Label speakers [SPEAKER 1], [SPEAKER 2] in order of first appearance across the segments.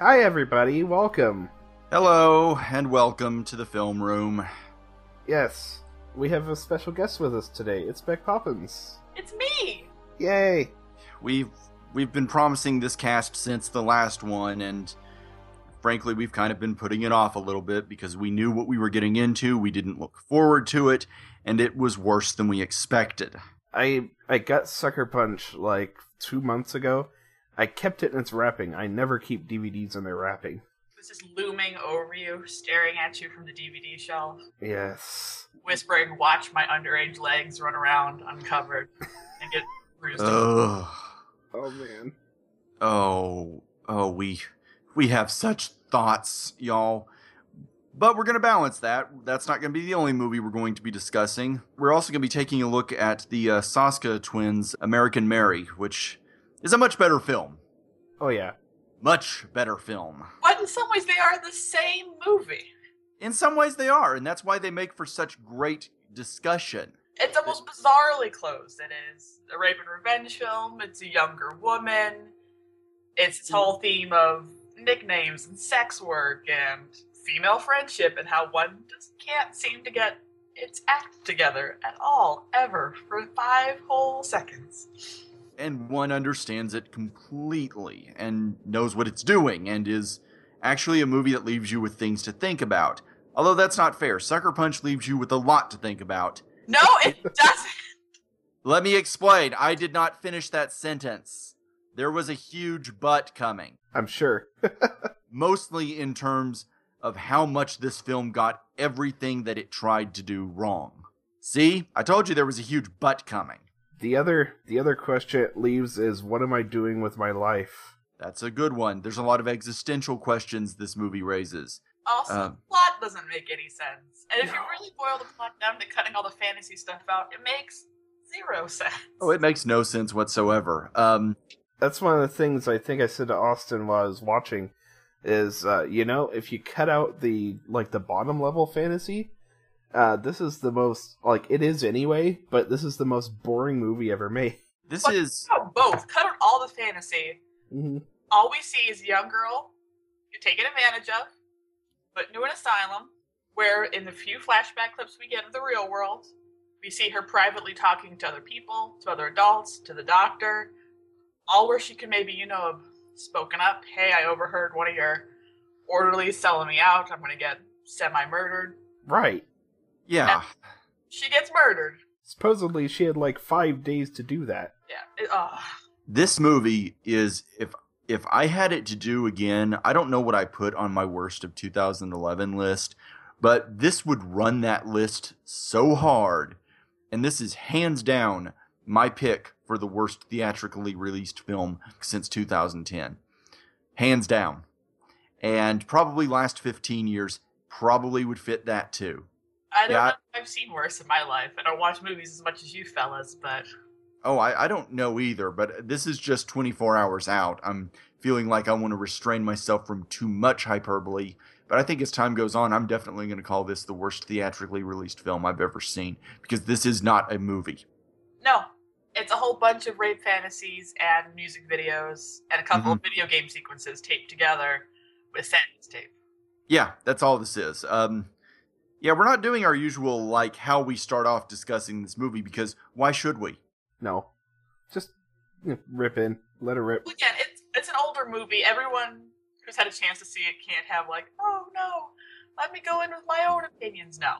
[SPEAKER 1] Hi, everybody. Welcome.
[SPEAKER 2] Hello and welcome to the film room.
[SPEAKER 1] Yes, we have a special guest with us today. It's Beck Poppins.
[SPEAKER 3] It's me.
[SPEAKER 1] Yay!
[SPEAKER 2] We've we've been promising this cast since the last one and frankly we've kind of been putting it off a little bit because we knew what we were getting into, we didn't look forward to it, and it was worse than we expected.
[SPEAKER 1] I I got Sucker Punch like two months ago. I kept it in its wrapping. I never keep DVDs in their wrapping.
[SPEAKER 3] This is looming over you, staring at you from the DVD shelf,
[SPEAKER 1] Yes.
[SPEAKER 3] whispering, "Watch my underage legs run around uncovered and get bruised."
[SPEAKER 2] Ugh.
[SPEAKER 1] Oh man.
[SPEAKER 2] Oh, oh we we have such thoughts, y'all. But we're going to balance that. That's not going to be the only movie we're going to be discussing. We're also going to be taking a look at the uh, Saska twins American Mary, which is a much better film.
[SPEAKER 1] Oh yeah.
[SPEAKER 2] Much better film.
[SPEAKER 3] but in some ways, they are the same movie.
[SPEAKER 2] In some ways, they are, and that's why they make for such great discussion.
[SPEAKER 3] It's almost bizarrely close. It is a rape and revenge film. It's a younger woman. It's
[SPEAKER 2] Mm.
[SPEAKER 3] this whole theme of nicknames and sex work and female friendship and how one just can't seem to get its act together at all, ever, for five whole seconds.
[SPEAKER 2] And one understands it completely and knows what it's doing, and is actually a movie that leaves you with things to think about. Although that's not fair. Sucker Punch leaves you with a lot to think about.
[SPEAKER 3] No, it doesn't.
[SPEAKER 2] Let me explain. I did not finish that sentence. There was a huge but coming,
[SPEAKER 1] I'm sure.
[SPEAKER 2] mostly in terms of how much this film got everything that it tried to do wrong. See, I told you there was a huge but coming.
[SPEAKER 1] The other the other question it leaves is what am I doing with my life?
[SPEAKER 2] That's a good one. There's a lot of existential questions this movie raises.
[SPEAKER 3] Also,
[SPEAKER 2] Um,
[SPEAKER 3] the plot doesn't make any sense. And if you
[SPEAKER 1] No.
[SPEAKER 3] really boil the plot down to cutting all the fantasy stuff out, it makes zero sense.
[SPEAKER 2] Oh, it makes no sense whatsoever. Um,
[SPEAKER 1] That's one of the things I think I said to Austin while I was watching is uh, you know, if you cut out the like the bottom level fantasy, uh, this is the most like it is anyway, but this is the most boring movie ever made.
[SPEAKER 2] this
[SPEAKER 3] What?
[SPEAKER 2] is
[SPEAKER 3] Cut out both. Cut out all the fantasy.
[SPEAKER 1] Mm-hmm.
[SPEAKER 3] all we see is a young girl you're taken advantage of, put into an asylum, where in the few flashback clips we get of the real world, we see her privately talking to other people, to other adults, to the doctor, all where she can maybe, you know, have spoken up. Hey, I overheard one of your orderlies selling me out. I'm going to get semi murdered.
[SPEAKER 1] Right.
[SPEAKER 2] yeah.
[SPEAKER 3] She gets murdered.
[SPEAKER 1] Supposedly, she had like five days to do that.
[SPEAKER 3] Yeah. It, uh,
[SPEAKER 2] This movie is if if I had it to do again, I don't know what I put on my worst of 2011 list, but this would run that list so hard, and this is hands down my pick for the worst theatrically released film since 2010, hands down, and probably last 15 years probably would fit that too.
[SPEAKER 3] I don't
[SPEAKER 2] Yeah.
[SPEAKER 3] know if I've seen worse in my life. I don't watch movies as much as you fellas, but
[SPEAKER 2] Oh, I, I don't know either, but this is just 24 hours out. I'm feeling like I want to restrain myself from too much hyperbole, but I think as time goes on, I'm definitely going to call this the worst theatrically released film I've ever seen because this is not a movie.
[SPEAKER 3] No, it's a whole bunch of rape fantasies and music videos and a couple of video game sequences taped together with sentence tape.
[SPEAKER 2] Yeah, that's all this is. Um, yeah, we're not doing our usual, like, how we start off discussing this movie because why should we?
[SPEAKER 1] No, just you know, rip in, let her rip.
[SPEAKER 3] Well, Again, it's it's an older movie. Everyone who's had a chance to see it can't have like, oh no, let me go in with my own opinions. No,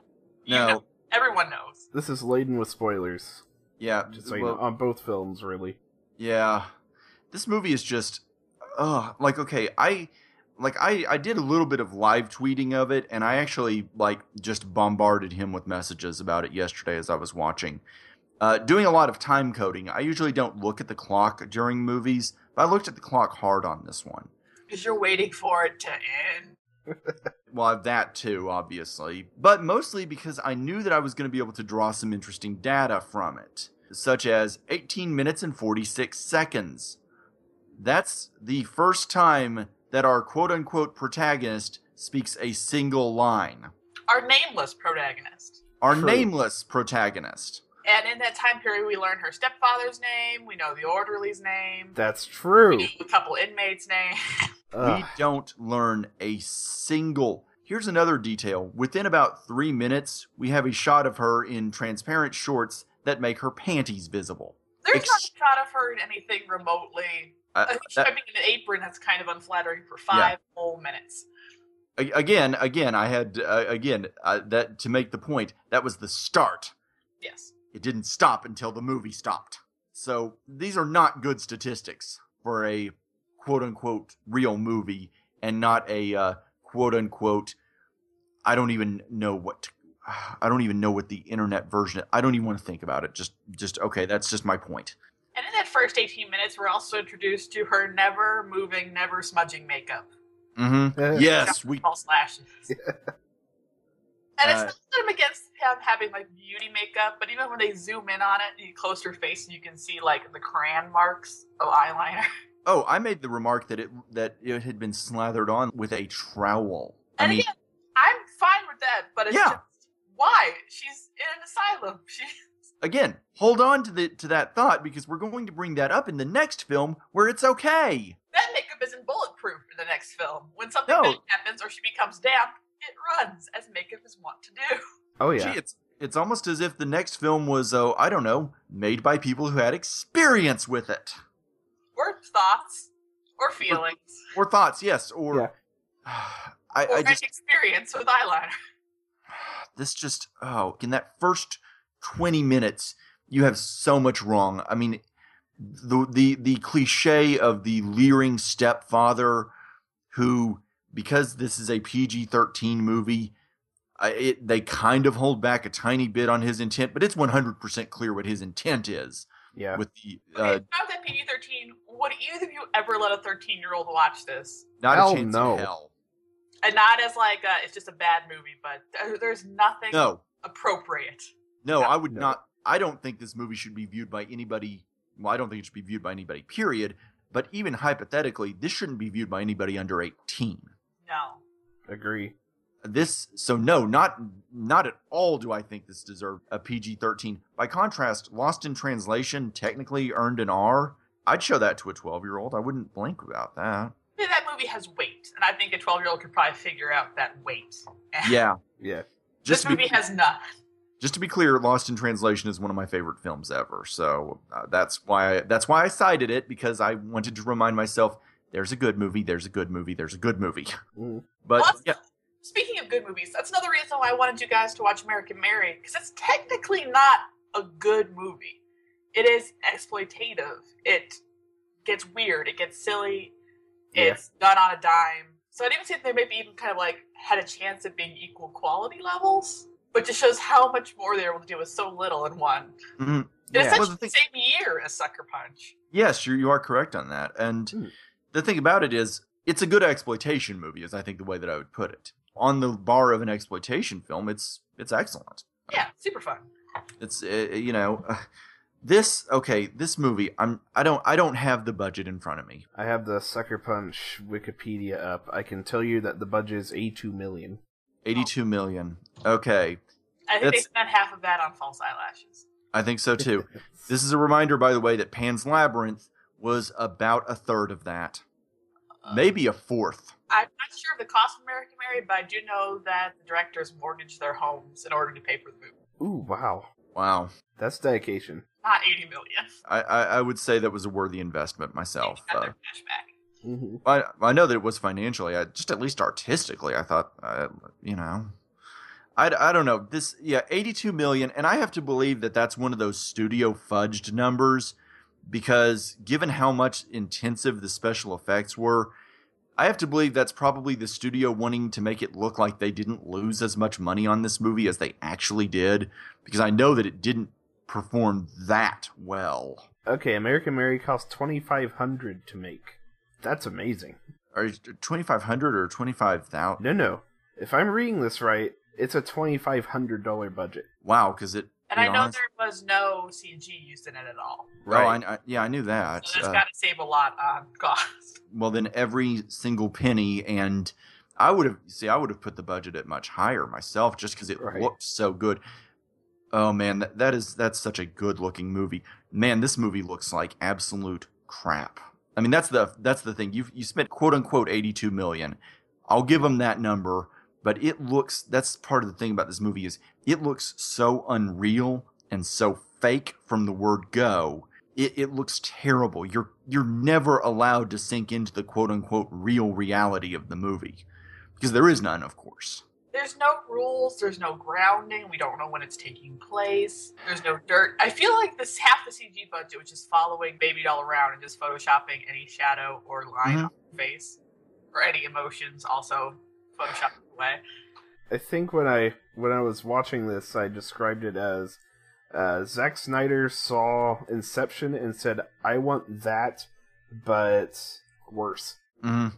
[SPEAKER 3] You
[SPEAKER 2] No.
[SPEAKER 3] know- everyone knows.
[SPEAKER 1] This is laden with spoilers,
[SPEAKER 2] Yeah.
[SPEAKER 1] just so you
[SPEAKER 2] well-
[SPEAKER 1] know, on both films, really.
[SPEAKER 2] Yeah. This movie is just uh like okay, I like I I did a little bit of live tweeting of it and I actually like just bombarded him with messages about it yesterday as I was watching. Uh doing a lot of time coding. I usually don't look at the clock during movies, but I looked at the clock hard on this one.
[SPEAKER 3] Because you're waiting for it to end.
[SPEAKER 2] Well, that too, obviously, but mostly because I knew that I was going to be able to draw some interesting data from it, such as 18 minutes and 46 seconds. That's the first time that our quote unquote protagonist speaks a single line.
[SPEAKER 3] Our nameless protagonist.
[SPEAKER 2] Our
[SPEAKER 1] True.
[SPEAKER 2] nameless protagonist.
[SPEAKER 3] And in that time period, we learn her stepfather's name. We know the orderly's name.
[SPEAKER 1] That's
[SPEAKER 3] We
[SPEAKER 1] true.
[SPEAKER 3] know a couple inmates' names.
[SPEAKER 1] Ugh.
[SPEAKER 2] We don't learn a single. Here's another detail. Within about three minutes, we have a shot of her in transparent shorts that make her panties visible.
[SPEAKER 3] There's
[SPEAKER 2] Ex-
[SPEAKER 3] not a shot of her in anything remotely.
[SPEAKER 2] Uh,
[SPEAKER 3] I think she's
[SPEAKER 2] that-
[SPEAKER 3] having an apron that's kind of unflattering for five whole minutes.
[SPEAKER 2] a- again, again, I had uh, again uh, that to make the point. That was the start.
[SPEAKER 3] Yes.
[SPEAKER 2] It didn't stop until the movie stopped. So these are not good statistics for a quote unquote real movie and not a uh, quote unquote. I don't even know what. To, I don't even know what the internet version. I don't even want to think about it. Just, just okay. That's just my point.
[SPEAKER 3] And in that first 18 minutes, we're also introduced to her never moving, never smudging makeup.
[SPEAKER 2] hmm
[SPEAKER 1] Yeah.
[SPEAKER 2] Yes, we.
[SPEAKER 3] False lashes. And it's
[SPEAKER 2] Uh,
[SPEAKER 3] not that I'm against him having like beauty makeup, but even when they zoom in on it, you close her face and you can see like the crayon marks of eyeliner.
[SPEAKER 2] Oh, I made the remark that it that it had been slathered on with a trowel. I
[SPEAKER 3] And
[SPEAKER 2] mean,
[SPEAKER 3] again, I'm fine with that, but it's
[SPEAKER 2] Yeah.
[SPEAKER 3] just why? She's in an asylum. She
[SPEAKER 2] again, hold on to the to that thought because we're going to bring that up in the next film where it's okay.
[SPEAKER 3] that makeup isn't bulletproof in the next film. When something
[SPEAKER 2] No.
[SPEAKER 3] bad happens or she becomes damp, it runs, as makeup is wont to do.
[SPEAKER 1] Oh yeah.
[SPEAKER 2] Gee, it's it's almost as if the next film was, oh, I don't know, made by people who had experience with it
[SPEAKER 3] Or thoughts, or feelings,
[SPEAKER 2] or thoughts, yes, or
[SPEAKER 1] Yeah.
[SPEAKER 2] I,
[SPEAKER 3] or
[SPEAKER 2] I just
[SPEAKER 3] an experience with eyeliner.
[SPEAKER 2] this just oh, in that first twenty minutes, you have so much wrong. I mean, the the the cliche of the leering stepfather who, because this is a PG thirteen movie. I, it, they kind of hold back a tiny bit on his intent, but it's 100% clear what his intent is
[SPEAKER 1] yeah.
[SPEAKER 2] with the
[SPEAKER 3] Okay,
[SPEAKER 2] uh,
[SPEAKER 3] if I was at PG 13, E would either of you ever let a 13 year old watch this?
[SPEAKER 2] Not
[SPEAKER 1] Hell
[SPEAKER 2] a chance
[SPEAKER 1] no.
[SPEAKER 2] in hell.
[SPEAKER 3] And not as like uh it's just a bad movie, but there- there's nothing
[SPEAKER 2] No,
[SPEAKER 3] appropriate.
[SPEAKER 2] no, I would
[SPEAKER 1] No.
[SPEAKER 2] not. I don't think this movie should be viewed by anybody. Well, I don't think it should be viewed by anybody. Period. But even hypothetically, this shouldn't be viewed by anybody under eighteen.
[SPEAKER 3] No.
[SPEAKER 1] Agree.
[SPEAKER 2] This so no, not not at all. Do I think this deserved a PG thirteen? By contrast, Lost in Translation technically earned an R. I'd show that to a twelve year old. I wouldn't blink about that.
[SPEAKER 3] I mean, that movie has weight, and I think a 12 year old could probably figure out that weight.
[SPEAKER 2] Yeah,
[SPEAKER 1] Yeah.
[SPEAKER 2] just
[SPEAKER 3] This
[SPEAKER 2] to be-
[SPEAKER 3] movie has none.
[SPEAKER 2] just to be clear, Lost in Translation is one of my favorite films ever. So uh, that's why that's why I cited it because I wanted to remind myself there's a good movie, there's a good movie, there's a good movie.
[SPEAKER 1] Mm.
[SPEAKER 2] But
[SPEAKER 3] Lots-
[SPEAKER 2] yeah,
[SPEAKER 3] Speaking of good movies, that's another reason why I wanted you guys to watch American Mary, because it's technically not a good movie. It is exploitative. It gets weird. It gets silly.
[SPEAKER 1] Yeah.
[SPEAKER 3] It's done on a dime. So I'd even say that they maybe even kind of like had a chance at being equal quality levels, but just shows how much more they were able to do with so little in one.
[SPEAKER 2] mhm.
[SPEAKER 3] And
[SPEAKER 1] Yeah.
[SPEAKER 2] Well,
[SPEAKER 3] It's actually
[SPEAKER 2] the
[SPEAKER 3] the
[SPEAKER 2] thing-
[SPEAKER 3] same year as Sucker Punch.
[SPEAKER 2] yes, you you are correct on that. And
[SPEAKER 1] Mm.
[SPEAKER 2] the thing about it is, it's a good exploitation movie, is I think the way that I would put it. On the bar of an exploitation film, it's it's excellent.
[SPEAKER 3] Yeah, super fun.
[SPEAKER 2] It's uh, you know, this okay, this movie. I'm I don't I don't have the budget in front of me.
[SPEAKER 1] I have the sucker punch Wikipedia up. I can tell you that the budget is a two million.
[SPEAKER 2] Eighty-two million. Okay.
[SPEAKER 3] I think they
[SPEAKER 2] That's-
[SPEAKER 3] spent half of that on false eyelashes.
[SPEAKER 2] I think so too. this is a reminder, by the way, that Pan's Labyrinth was about a third of that,
[SPEAKER 3] Uh,
[SPEAKER 2] maybe a fourth.
[SPEAKER 3] I'm not sure of the cost of American Mary, but I do know that the directors mortgaged their homes in order to pay for the movie.
[SPEAKER 1] Ooh, wow.
[SPEAKER 2] Wow,
[SPEAKER 1] That's dedication.
[SPEAKER 3] Not 80 million.
[SPEAKER 2] I, I, I would say that was a worthy investment myself.
[SPEAKER 3] Got
[SPEAKER 2] Uh,
[SPEAKER 3] their cash back.
[SPEAKER 1] Mm-hmm.
[SPEAKER 2] I I know that it was financially, I, just at least artistically. I thought, uh, you know, I, I don't know this. Yeah, eighty-two million, and I have to believe that that's one of those studio fudged numbers because given how much intensive the special effects were, I have to believe that's probably the studio wanting to make it look like they didn't lose as much money on this movie as they actually did because I know that it didn't perform that well.
[SPEAKER 1] Okay, American Mary cost twenty five hundred to make. That's amazing.
[SPEAKER 2] Or twenty five hundred or twenty five thousand?
[SPEAKER 1] No, no. If I'm reading this right, it's a twenty five hundred dollar budget.
[SPEAKER 2] Wow, because it.
[SPEAKER 3] And
[SPEAKER 2] you
[SPEAKER 3] I know
[SPEAKER 2] honest-
[SPEAKER 3] there was no CG used in it at all.
[SPEAKER 1] Right.
[SPEAKER 2] Oh, I, I, yeah, I knew that.
[SPEAKER 3] So that's
[SPEAKER 2] Uh,
[SPEAKER 3] got to save a lot on cost.
[SPEAKER 2] well, then every single penny, and I would have see, I would have put the budget at much higher myself, just because it
[SPEAKER 1] Right.
[SPEAKER 2] looked so good. Oh man, that, that is that's such a good looking movie. Man, this movie looks like absolute crap. I mean, that's the that's the thing. You you spent quote unquote 82 million. I'll give them that number, but it looks that's part of the thing about this movie is it looks so unreal and so fake from the word go. It, it looks terrible. You're you're never allowed to sink into the quote unquote real reality of the movie because there is none, of course.
[SPEAKER 3] There's no rules. There's no grounding. We don't know when it's taking place. There's no dirt. I feel like this half the CG budget was just following Baby Doll around and just photoshopping any shadow or
[SPEAKER 2] Mhm.
[SPEAKER 3] line on her face or any emotions. Also, photoshopped away.
[SPEAKER 1] I think when I when I was watching this, I described it as uh, Zack Snyder saw Inception and said, "I want that, but worse."
[SPEAKER 2] hmm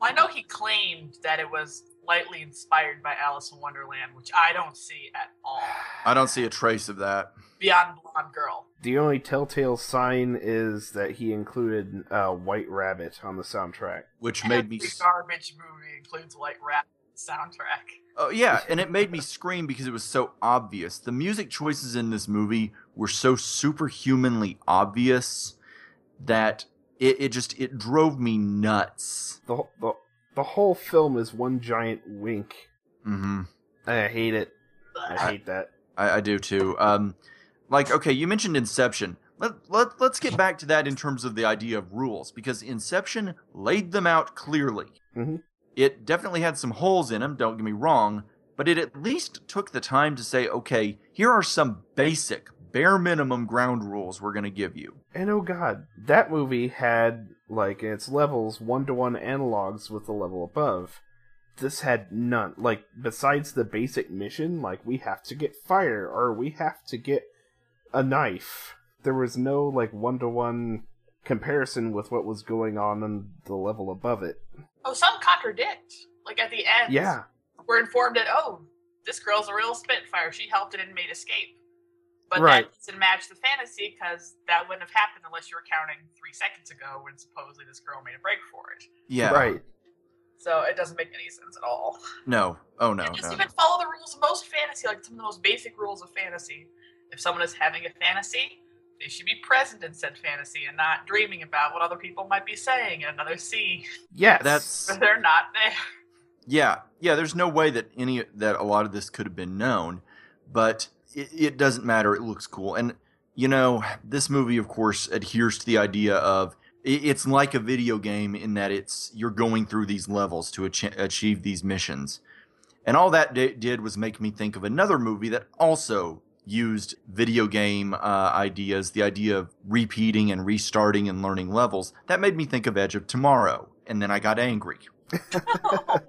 [SPEAKER 3] Well, I know he claimed that it was lightly inspired by Alice in Wonderland, which I don't see at all.
[SPEAKER 2] I don't see a trace of that.
[SPEAKER 3] Beyond Blonde Girl.
[SPEAKER 1] The only telltale sign is that he included uh, White Rabbit on the soundtrack.
[SPEAKER 2] which made me
[SPEAKER 3] Every
[SPEAKER 2] s-
[SPEAKER 3] garbage movie includes White Rat soundtrack.
[SPEAKER 2] oh yeah and it made me scream because it was so obvious the music choices in this movie were so superhumanly obvious that it, it just it drove me nuts
[SPEAKER 1] The wh- the the whole film is one giant wink.
[SPEAKER 2] mm-hmm.
[SPEAKER 1] I hate it. I
[SPEAKER 3] Ugh.
[SPEAKER 1] hate that.
[SPEAKER 2] I, I do too um like okay you mentioned inception let, let, let's get back to that in terms of the idea of rules because inception laid them out clearly
[SPEAKER 1] Mhm.
[SPEAKER 2] it definitely had some holes in them don't get me wrong but it at least took the time to say okay here are some basic bare minimum ground rules we're going to give you
[SPEAKER 1] And oh god, that movie had like in its levels one to one analogs with the level above. This had none. Like besides the basic mission, like we have to get fire or we have to get a knife. There was no like one to one comparison with what was going on in the level above it.
[SPEAKER 3] Oh, some contradict. Like at the end,
[SPEAKER 1] Yeah,
[SPEAKER 3] we're informed that, oh, this girl's a real Spitfire. She helped an inmate escape. But
[SPEAKER 1] Right.
[SPEAKER 3] that doesn't match the fantasy because that wouldn't have happened unless you were counting three seconds ago when supposedly this girl made a break for it.
[SPEAKER 2] yeah
[SPEAKER 1] right.
[SPEAKER 3] So it doesn't make any sense at all.
[SPEAKER 2] no oh no,
[SPEAKER 3] You just
[SPEAKER 2] no, no.
[SPEAKER 3] even follow the rules of most fantasy, like some of the most basic rules of fantasy. If someone is having a fantasy, they should be present in said fantasy and not dreaming about what other people might be saying in another scene.
[SPEAKER 1] Yes,
[SPEAKER 2] that's
[SPEAKER 3] They're not there.
[SPEAKER 2] Yeah, yeah. There's no way that any that a lot of this could have been known, but it, it doesn't matter. It looks cool, and you know this movie, of course, adheres to the idea of i- it's like a video game in that it's you're going through these levels to achi- achieve these missions, and all that di- did was make me think of another movie that also used video game uh, ideas, the idea of repeating and restarting and learning levels. That made me think of Edge of Tomorrow, and then I got angry.
[SPEAKER 3] but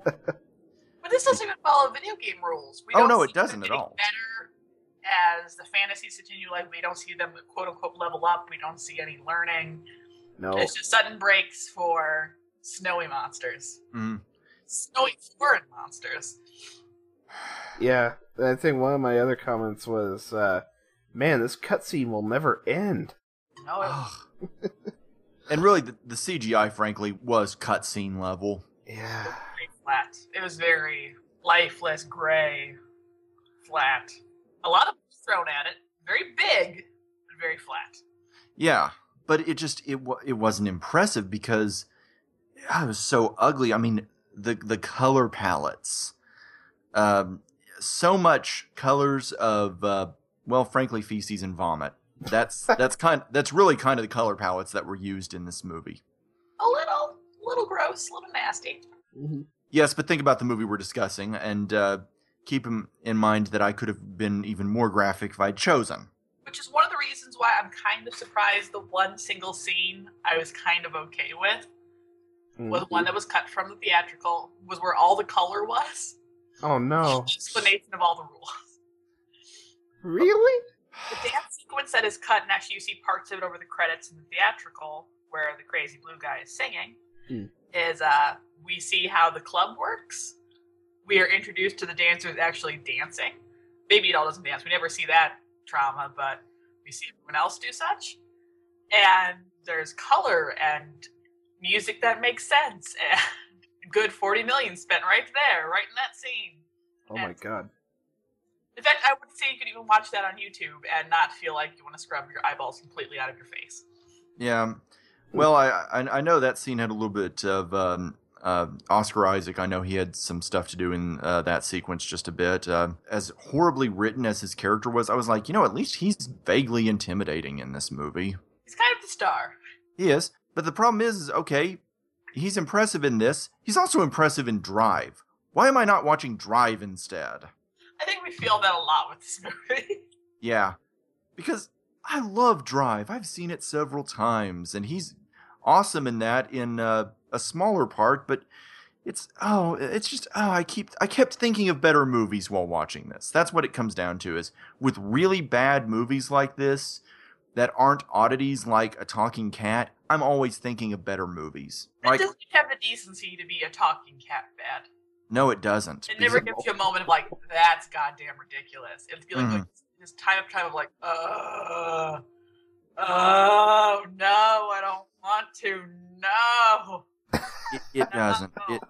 [SPEAKER 3] this doesn't even follow video game rules. We
[SPEAKER 2] Oh,
[SPEAKER 3] don't
[SPEAKER 2] no,
[SPEAKER 3] see
[SPEAKER 2] it
[SPEAKER 3] them
[SPEAKER 2] doesn't at
[SPEAKER 3] getting
[SPEAKER 2] all.
[SPEAKER 3] Better as the fantasies continue, like we don't see them quote unquote level up. We don't see any learning.
[SPEAKER 2] Oh.
[SPEAKER 1] no.
[SPEAKER 3] It's just sudden breaks for snowy monsters,
[SPEAKER 2] Mm.
[SPEAKER 3] snowy foreign monsters.
[SPEAKER 1] Yeah, I think one of my other comments was, uh, "Man, this cutscene will never end."
[SPEAKER 3] No,
[SPEAKER 2] Ah.
[SPEAKER 3] it-
[SPEAKER 2] Ugh. and really, the, the CGI, frankly, was cutscene level.
[SPEAKER 1] Yeah,
[SPEAKER 3] very flat. It was very lifeless, gray, flat. A lot of thrown at it. Very big, but very flat.
[SPEAKER 2] Yeah, but it just it wa- it wasn't impressive because ah, it was so ugly. I mean, the the color palettes, um, so much colors of uh, well, frankly, feces and vomit. That's that's kind that's really kind of the color palettes that were used in this movie.
[SPEAKER 3] A little, little gross, a little nasty.
[SPEAKER 1] Mm-hmm.
[SPEAKER 2] Yes, but think about the movie we're discussing and uh, keep in in mind that I could have been even more graphic if I'd chosen.
[SPEAKER 3] Which is one of the reasons why I'm kind of surprised the one single scene I was kind of okay with was
[SPEAKER 1] Mm-hmm.
[SPEAKER 3] one that was cut from the theatrical, was where all the color was.
[SPEAKER 1] Oh no!
[SPEAKER 3] Explanation of all the rules.
[SPEAKER 1] Really?
[SPEAKER 3] The dance sequence that is cut, and actually you see parts of it over the credits in the theatrical, where the crazy blue guy is singing,
[SPEAKER 1] Hmm.
[SPEAKER 3] is uh, we see how the club works. We are introduced to the dancers actually dancing. Baby doll doesn't dance. We never see that trauma, but we see everyone else do such. And there's color and music that makes sense, and good forty million spent right there, right in that scene.
[SPEAKER 1] Oh my god!
[SPEAKER 3] In fact, I would say you could even watch that on YouTube and not feel like you want to scrub your eyeballs completely out of your face.
[SPEAKER 2] Yeah. Well, I, I I know that scene had a little bit of um, uh, Oscar Isaac. I know he had some stuff to do in uh, that sequence just a bit. Uh, as horribly written as his character was, I was like, you know, at least he's vaguely intimidating in this movie.
[SPEAKER 3] He's kind of the star.
[SPEAKER 2] He is, but the problem is, is okay, he's impressive in this. He's also impressive in Drive. Why am I not watching Drive instead?
[SPEAKER 3] I think we feel that a lot with this movie.
[SPEAKER 2] Yeah, because I love Drive. I've seen it several times, and he's awesome in that in uh, a smaller part. But it's oh, it's just oh, I keep I kept thinking of better movies while watching this. That's what it comes down to. Is with really bad movies like this that aren't oddities like a talking cat. I'm always thinking of better movies.
[SPEAKER 3] It
[SPEAKER 2] Like
[SPEAKER 3] doesn't have the decency to be a talking cat bad.
[SPEAKER 2] no, it doesn't.
[SPEAKER 3] It never
[SPEAKER 2] because-
[SPEAKER 3] gives you a moment of like, that's goddamn ridiculous. It'd be like,
[SPEAKER 2] Mhm.
[SPEAKER 3] like, this time of time of like, uh, oh no, I don't want to. No.
[SPEAKER 2] it, it doesn't. It,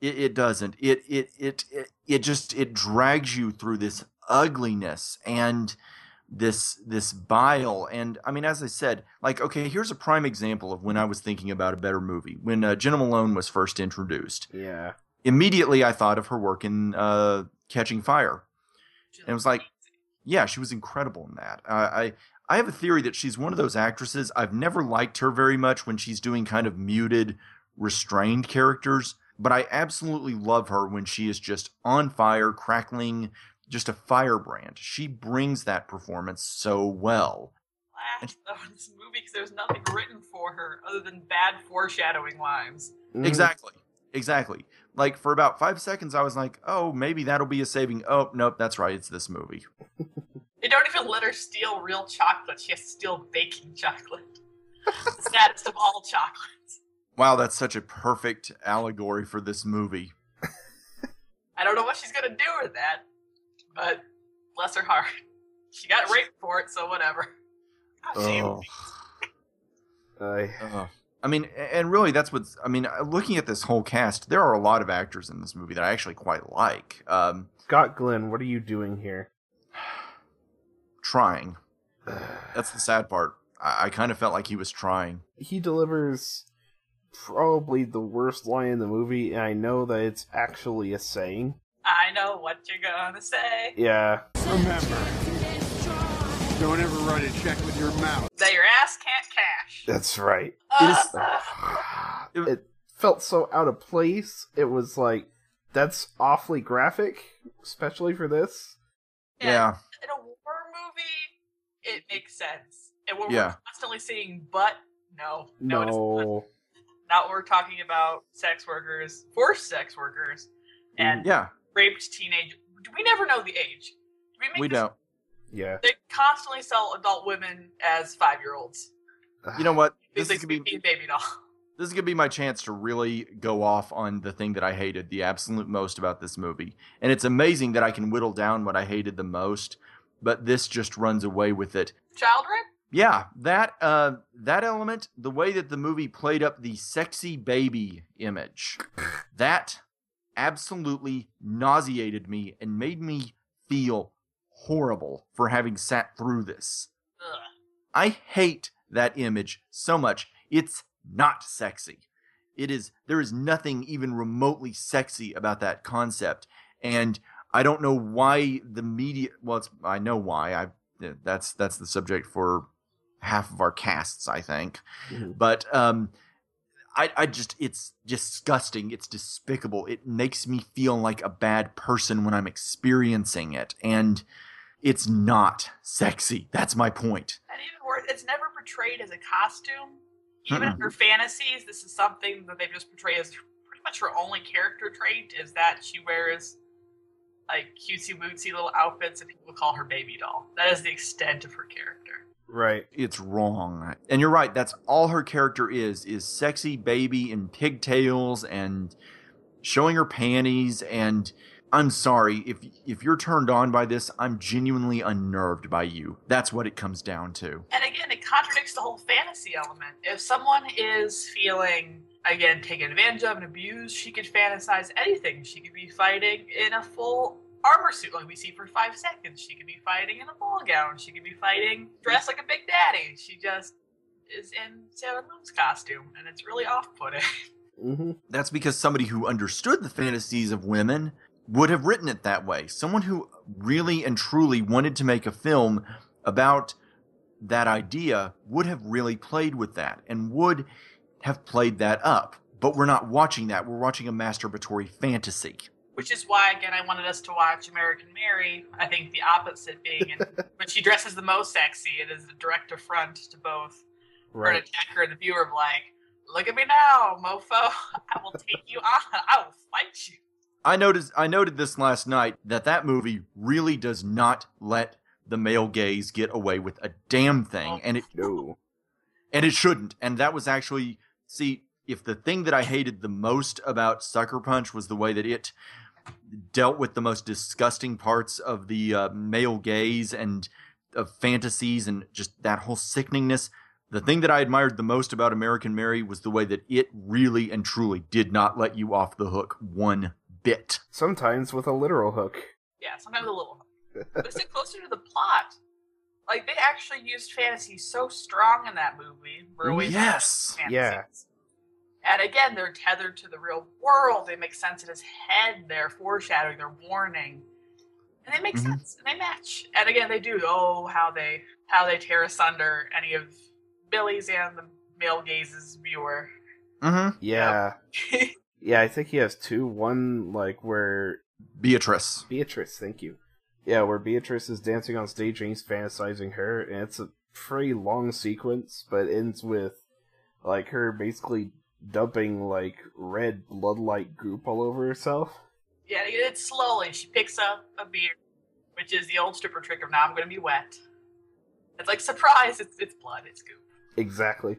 [SPEAKER 2] it it doesn't. It it it it, it just it drags you through this ugliness and this this bile and I mean as I said like okay here's a prime example of when I was thinking about a better movie when uh, Jenna Malone was first introduced
[SPEAKER 1] Yeah.
[SPEAKER 2] immediately I thought of her work in uh, Catching Fire And it was like- yeah, she was incredible in that. I, I I have a theory that she's one of those actresses. I've never liked her very much when she's doing kind of muted, restrained characters, but I absolutely love her when she is just on fire, crackling, just a firebrand. She brings that performance so well.
[SPEAKER 3] laughed though in this movie because there was nothing written for her other than bad foreshadowing lines.
[SPEAKER 1] Mhm.
[SPEAKER 2] Exactly. Exactly. Like for about five seconds, I was like, "Oh, maybe that'll be a saving." Oh, nope, that's right. It's this movie.
[SPEAKER 3] They don't even let her steal real chocolate. She has to steal baking chocolate. the saddest of all chocolates.
[SPEAKER 2] Wow, that's such a perfect allegory for this movie.
[SPEAKER 3] I don't know what she's gonna do with that, but bless her heart. She got raped for it, so whatever. God, she-
[SPEAKER 2] Oh.
[SPEAKER 1] I-
[SPEAKER 2] Ugh. I mean, a- and really, that's what's. I mean, uh, looking at this whole cast, there are a lot of actors in this movie that I actually quite like. Um,
[SPEAKER 1] Scott Glenn, what are you doing here?
[SPEAKER 2] trying. That's the sad part. I, I kind of felt like he was trying.
[SPEAKER 1] he delivers probably the worst line in the movie, and I know that it's actually a saying.
[SPEAKER 3] I know what you're gonna say.
[SPEAKER 1] Yeah.
[SPEAKER 4] Remember, don't ever write a check with your mouth.
[SPEAKER 3] That your ass can't cash.
[SPEAKER 1] That's right.
[SPEAKER 2] It is-
[SPEAKER 3] Uh,
[SPEAKER 2] It-
[SPEAKER 1] it felt so out of place. It was like, that's awfully graphic, especially for this.
[SPEAKER 2] Yeah.
[SPEAKER 3] in a war movie, it makes sense. And when
[SPEAKER 2] Yeah.
[SPEAKER 3] we're constantly seeing but, no, no, it's not.
[SPEAKER 1] No. Mm,
[SPEAKER 3] Not when we're talking about sex workers, forced sex workers, and
[SPEAKER 2] Yeah.
[SPEAKER 3] raped teenage. We never know the age. We, make
[SPEAKER 2] We
[SPEAKER 3] this-
[SPEAKER 2] don't.
[SPEAKER 1] Yeah.
[SPEAKER 3] They constantly sell adult women as five year olds.
[SPEAKER 2] You know what? This
[SPEAKER 3] This
[SPEAKER 2] is
[SPEAKER 3] like
[SPEAKER 2] gonna be
[SPEAKER 3] speaking baby doll.
[SPEAKER 2] this is gonna be my chance to really go off on the thing that I hated the absolute most about this movie. And it's amazing that I can whittle down what I hated the most, but this just runs away with it.
[SPEAKER 3] Child rape?
[SPEAKER 2] yeah that uh that element the way that the movie played up the sexy baby image that absolutely nauseated me and made me feel horrible for having sat through this
[SPEAKER 3] Ugh.
[SPEAKER 2] i hate that image so much it's not sexy it is there is nothing even remotely sexy about that concept and i don't know why the media well it's, i know why i eh, that's that's the subject for half of our casts i think
[SPEAKER 1] Mhm.
[SPEAKER 2] but um I, I just it's disgusting it's despicable it makes me feel like a bad person when i'm experiencing it and it's not sexy that's my point
[SPEAKER 3] And even worse, it's never portrayed as a costume. Even
[SPEAKER 2] Mm-mm.
[SPEAKER 3] in her fantasies, this is something that they just portray as pretty much her only character trait is that she wears like cutesy wootsy little outfits and people call her baby doll. That is the extent of her character.
[SPEAKER 1] Right.
[SPEAKER 2] it's wrong. And you're right, that's all her character is is sexy baby in pigtails and showing her panties and I'm sorry if if you're turned on by this, I'm genuinely unnerved by you. That's what it comes down to.
[SPEAKER 3] And again, it contradicts the whole fantasy element. If someone is feeling, again, taken advantage of and abused, she could fantasize anything. She could be fighting in a full armor suit like we see for five seconds. She could be fighting in a ball gown. She could be fighting dressed like a big daddy. She just is in Sailor Moon's costume, and it's really off-putting.
[SPEAKER 1] hmm
[SPEAKER 2] That's because somebody who understood the fantasies of women would have written it that way. Someone who really and truly wanted to make a film about that idea would have really played with that and would have played that up. But we're not watching that. We're watching a masturbatory fantasy.
[SPEAKER 3] Which is why, again, I wanted us to watch American Mary. I think the opposite being, in, but she dresses the most sexy. It is a direct affront to both or an
[SPEAKER 1] Right.
[SPEAKER 3] attacker and the viewer of like, look at me now, mofo. I will take you on. I will fight you.
[SPEAKER 2] I noticed I noted this last night that that movie really does not let the male gaze get away with a damn thing and it
[SPEAKER 1] No.
[SPEAKER 2] and it shouldn't. And that was actually see if the thing that I hated the most about Sucker Punch was the way that it dealt with the most disgusting parts of the uh, male gaze and of fantasies and just that whole sickeningness. The thing that I admired the most about American Mary was the way that it really and truly did not let you off the hook one bit.
[SPEAKER 1] Sometimes with a literal hook.
[SPEAKER 3] Yeah, sometimes a little. But it's closer to the plot. Like they actually used fantasy so strong in that movie. We're always
[SPEAKER 2] Yes.
[SPEAKER 1] Yeah.
[SPEAKER 3] fantasies. And again, they're tethered to the real world. They make sense in his head. They're foreshadowing. They're warning, and they make
[SPEAKER 2] Mhm.
[SPEAKER 3] sense. And they match. And again, they do. Oh, how they how they tear asunder any of Billy's and the male gaze's viewer.
[SPEAKER 2] Mm-hmm.
[SPEAKER 1] Yeah. Yeah, I think he has two. One, like, where
[SPEAKER 2] Beatrice.
[SPEAKER 1] Beatrice, thank you. Yeah, where Beatrice is dancing on stage and he's fantasizing her, and it's a pretty long sequence, but ends with like her basically dumping like red blood-like goop all over herself.
[SPEAKER 3] yeah, they did it slowly. She picks up a beer, which is the old stripper trick of now I'm going to be wet. It's like surprise. It's it's blood. It's goop.
[SPEAKER 1] Exactly.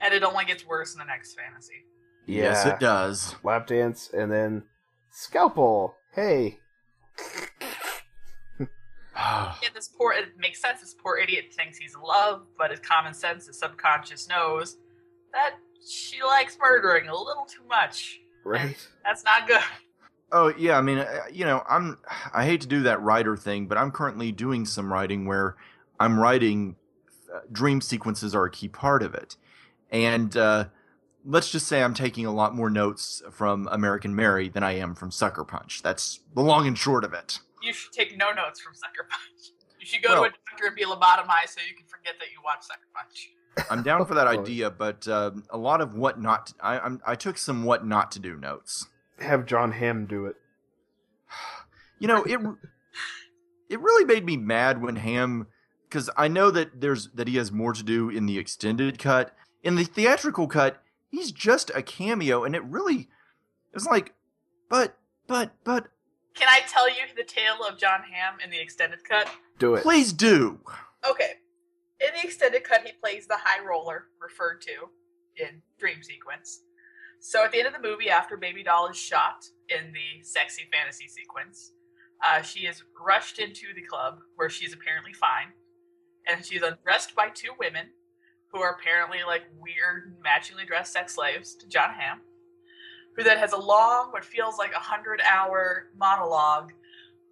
[SPEAKER 3] And it only gets worse in the next fantasy.
[SPEAKER 1] Yeah.
[SPEAKER 2] Yes, it does.
[SPEAKER 1] Lap dance and then scalpel. Hey.
[SPEAKER 3] Yeah, this poor, it makes sense. This poor idiot thinks he's in love, but his common sense, his subconscious knows that she likes murdering a little too much.
[SPEAKER 1] Right.
[SPEAKER 3] That's not good.
[SPEAKER 2] Oh yeah, I mean, uh, you know, I'm I hate to do that writer thing, but I'm currently doing some writing where I'm writing uh, dream sequences are a key part of it, and uh, let's just say I'm taking a lot more notes from American Mary than I am from Sucker Punch. That's the long and short of it.
[SPEAKER 3] You should take no notes from Sucker Punch. You should go to a
[SPEAKER 2] Well-
[SPEAKER 3] doctor and be lobotomized so you can forget that you watch Sucker Punch.
[SPEAKER 2] I'm down for that
[SPEAKER 1] Right.
[SPEAKER 2] idea, but um, a lot of what not to, I I'm, I took some what not to do notes.
[SPEAKER 1] Have John Hamm do it.
[SPEAKER 2] you know it it really made me mad when ham because i know that there's that he has more to do in the extended cut in the theatrical cut he's just a cameo and it really it was like but but but
[SPEAKER 3] Can I tell you the tale of John Hamm in the extended cut?
[SPEAKER 1] Do it.
[SPEAKER 2] please do
[SPEAKER 3] Okay. In the extended cut, he plays the high roller referred to in Dream Sequence. So at the end of the movie, after Baby Doll is shot in the sexy fantasy sequence, uh, she is rushed into the club where she's apparently fine, and she's undressed by two women who are apparently like weird, matchingly dressed sex slaves to John Hamm, who then has a long, what feels like a hundred hour monologue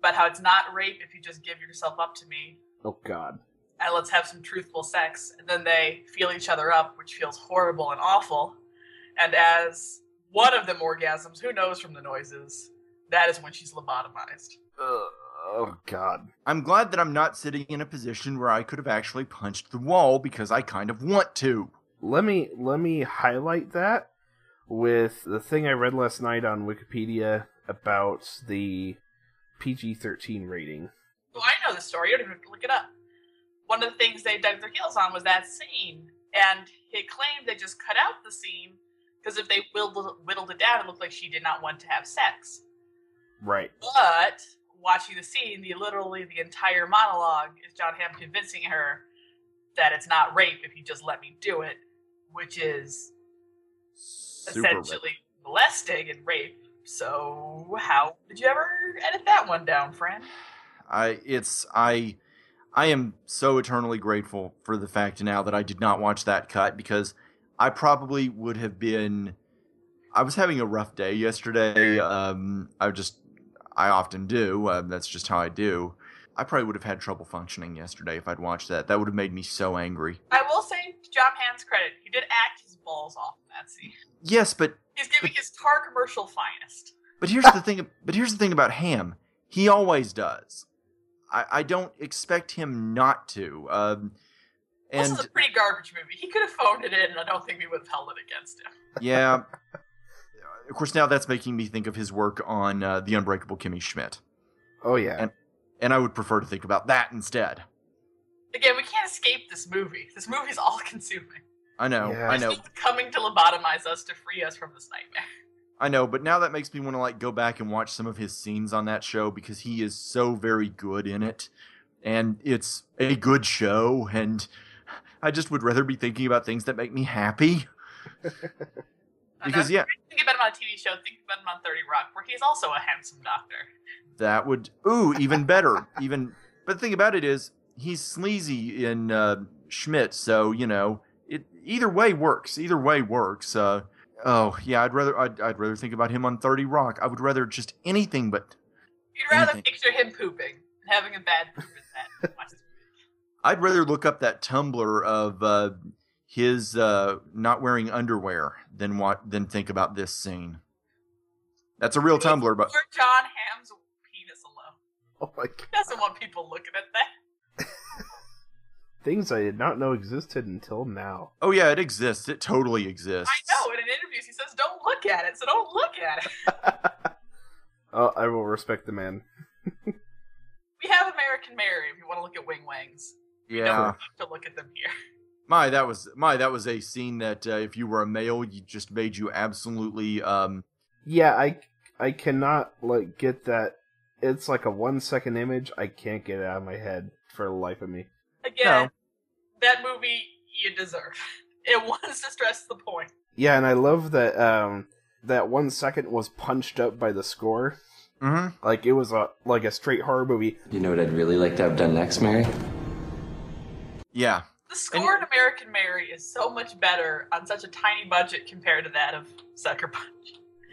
[SPEAKER 3] about how it's not rape if you just give yourself up to me
[SPEAKER 1] Oh god.
[SPEAKER 3] and let's have some truthful sex. And then they feel each other up, which feels horrible and awful. And as one of them orgasms, who knows from the noises, that is when she's lobotomized.
[SPEAKER 1] Oh god.
[SPEAKER 2] i'm glad that i'm not sitting in a position where i could have actually punched the wall because i kind of want to
[SPEAKER 1] let me let me highlight that with the thing I read last night on Wikipedia about the PG-13 rating.
[SPEAKER 3] Well, I know the story. You don't even have to look it up. One of the things they dug their heels on was that scene, and he claimed they just cut out the scene because if they whittled, whittled it down, it looked like she did not want to have sex.
[SPEAKER 1] Right.
[SPEAKER 3] But watching the scene, the literally the entire monologue is John Hamm convincing her that it's not rape if you just let me do it, which is
[SPEAKER 2] super red.
[SPEAKER 3] essentially molesting and rape. So how did you ever edit that one down, friend?
[SPEAKER 2] I it's I I am so eternally grateful for the fact now that I did not watch that cut because I probably would have been I was having a rough day yesterday. Um I just I often do. Uh, that's just how I do. I probably would have had trouble functioning yesterday if I'd watched that. That would have made me so angry.
[SPEAKER 3] I will say, to John Hamm's credit, he did act his balls off in that scene.
[SPEAKER 2] Yes, but
[SPEAKER 3] He's giving his tar commercial finest.
[SPEAKER 2] But here's the thing. But here's the thing about Ham. He always does. I, I don't expect him not to. Um, and
[SPEAKER 3] this is a pretty garbage movie. He could have phoned it in, and I don't think we would have held it against him.
[SPEAKER 2] yeah, of course now that's making me think of his work on uh, the Unbreakable Kimmy Schmidt,
[SPEAKER 1] Oh yeah.
[SPEAKER 2] and I would prefer to think about that instead.
[SPEAKER 3] Again, we can't escape this movie. This movie's all-consuming.
[SPEAKER 2] I know,
[SPEAKER 1] Yeah.
[SPEAKER 2] I know,
[SPEAKER 3] It's coming to lobotomize us to free us from this nightmare.
[SPEAKER 2] I know. But now that makes me want to like go back and watch some of his scenes on that show because he is so very good in it, and it's a good show. And I just would rather be thinking about things that make me happy.
[SPEAKER 3] Uh-huh.
[SPEAKER 2] Because yeah,
[SPEAKER 3] think about him on a TV show. Think about him on Thirty Rock, where he's also a handsome doctor.
[SPEAKER 2] That would ooh, even better. even but the thing about it is he's sleazy in uh, Schmidt, so you know it. Either way works. Either way works. Uh, oh yeah, I'd rather I'd, I'd rather think about him on Thirty Rock. I would rather just anything but
[SPEAKER 3] You'd rather
[SPEAKER 2] Anything.
[SPEAKER 3] picture him pooping and having a bad poop in that. Watch this movie.
[SPEAKER 2] I'd rather look up that Tumblr of uh, his uh, not wearing underwear than what than think about this scene. That's a real Tumblr, but
[SPEAKER 3] Or John Hamm's penis alone.
[SPEAKER 1] Oh my god.
[SPEAKER 3] He doesn't want people looking at that.
[SPEAKER 1] Things I did not know existed until now.
[SPEAKER 2] oh yeah, it exists. It totally exists.
[SPEAKER 3] I know. And in interviews, he says, "Don't look at it." So don't look at it.
[SPEAKER 1] Oh, I will respect the man.
[SPEAKER 3] We have American Mary. If you want to look at wing wangs,
[SPEAKER 2] Yeah.
[SPEAKER 3] don't have to look at them here.
[SPEAKER 2] My, that was my, that was a scene that uh, if you were a male, you just made you absolutely. Um,
[SPEAKER 1] Yeah, I I cannot like get that. It's like a one second image. I can't get it out of my head for the life of me.
[SPEAKER 3] Again, that movie you deserve. It wants to stress the point.
[SPEAKER 1] Yeah, and I love that um that one second was punched up by the score.
[SPEAKER 2] mhm.
[SPEAKER 1] Like it was a like a straight horror movie.
[SPEAKER 5] You know what I'd really like to have done next, Mary?
[SPEAKER 2] Yeah,
[SPEAKER 3] The score in American Mary is so much better on such a tiny budget compared to that of Sucker Punch.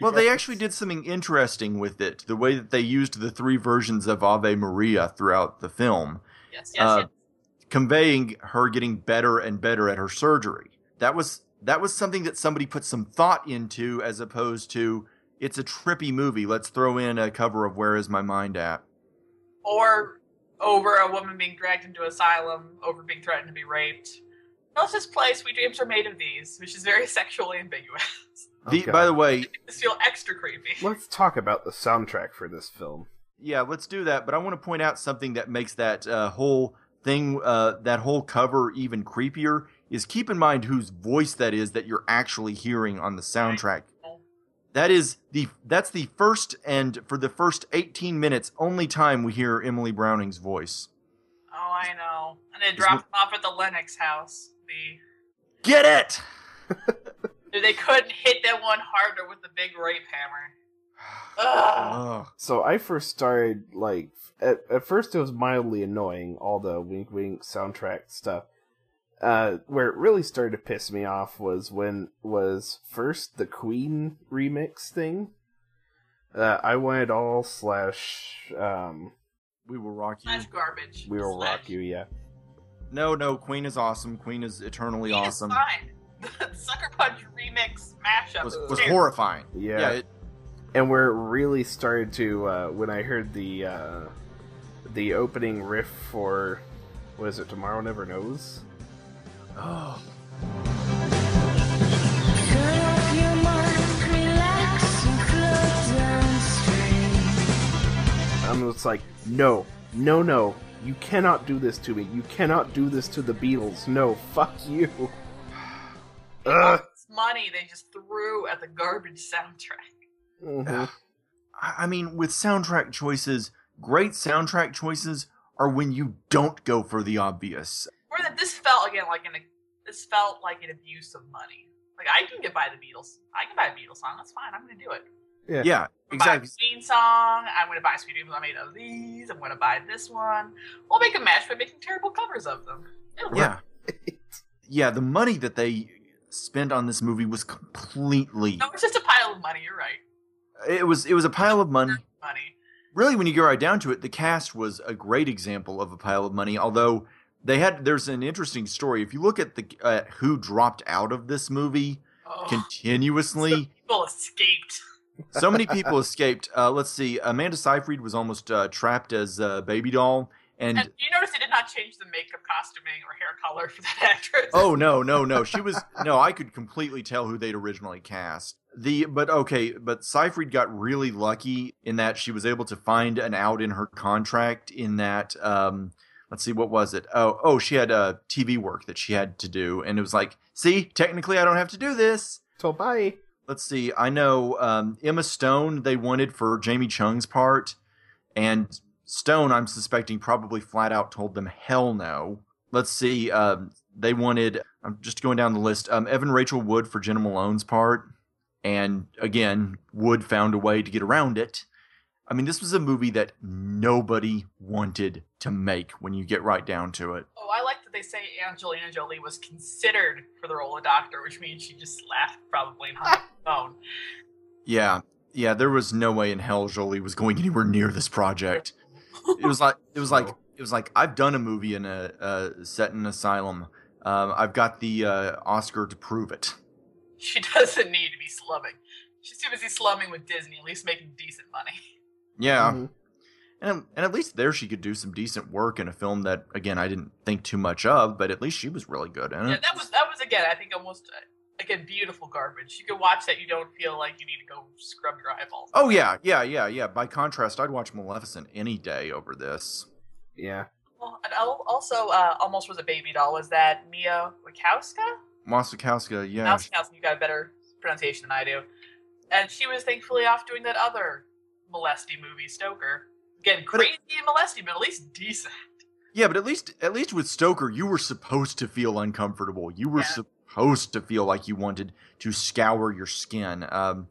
[SPEAKER 2] Well, they actually did something interesting with it. The way that they used the three versions of Ave Maria throughout the film,
[SPEAKER 3] Yes, yes,
[SPEAKER 2] Uh,
[SPEAKER 3] yes.
[SPEAKER 2] conveying her getting better and better at her surgery. That was that was something that somebody put some thought into, as opposed to it's a trippy movie. Let's throw in a cover of Where Is My Mind At?
[SPEAKER 3] Or over a woman being dragged into asylum, over being threatened to be raped. Let's just play Sweet Dreams Are Made of These, which is very sexually ambiguous.
[SPEAKER 1] Oh,
[SPEAKER 2] The,
[SPEAKER 1] God.
[SPEAKER 2] by the way,
[SPEAKER 3] this feel extra creepy.
[SPEAKER 1] Let's talk about the soundtrack for this film.
[SPEAKER 2] Yeah, let's do that. But I want to point out something that makes that uh, whole thing, uh, that whole cover, even creepier. Is keep in mind whose voice that is that you're actually hearing on the soundtrack. That is the that's the first and for the first 18 minutes only time we hear Emily Browning's voice.
[SPEAKER 3] Oh, I know. And they dropped them off at the Lennox house. The
[SPEAKER 2] Get it?
[SPEAKER 3] they couldn't hit that one harder with the big rape hammer. Ugh.
[SPEAKER 2] Ugh.
[SPEAKER 1] So I first started like at, at first it was mildly annoying all the wink wink soundtrack stuff. Uh, where it really started to piss me off was when was first the Queen remix thing. Uh, I wanted all slash um
[SPEAKER 2] We will rock you.
[SPEAKER 3] Slash garbage.
[SPEAKER 1] we will
[SPEAKER 3] Slash-
[SPEAKER 1] rock you yeah
[SPEAKER 2] No, no, Queen is awesome. Queen is eternally
[SPEAKER 3] He is
[SPEAKER 2] awesome.
[SPEAKER 3] fine. The Sucker Punch remix mashup
[SPEAKER 2] Was
[SPEAKER 3] is
[SPEAKER 2] was
[SPEAKER 3] terrible.
[SPEAKER 2] horrifying.
[SPEAKER 1] yeah,
[SPEAKER 2] Yeah, it,
[SPEAKER 1] and where it really started to uh, when I heard the uh, the opening riff for was it tomorrow never knows
[SPEAKER 2] oh.
[SPEAKER 6] Turn off your mind, relax and close and straight.
[SPEAKER 1] I'm just like, no, no, no, you cannot do this to me. You cannot do this to the Beatles. No, fuck you. Ugh.
[SPEAKER 3] All this money they just threw at the garbage soundtrack.
[SPEAKER 1] Mhm.
[SPEAKER 2] I I mean, with soundtrack choices, great soundtrack choices are when you don't go for the obvious.
[SPEAKER 3] Or that this felt again like an this felt like an abuse of money. Like I can get by the Beatles. I can buy a Beatles song. That's fine. I'm gonna do it.
[SPEAKER 1] Yeah.
[SPEAKER 2] Yeah,
[SPEAKER 3] I'm gonna
[SPEAKER 2] exactly.
[SPEAKER 3] Buy a Queen song. I'm gonna buy Sweet Dreams Are Made of These. I'm gonna buy this one. We'll make a match by making terrible covers of them. It'll work.
[SPEAKER 2] Yeah. Yeah, the money that they spent on this movie was completely
[SPEAKER 3] No, it's just a pile of money. You're right.
[SPEAKER 2] it was it was a pile of money.
[SPEAKER 3] Money.
[SPEAKER 2] really, when you get right down to it, the cast was a great example of a pile of money. Although they had, there's an interesting story. If you look at the uh, who dropped out of this movie
[SPEAKER 3] Oh,
[SPEAKER 2] continuously,
[SPEAKER 3] people escaped.
[SPEAKER 2] so many people escaped. Uh, let's see, Amanda Seyfried was almost uh, trapped as a baby doll, and
[SPEAKER 3] And you notice they did not change the makeup, costuming, or hair color for that actress.
[SPEAKER 2] Oh no, no, no. She was no, I could completely tell who they'd originally cast. The but okay, but Seyfried got really lucky in that she was able to find an out in her contract in that um let's see what was it? Oh, oh, she had uh TV work that she had to do and it was like, "See, technically I don't have to do this."
[SPEAKER 1] So bye.
[SPEAKER 2] Let's see. I know um Emma Stone they wanted for Jamie Chung's part and Stone, I'm suspecting, probably flat out told them hell no. Let's see. Um, they wanted. I'm just going down the list. Um, Evan Rachel Wood for Jenna Malone's part, and again, Wood found a way to get around it. I mean, this was a movie that nobody wanted to make when you get right down to it.
[SPEAKER 3] Oh, I like that they say Angelina Jolie was considered for the role of doctor, which means she just laughed probably and hung up the phone.
[SPEAKER 2] Yeah, yeah. There was no way in hell Jolie was going anywhere near this project. It was like it was like it was like I've done a movie in a uh, set in an asylum. Um, I've got the uh, Oscar to prove it.
[SPEAKER 3] She doesn't need to be slumming. She's too busy slumming with Disney, at least making decent money.
[SPEAKER 2] Yeah,
[SPEAKER 1] Mhm.
[SPEAKER 2] and um, and at least there she could do some decent work in a film that again I didn't think too much of, but at least she was really good in
[SPEAKER 3] Yeah,
[SPEAKER 2] it.
[SPEAKER 3] that was that was again. I think almost uh, again beautiful garbage. You can watch that. You don't feel like you need to go scrub your eyeballs.
[SPEAKER 2] Oh yeah, yeah, yeah, yeah. By contrast, I'd watch Maleficent any day over this.
[SPEAKER 1] Yeah.
[SPEAKER 3] Well, and al- also, uh, almost was a baby doll. Was that Mia Wachowska?
[SPEAKER 2] Wasikowska, yeah,
[SPEAKER 3] Wachowska, you got a better pronunciation than I do. And she was thankfully off doing that other molesty movie, Stoker. Again,
[SPEAKER 2] But it-
[SPEAKER 3] crazy and molesty, but at least decent.
[SPEAKER 2] yeah. But at least at least with Stoker, you were supposed to feel uncomfortable. You were
[SPEAKER 3] Yeah.
[SPEAKER 2] supposed to feel like you wanted to scour your skin. Um,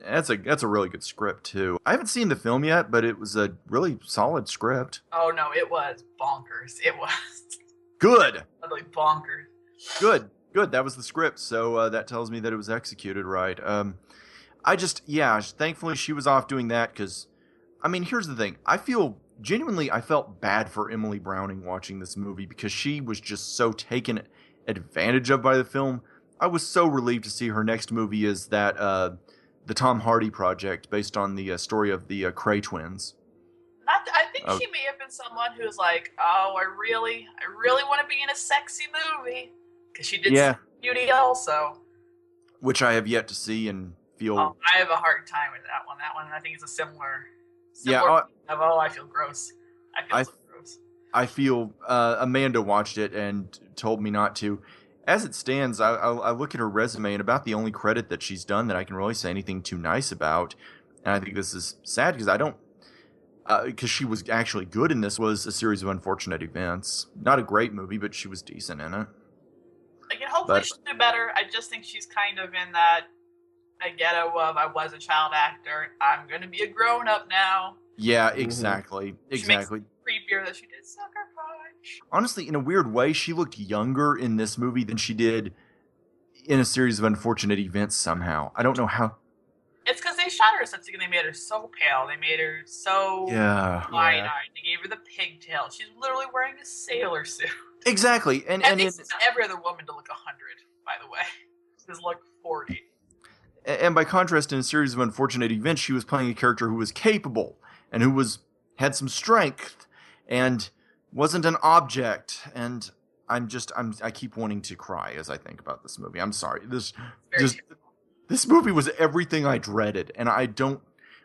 [SPEAKER 2] that's a that's a really good script too. I haven't seen the film yet, but it was a really solid script.
[SPEAKER 3] Oh no, it was bonkers. It was
[SPEAKER 2] Good.
[SPEAKER 3] totally bonkers.
[SPEAKER 2] good good that was the script so uh, that tells me that it was executed right um, i just yeah thankfully she was off doing that because i mean here's the thing i feel genuinely i felt bad for emily browning watching this movie because she was just so taken advantage of by the film i was so relieved to see her next movie is that uh, the tom hardy project based on the uh, story of the uh, cray twins
[SPEAKER 3] Not, I think
[SPEAKER 2] Oh.
[SPEAKER 3] she may have been someone who's like, oh, I really, I really want to be in a sexy movie because she did
[SPEAKER 2] Yeah.
[SPEAKER 3] Beauty also.
[SPEAKER 2] which i have yet to see and feel
[SPEAKER 3] Oh, I have a hard time with that one. That one, I think, is a similar.
[SPEAKER 2] yeah
[SPEAKER 3] similar
[SPEAKER 2] I-
[SPEAKER 3] of, oh, I feel gross. I feel
[SPEAKER 2] I-
[SPEAKER 3] so gross.
[SPEAKER 2] I feel uh, Amanda watched it and told me not to. As it stands, I, I, I look at her resume and about the only credit that she's done that I can really say anything too nice about, and I think this is sad because I don't, because she was actually good in this was a series of unfortunate events. Not a great movie, but she was decent in it.
[SPEAKER 3] Like, and hopefully
[SPEAKER 2] But-
[SPEAKER 3] she'll do better. I just think she's kind of in that a ghetto of I was a child actor. I'm gonna be a grown up now.
[SPEAKER 2] Yeah,
[SPEAKER 1] Mhm.
[SPEAKER 2] exactly,
[SPEAKER 3] makes-
[SPEAKER 2] exactly.
[SPEAKER 3] Creepier that she did Sucker Punch.
[SPEAKER 2] honestly, in a weird way, she looked younger in this movie than she did in a series of unfortunate events. Somehow, I don't know how.
[SPEAKER 3] It's because they shot her something and they made her so pale. They made her so
[SPEAKER 2] Yeah.
[SPEAKER 3] wide eyed. They gave her the pigtail. She's literally wearing a sailor suit.
[SPEAKER 2] Exactly, and
[SPEAKER 3] And
[SPEAKER 2] and
[SPEAKER 3] they
[SPEAKER 2] in,
[SPEAKER 3] set every other woman to look 100, by the way. This look 40.
[SPEAKER 2] and by contrast, in a series of unfortunate events, she was playing a character who was capable and who was had some strength and wasn't an object. And I'm just I'm I keep wanting to cry as I think about this movie. I'm sorry. This
[SPEAKER 3] It's very
[SPEAKER 2] just this movie was everything I dreaded, and I don't.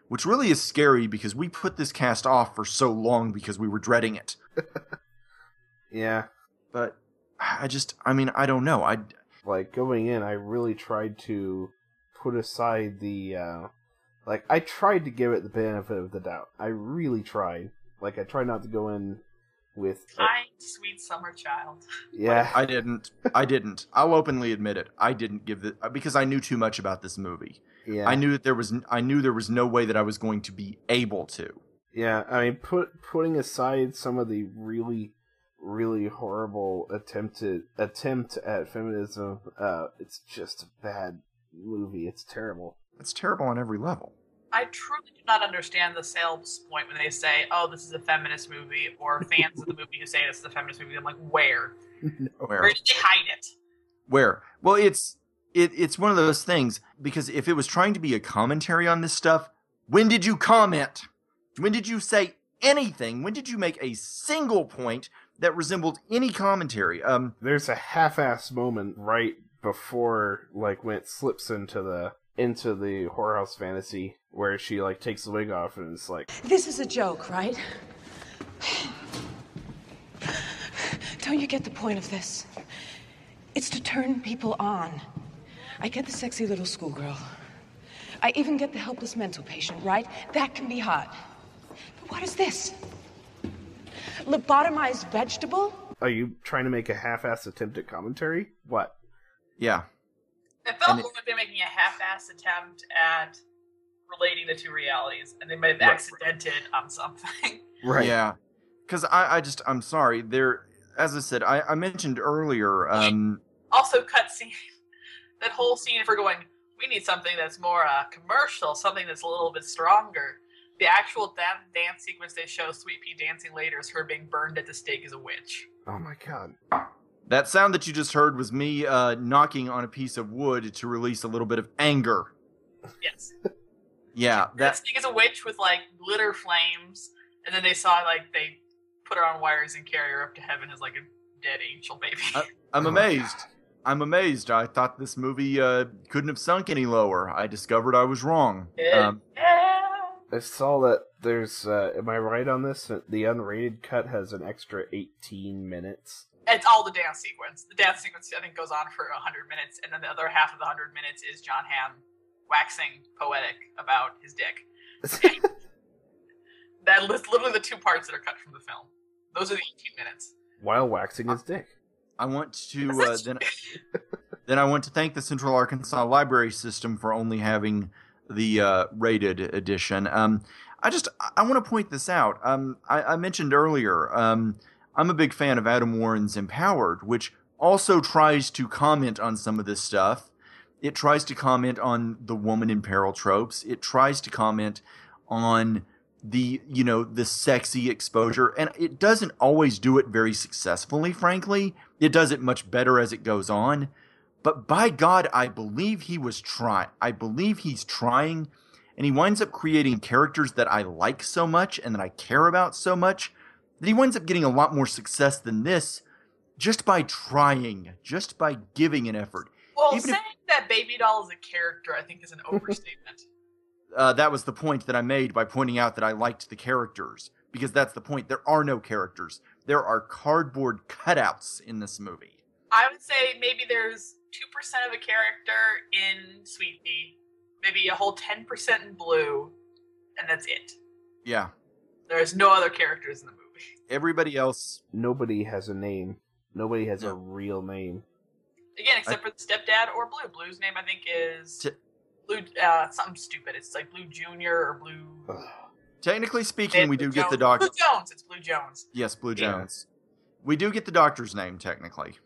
[SPEAKER 2] Which really is scary because we put this cast off for so long because we were dreading it
[SPEAKER 1] Yeah.
[SPEAKER 2] but I just, I mean, I don't know. I
[SPEAKER 1] Like going in, I really tried to put aside the uh like I tried to give it the benefit of the doubt. I really tried. Like I tried not to go in with
[SPEAKER 3] kind, sweet summer child.
[SPEAKER 1] yeah.
[SPEAKER 2] I didn't, I didn't. I'll openly admit it. I didn't give it because I knew too much about this movie.
[SPEAKER 1] yeah.
[SPEAKER 2] I knew that there was, I knew there was no way that I was going to be able to.
[SPEAKER 1] Yeah, I mean, put putting aside some of the really, really horrible attempted attempt at feminism, uh, it's just a bad movie. It's terrible.
[SPEAKER 2] It's terrible on every level.
[SPEAKER 3] I truly do not understand the sales point when they say, "Oh, this is a feminist movie," or fans of the movie who say this is a feminist movie. I'm like, where? Where
[SPEAKER 2] Where?
[SPEAKER 3] did they hide it?
[SPEAKER 2] Where? Well, it's it, it's one of those things because if it was trying to be a commentary on this stuff, when did you comment? When did you say anything? When did you make a single point that resembled any commentary? Um,
[SPEAKER 1] There's a half-ass moment right before, like, when it slips into the into the whorehouse fantasy where she like takes the wig off and it's like,
[SPEAKER 7] This is a joke, right? Don't you get the point of this? It's to turn people on. I get the sexy little schoolgirl. I even get the helpless mental patient, right? That can be hot. But what is this? Lobotomized vegetable?
[SPEAKER 1] "Are you trying to make a half-ass attempt at commentary? What?"
[SPEAKER 2] yeah,
[SPEAKER 3] It felt
[SPEAKER 2] And it-
[SPEAKER 3] more like they're making a half-ass attempt at relating the two realities, and they might have
[SPEAKER 2] Right, right.
[SPEAKER 3] accidented on something.
[SPEAKER 1] Right.
[SPEAKER 2] yeah. Because I, I just I'm sorry. There, as I said, I, I mentioned earlier. Um,
[SPEAKER 3] also, cutscene. That whole scene for going, we need something that's more uh, commercial, something that's a little bit stronger. The actual dan- dance sequence they show Sweet Pea dancing later is her being burned at the stake as a witch.
[SPEAKER 1] Oh my god.
[SPEAKER 2] that sound that you just heard was me uh, knocking on a piece of wood to release a little bit of anger.
[SPEAKER 3] Yes.
[SPEAKER 2] Yeah,
[SPEAKER 3] that
[SPEAKER 2] that's
[SPEAKER 3] snake is a witch with like glitter flames, and then they saw like they put her on wires and carry her up to heaven as like a dead angel baby.
[SPEAKER 2] Uh, I'm
[SPEAKER 1] Oh my
[SPEAKER 2] amazed. I'm amazed. I thought this movie uh, couldn't have sunk any lower. I discovered I was wrong.
[SPEAKER 3] Yeah.
[SPEAKER 2] Um,
[SPEAKER 3] yeah.
[SPEAKER 1] I saw that there's. Uh, am I right on this? The unrated cut has an extra 18 minutes.
[SPEAKER 3] It's all the dance sequence. The dance sequence I think goes on for hundred minutes, and then the other half of the hundred minutes is John Hamm waxing poetic about his dick. That is literally the two parts that are cut from the film. Those are the eighteen minutes.
[SPEAKER 1] While waxing his dick.
[SPEAKER 2] I want to uh, then, then I want to thank the Central Arkansas Library System for only having the uh, rated edition. Um, I just I- I want to point this out. Um, I, I mentioned earlier. Um, I'm a big fan of Adam Warren's Empowered, which also tries to comment on some of this stuff. It tries to comment on the woman in peril tropes. It tries to comment on the you know the sexy exposure and it doesn't always do it very successfully frankly it does it much better as it goes on but by god i believe he was trying i believe he's trying and he winds up creating characters that i like so much and that i care about so much that he winds up getting a lot more success than this just by trying just by giving an effort
[SPEAKER 3] Well,
[SPEAKER 2] Even if-
[SPEAKER 3] saying that baby doll is a character, I think, is an overstatement.
[SPEAKER 2] uh, that was the point that I made by pointing out that I liked the characters because that's the point. There are no characters. There are cardboard cutouts in this movie.
[SPEAKER 3] I would say maybe there's two percent of a character in Sweet Pea, maybe a whole ten percent in Blue, and that's it.
[SPEAKER 2] Yeah,
[SPEAKER 3] There's no other characters in the movie.
[SPEAKER 2] everybody else.
[SPEAKER 1] Nobody has a name. Nobody has
[SPEAKER 2] No.
[SPEAKER 1] a real name.
[SPEAKER 3] Again, except for the stepdad or Blue. Blue's name I think is
[SPEAKER 2] T-
[SPEAKER 3] Blue uh, something stupid. It's like Blue Junior or Blue.
[SPEAKER 1] Ugh.
[SPEAKER 2] Technically speaking, we do get the
[SPEAKER 3] Jones-
[SPEAKER 2] doctor.
[SPEAKER 3] Blue Jones. It's Blue Jones.
[SPEAKER 2] Yes, Blue
[SPEAKER 1] Yeah.
[SPEAKER 2] Jones. We do get the doctor's name technically.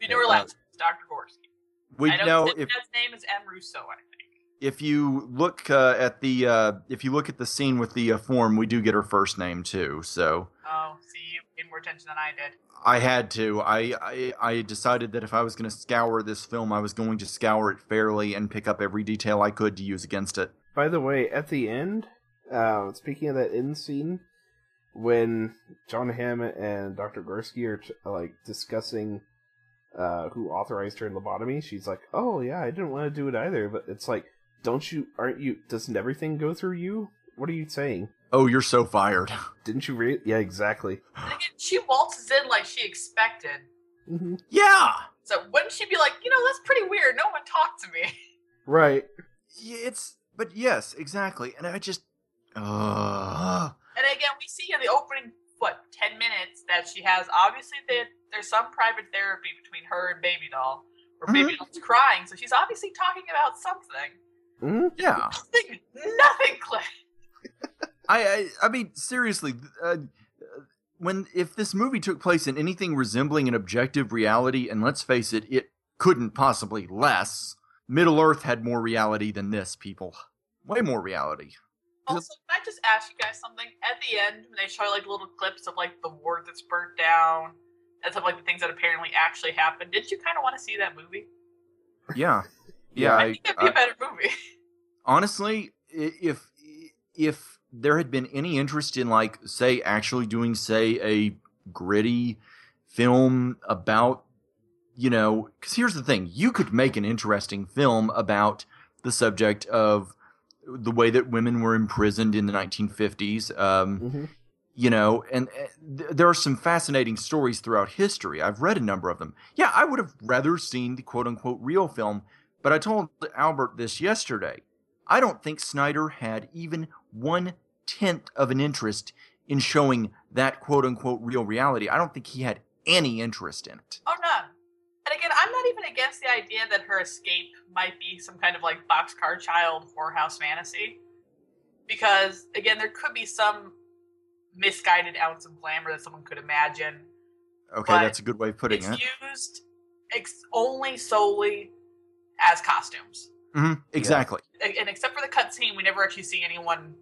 [SPEAKER 3] You know her
[SPEAKER 2] Yeah,
[SPEAKER 3] last name is Doctor Gorski.
[SPEAKER 2] We
[SPEAKER 3] I know,
[SPEAKER 2] know
[SPEAKER 3] the
[SPEAKER 2] if
[SPEAKER 3] stepdad's name is M Russo. I think.
[SPEAKER 2] if you look uh, at the uh, if you look at the scene with the uh, form, we do get her first name too. So
[SPEAKER 3] Oh, see, you paid more attention than I did.
[SPEAKER 2] I had to. I, I I decided that if I was going to scour this film, I was going to scour it fairly and pick up every detail I could to use against it.
[SPEAKER 1] By the way, at the end, uh, speaking of that end scene, when John Hamm and Dr. Gursky are t- like discussing uh, who authorized her lobotomy, she's like, "Oh yeah, I didn't want to do it either." But it's like, don't you? Aren't you? Doesn't everything go through you? What are you saying?
[SPEAKER 2] Oh, you're so fired.
[SPEAKER 1] Didn't you read? Yeah, exactly.
[SPEAKER 3] And again, she waltzes in like she expected.
[SPEAKER 1] Mm-hmm.
[SPEAKER 2] Yeah.
[SPEAKER 3] So wouldn't she be like, you know, that's pretty weird. No one talked to me.
[SPEAKER 1] Right.
[SPEAKER 2] Yeah, It's but yes, exactly. And I just uh
[SPEAKER 3] And again, we see in the opening what ten minutes that she has. Obviously, that there's some private therapy between her and Baby Doll, where Baby Doll's crying, so she's obviously talking about something.
[SPEAKER 1] hmm
[SPEAKER 2] yeah.
[SPEAKER 3] Nothing, nothing, Claire.
[SPEAKER 2] I I, I mean seriously, th- uh, when if this movie took place in anything resembling an objective reality, and let's face it, it couldn't possibly less. Middle Earth had more reality than this, people. Way more reality.
[SPEAKER 3] Also, can I just ask you guys something? At the end, when they show like little clips of like the ward that's burnt down and stuff like the things that apparently actually happened, did you kind of want to see that movie?
[SPEAKER 2] Yeah, yeah.
[SPEAKER 3] I, think it'd be a better movie.
[SPEAKER 2] honestly i- if if there had been any interest in like say actually doing say a gritty film about you know cuz here's the thing you could make an interesting film about the subject of the way that women were imprisoned in the 1950s um
[SPEAKER 1] Mhm.
[SPEAKER 2] you know and uh, th- there are some fascinating stories throughout history i've read a number of them yeah i would have rather seen the quote unquote real film but i told albert this yesterday I don't think Snyder had even one tenth of an interest in showing that quote unquote real reality. I don't think he had any interest in it.
[SPEAKER 3] Oh, none. And again, I'm not even against the idea that her escape might be some kind of like boxcar child whorehouse fantasy. Because, again, there could be some misguided ounce of glamour that someone could imagine.
[SPEAKER 2] Okay,
[SPEAKER 3] But
[SPEAKER 2] that's a good way of putting
[SPEAKER 3] it's
[SPEAKER 2] it.
[SPEAKER 3] used ex- only solely as costumes.
[SPEAKER 2] hmm Exactly.
[SPEAKER 3] A- And except for the cutscene, we never actually see anyone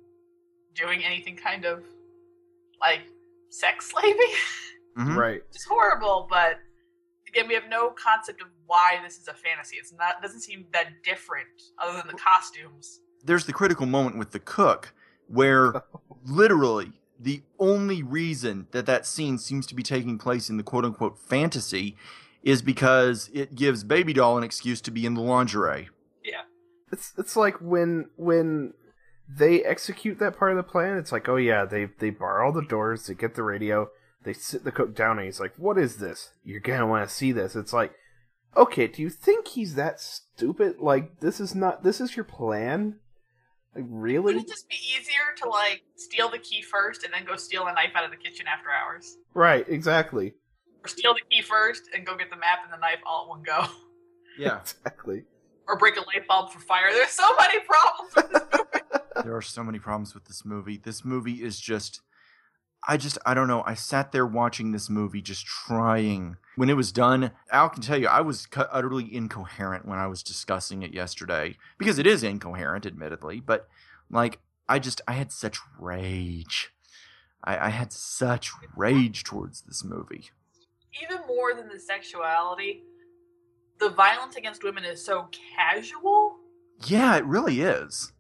[SPEAKER 3] doing anything kind of like sex slaving.
[SPEAKER 2] Mhm.
[SPEAKER 1] Right.
[SPEAKER 3] It's horrible, but again, we have no concept of why this is a fantasy. It's not doesn't seem that different other than the costumes.
[SPEAKER 2] There's the critical moment with the cook where literally the only reason that that scene seems to be taking place in the quote unquote fantasy is because it gives Baby Doll an excuse to be in the lingerie.
[SPEAKER 1] It's it's like when when they execute that part of the plan. It's like, oh yeah, they they bar all the doors, they get the radio, they sit the cook down, and he's like, "What is this? You're gonna want to see this." It's like, okay, do you think he's that stupid? Like, this is not this is your plan. Like,
[SPEAKER 3] Would
[SPEAKER 1] really?
[SPEAKER 3] it just be easier to like steal the key first and then go steal a knife out of the kitchen after hours?
[SPEAKER 1] Right? Exactly.
[SPEAKER 3] Or steal the key first and go get the map and the knife all at one go?
[SPEAKER 2] Yeah.
[SPEAKER 1] Exactly.
[SPEAKER 3] Or break a light bulb for fire? There's so many problems with this
[SPEAKER 2] there are so many problems with this movie. This movie is just I just I don't know. I sat there watching this movie just trying. When it was done, Al can tell you I was cu- utterly incoherent when I was discussing it yesterday because it is incoherent admittedly, but like I just I had such rage. I, I had such rage towards this movie.
[SPEAKER 3] even more than the sexuality, the violence against women is so casual.
[SPEAKER 2] Yeah, it really is.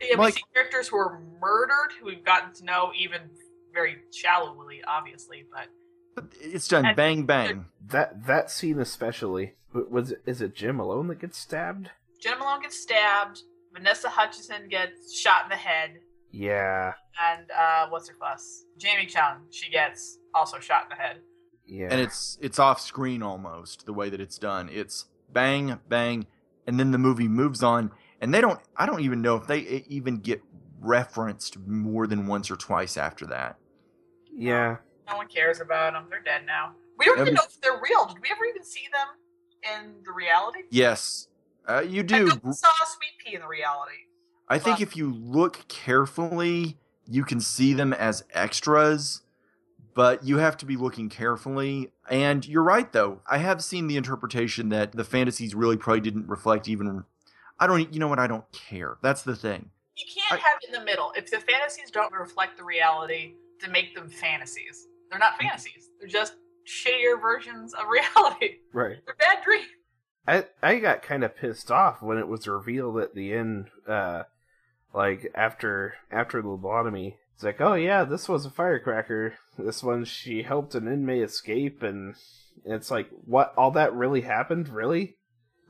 [SPEAKER 3] Yeah,
[SPEAKER 2] Like-
[SPEAKER 3] we see characters who are murdered, who we've gotten to know even very shallowly, obviously, but
[SPEAKER 2] But it's done
[SPEAKER 3] And-
[SPEAKER 2] bang bang.
[SPEAKER 1] That that scene especially w- was is it Jim alone that gets stabbed?
[SPEAKER 3] Jenna Malone gets stabbed, Vanessa Hutchinson gets shot in the head,
[SPEAKER 1] Yeah.
[SPEAKER 3] and uh, what's her fuss? Jamie Chung, she gets also shot in the head.
[SPEAKER 1] Yeah.
[SPEAKER 2] and it's it's off screen almost the way that it's done it's bang bang and then the movie moves on and they don't i don't even know if they e- even get referenced more than once or twice after that
[SPEAKER 1] yeah.
[SPEAKER 3] No one cares about them; they're dead now. We don't even
[SPEAKER 2] Every-
[SPEAKER 3] know if they're real. Did we ever even see them in the reality?
[SPEAKER 2] yes uh, you
[SPEAKER 3] I
[SPEAKER 2] do
[SPEAKER 3] know we saw Sweet Pea in the reality.
[SPEAKER 2] i think if you look carefully you can see them as extras but you have to be looking carefully and you're right though i have seen the interpretation that the fantasies really probably didn't reflect even i don't e, you know what i don't care that's the thing
[SPEAKER 3] You can't
[SPEAKER 2] I-
[SPEAKER 3] have it in the middle. If the fantasies don't reflect the reality, to make them fantasies. They're not fantasies. They're just shittier versions of reality.
[SPEAKER 1] Right.
[SPEAKER 3] They're bad dreams.
[SPEAKER 1] I I got kind of pissed off when it was revealed at the end, uh, like after after the lobotomy. It's like, oh yeah, this was a firecracker. This one, she helped an inmate escape, and it's like, what? All that really happened? Really?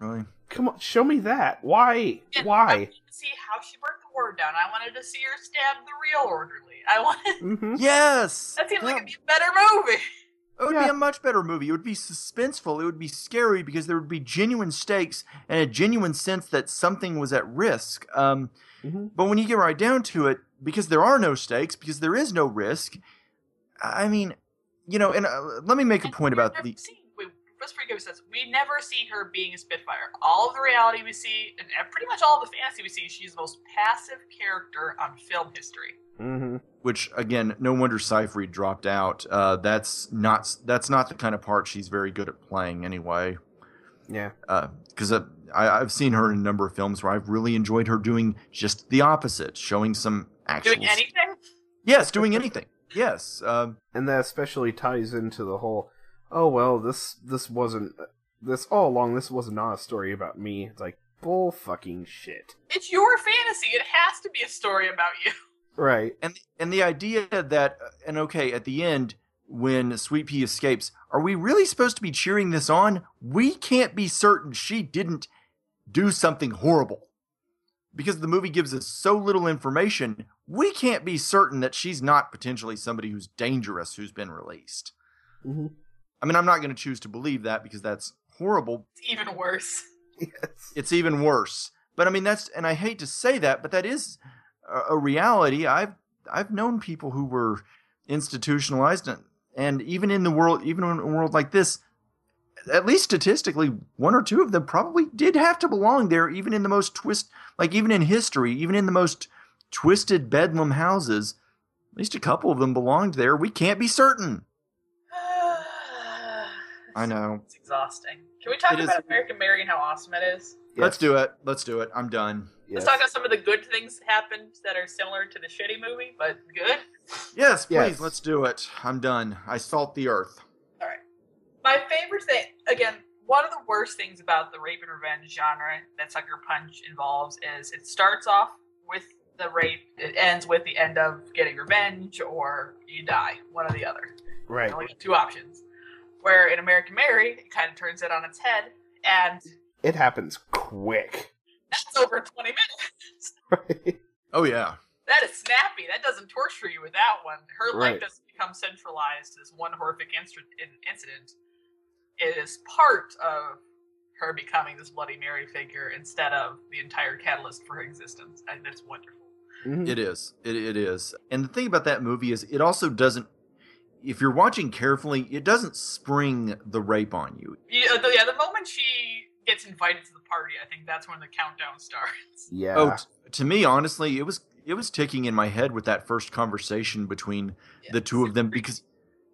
[SPEAKER 2] really
[SPEAKER 1] Come on, show me that. Why?
[SPEAKER 3] Yeah, I
[SPEAKER 1] Why?
[SPEAKER 3] wanted to see how she burnt the ward down. I wanted to see her stab the real orderly. I wanted.
[SPEAKER 1] hmm
[SPEAKER 2] Yes.
[SPEAKER 3] That seems like
[SPEAKER 2] That-
[SPEAKER 3] it'd be a better movie.
[SPEAKER 2] it would
[SPEAKER 1] Yeah.
[SPEAKER 2] be a much better movie. It would be suspenseful. It would be scary because there would be genuine stakes and a genuine sense that something was at risk. Um,
[SPEAKER 1] Mhm.
[SPEAKER 2] But when you get right down to it, because there are no stakes, because there is no risk, I mean, you know, and uh, let me make a
[SPEAKER 3] And
[SPEAKER 2] point
[SPEAKER 3] we've
[SPEAKER 2] about
[SPEAKER 3] never
[SPEAKER 2] the.
[SPEAKER 3] seen- Wait, Chris Frigo says we never see her being a Spitfire. All of the reality we see, and and pretty much all of the fantasy we see, she's the most passive character on film history.
[SPEAKER 1] hmm
[SPEAKER 2] which again, no wonder Seyfried dropped out. Uh, that's not that's not the kind of part she's very good at playing anyway.
[SPEAKER 1] Yeah.
[SPEAKER 2] because I I've seen her in a number of films where I've really enjoyed her doing just the opposite, showing some actual
[SPEAKER 3] Doing anything?
[SPEAKER 2] yes doing anything yes um,
[SPEAKER 1] and that especially ties into the whole oh well this this wasn't this all along this was not a story about me it's like bull fucking shit
[SPEAKER 3] It's your fantasy. It has to be a story about you.
[SPEAKER 1] right
[SPEAKER 2] and and the idea that uh, and okay at the end when sweet pea escapes are we really supposed to be cheering this on we can't be certain she didn't do something horrible because the movie gives us so little information we can't be certain that she's not potentially somebody who's dangerous who's been released
[SPEAKER 1] Mhm.
[SPEAKER 2] i mean i'm not going to choose to believe that because that's horrible
[SPEAKER 3] It's even worse.
[SPEAKER 1] yes
[SPEAKER 2] it's even worse. But I mean, that's and I hate to say that, but that is a, a reality. I've I've known people who were institutionalized, and, and even in the world, even in a world like this, at least statistically, one or two of them probably did have to belong there, even in the most twist, like even in history, even in the most twisted bedlam houses. At least a couple of them belonged there. We can't be certain. I know.
[SPEAKER 3] It's exhausting. Can we talk
[SPEAKER 2] It is-
[SPEAKER 3] about American Mary and how awesome it is?
[SPEAKER 2] Let's do it. Let's do it. I'm done.
[SPEAKER 1] yes.
[SPEAKER 3] Let's talk about some of the good things that happened that are similar to the shitty movie, but good.
[SPEAKER 2] Yes, please.
[SPEAKER 1] Yes.
[SPEAKER 2] Let's do it. I'm done. I salt the earth.
[SPEAKER 3] All right. My favorite thing, again, one of the worst things about the rape and revenge genre that Sucker Punch involves is it starts off with the rape, it ends with the end of getting revenge, or you die, one or the other.
[SPEAKER 1] right
[SPEAKER 3] You only get two options. Where in American Mary, it kind of turns it on its head, and
[SPEAKER 1] it happens quick
[SPEAKER 3] that's over 20 minutes.
[SPEAKER 1] right
[SPEAKER 2] Oh yeah.
[SPEAKER 3] That is snappy. That doesn't torture you with that one. Her
[SPEAKER 1] Right.
[SPEAKER 3] life doesn't become centralized to this one horrific instru- in- incident. It is part of her becoming this Bloody Mary figure instead of the entire catalyst for her existence. And that's wonderful.
[SPEAKER 1] Mhm.
[SPEAKER 2] It is. It, it is. And the thing about that movie is it also doesn't if you're watching carefully, it doesn't spring the rape on you.
[SPEAKER 3] Yeah, uh, the, yeah, the moment she gets invited to the party, I think that's when the countdown starts.
[SPEAKER 1] yeah
[SPEAKER 2] Oh, t- to me honestly, it was it was ticking in my head with that first conversation between the two of them because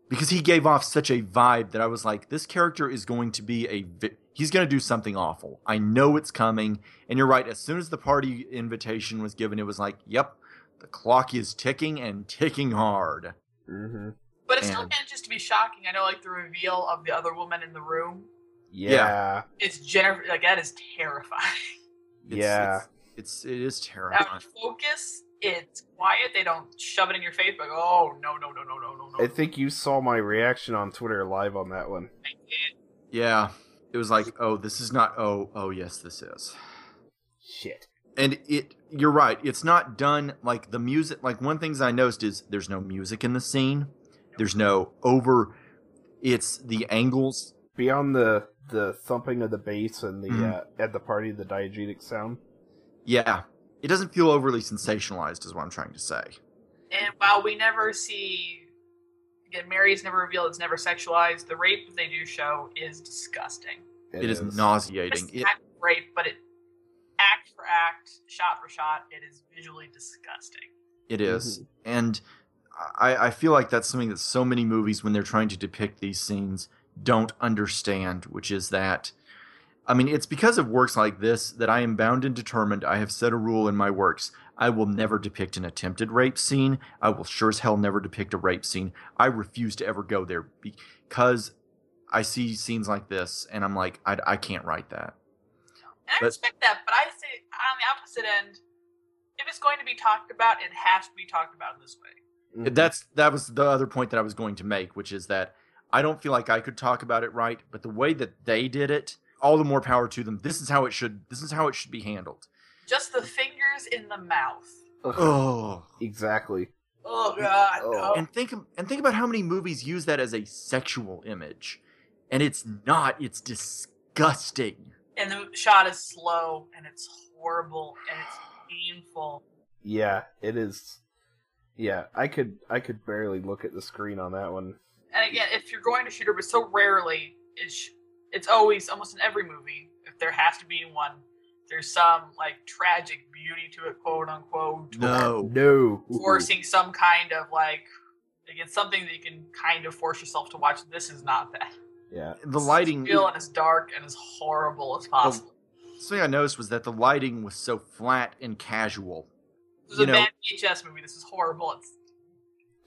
[SPEAKER 2] because he gave off such a vibe that I was like this character is going to be a vi- he's going to do something awful. I know it's coming. And you're right, as soon as the party invitation was given, it was like, "Yep, the clock is ticking and ticking hard." Mm-hmm.
[SPEAKER 1] hmm
[SPEAKER 3] But it still
[SPEAKER 2] And-
[SPEAKER 3] manages to be shocking. I know, like, the reveal of the other woman in the room
[SPEAKER 1] yeah yeah,
[SPEAKER 2] Yeah.
[SPEAKER 3] is Jennifer, like, that is terrifying.
[SPEAKER 2] It's- It's, it's it is terrifying.
[SPEAKER 3] out of focus. It's quiet. They don't shove it in your face. Like, oh no, no, no, no, no, no, no.
[SPEAKER 1] i think you saw my reaction on twitter live on that one
[SPEAKER 3] I did.
[SPEAKER 2] Yeah. It was like, oh, this is not oh, oh yes, this is.
[SPEAKER 1] shit
[SPEAKER 2] And it you're right, it's not done like the music like one things I noticed is there's no music in the scene. There's no over it's the angles.
[SPEAKER 1] beyond the the thumping of the bass and the
[SPEAKER 2] Mhm.
[SPEAKER 1] uh, at the party the diegetic sound
[SPEAKER 2] Yeah. It doesn't feel overly sensationalized is what I'm trying to say.
[SPEAKER 3] And while we never see, again, Mary's never revealed. It's never sexualized. The rape that they do show is disgusting.
[SPEAKER 2] it is, nauseating.
[SPEAKER 3] It's
[SPEAKER 2] It,
[SPEAKER 3] not rape, but it act for act, shot for shot. It is visually disgusting.
[SPEAKER 2] It is. And I, I feel like that's something that so many movies, when they're trying to depict these scenes, don't understand, which is that, I mean, it's because of works like this that I am bound and determined. I have set a rule in my works. I will never depict an attempted rape scene. I will sure as hell never depict a rape scene. I refuse to ever go there because I see scenes like this and I'm like, I, I can't write that.
[SPEAKER 3] And I
[SPEAKER 2] But-
[SPEAKER 3] respect that, but I say on the opposite end, if it's going to be talked about, it has to be talked about in this way.
[SPEAKER 1] Mhm.
[SPEAKER 2] That's that was the other point that I was going to make, which is that I don't feel like I could talk about it right, but the way that they did it, all the more power to them. This is how it should. This is how it should be handled.
[SPEAKER 3] Just the fingers in the mouth.
[SPEAKER 2] Oh,
[SPEAKER 1] exactly
[SPEAKER 3] Oh god.
[SPEAKER 1] Oh.
[SPEAKER 3] no.
[SPEAKER 2] and think and think about how many movies use that as a sexual image, and it's not. It's disgusting.
[SPEAKER 3] and the shot is slow and it's horrible and it's painful.
[SPEAKER 1] Yeah, it is. Yeah, I could I could barely look at the screen on that one.
[SPEAKER 3] And again, if you're going to shoot her, but so rarely is sh- it's always almost in every movie. If there has to be one, there's some like tragic beauty to it, quote unquote, or
[SPEAKER 2] No,
[SPEAKER 1] No,
[SPEAKER 3] forcing some kind of like again something that you can kind of force yourself to watch. This is not that.
[SPEAKER 1] Yeah,
[SPEAKER 2] the lighting.
[SPEAKER 3] It's real and as dark and as horrible as possible.
[SPEAKER 2] Something I noticed was that the lighting was so flat and casual.
[SPEAKER 3] This is
[SPEAKER 2] you
[SPEAKER 3] a
[SPEAKER 2] know-
[SPEAKER 3] bad VHS movie. This is horrible. It's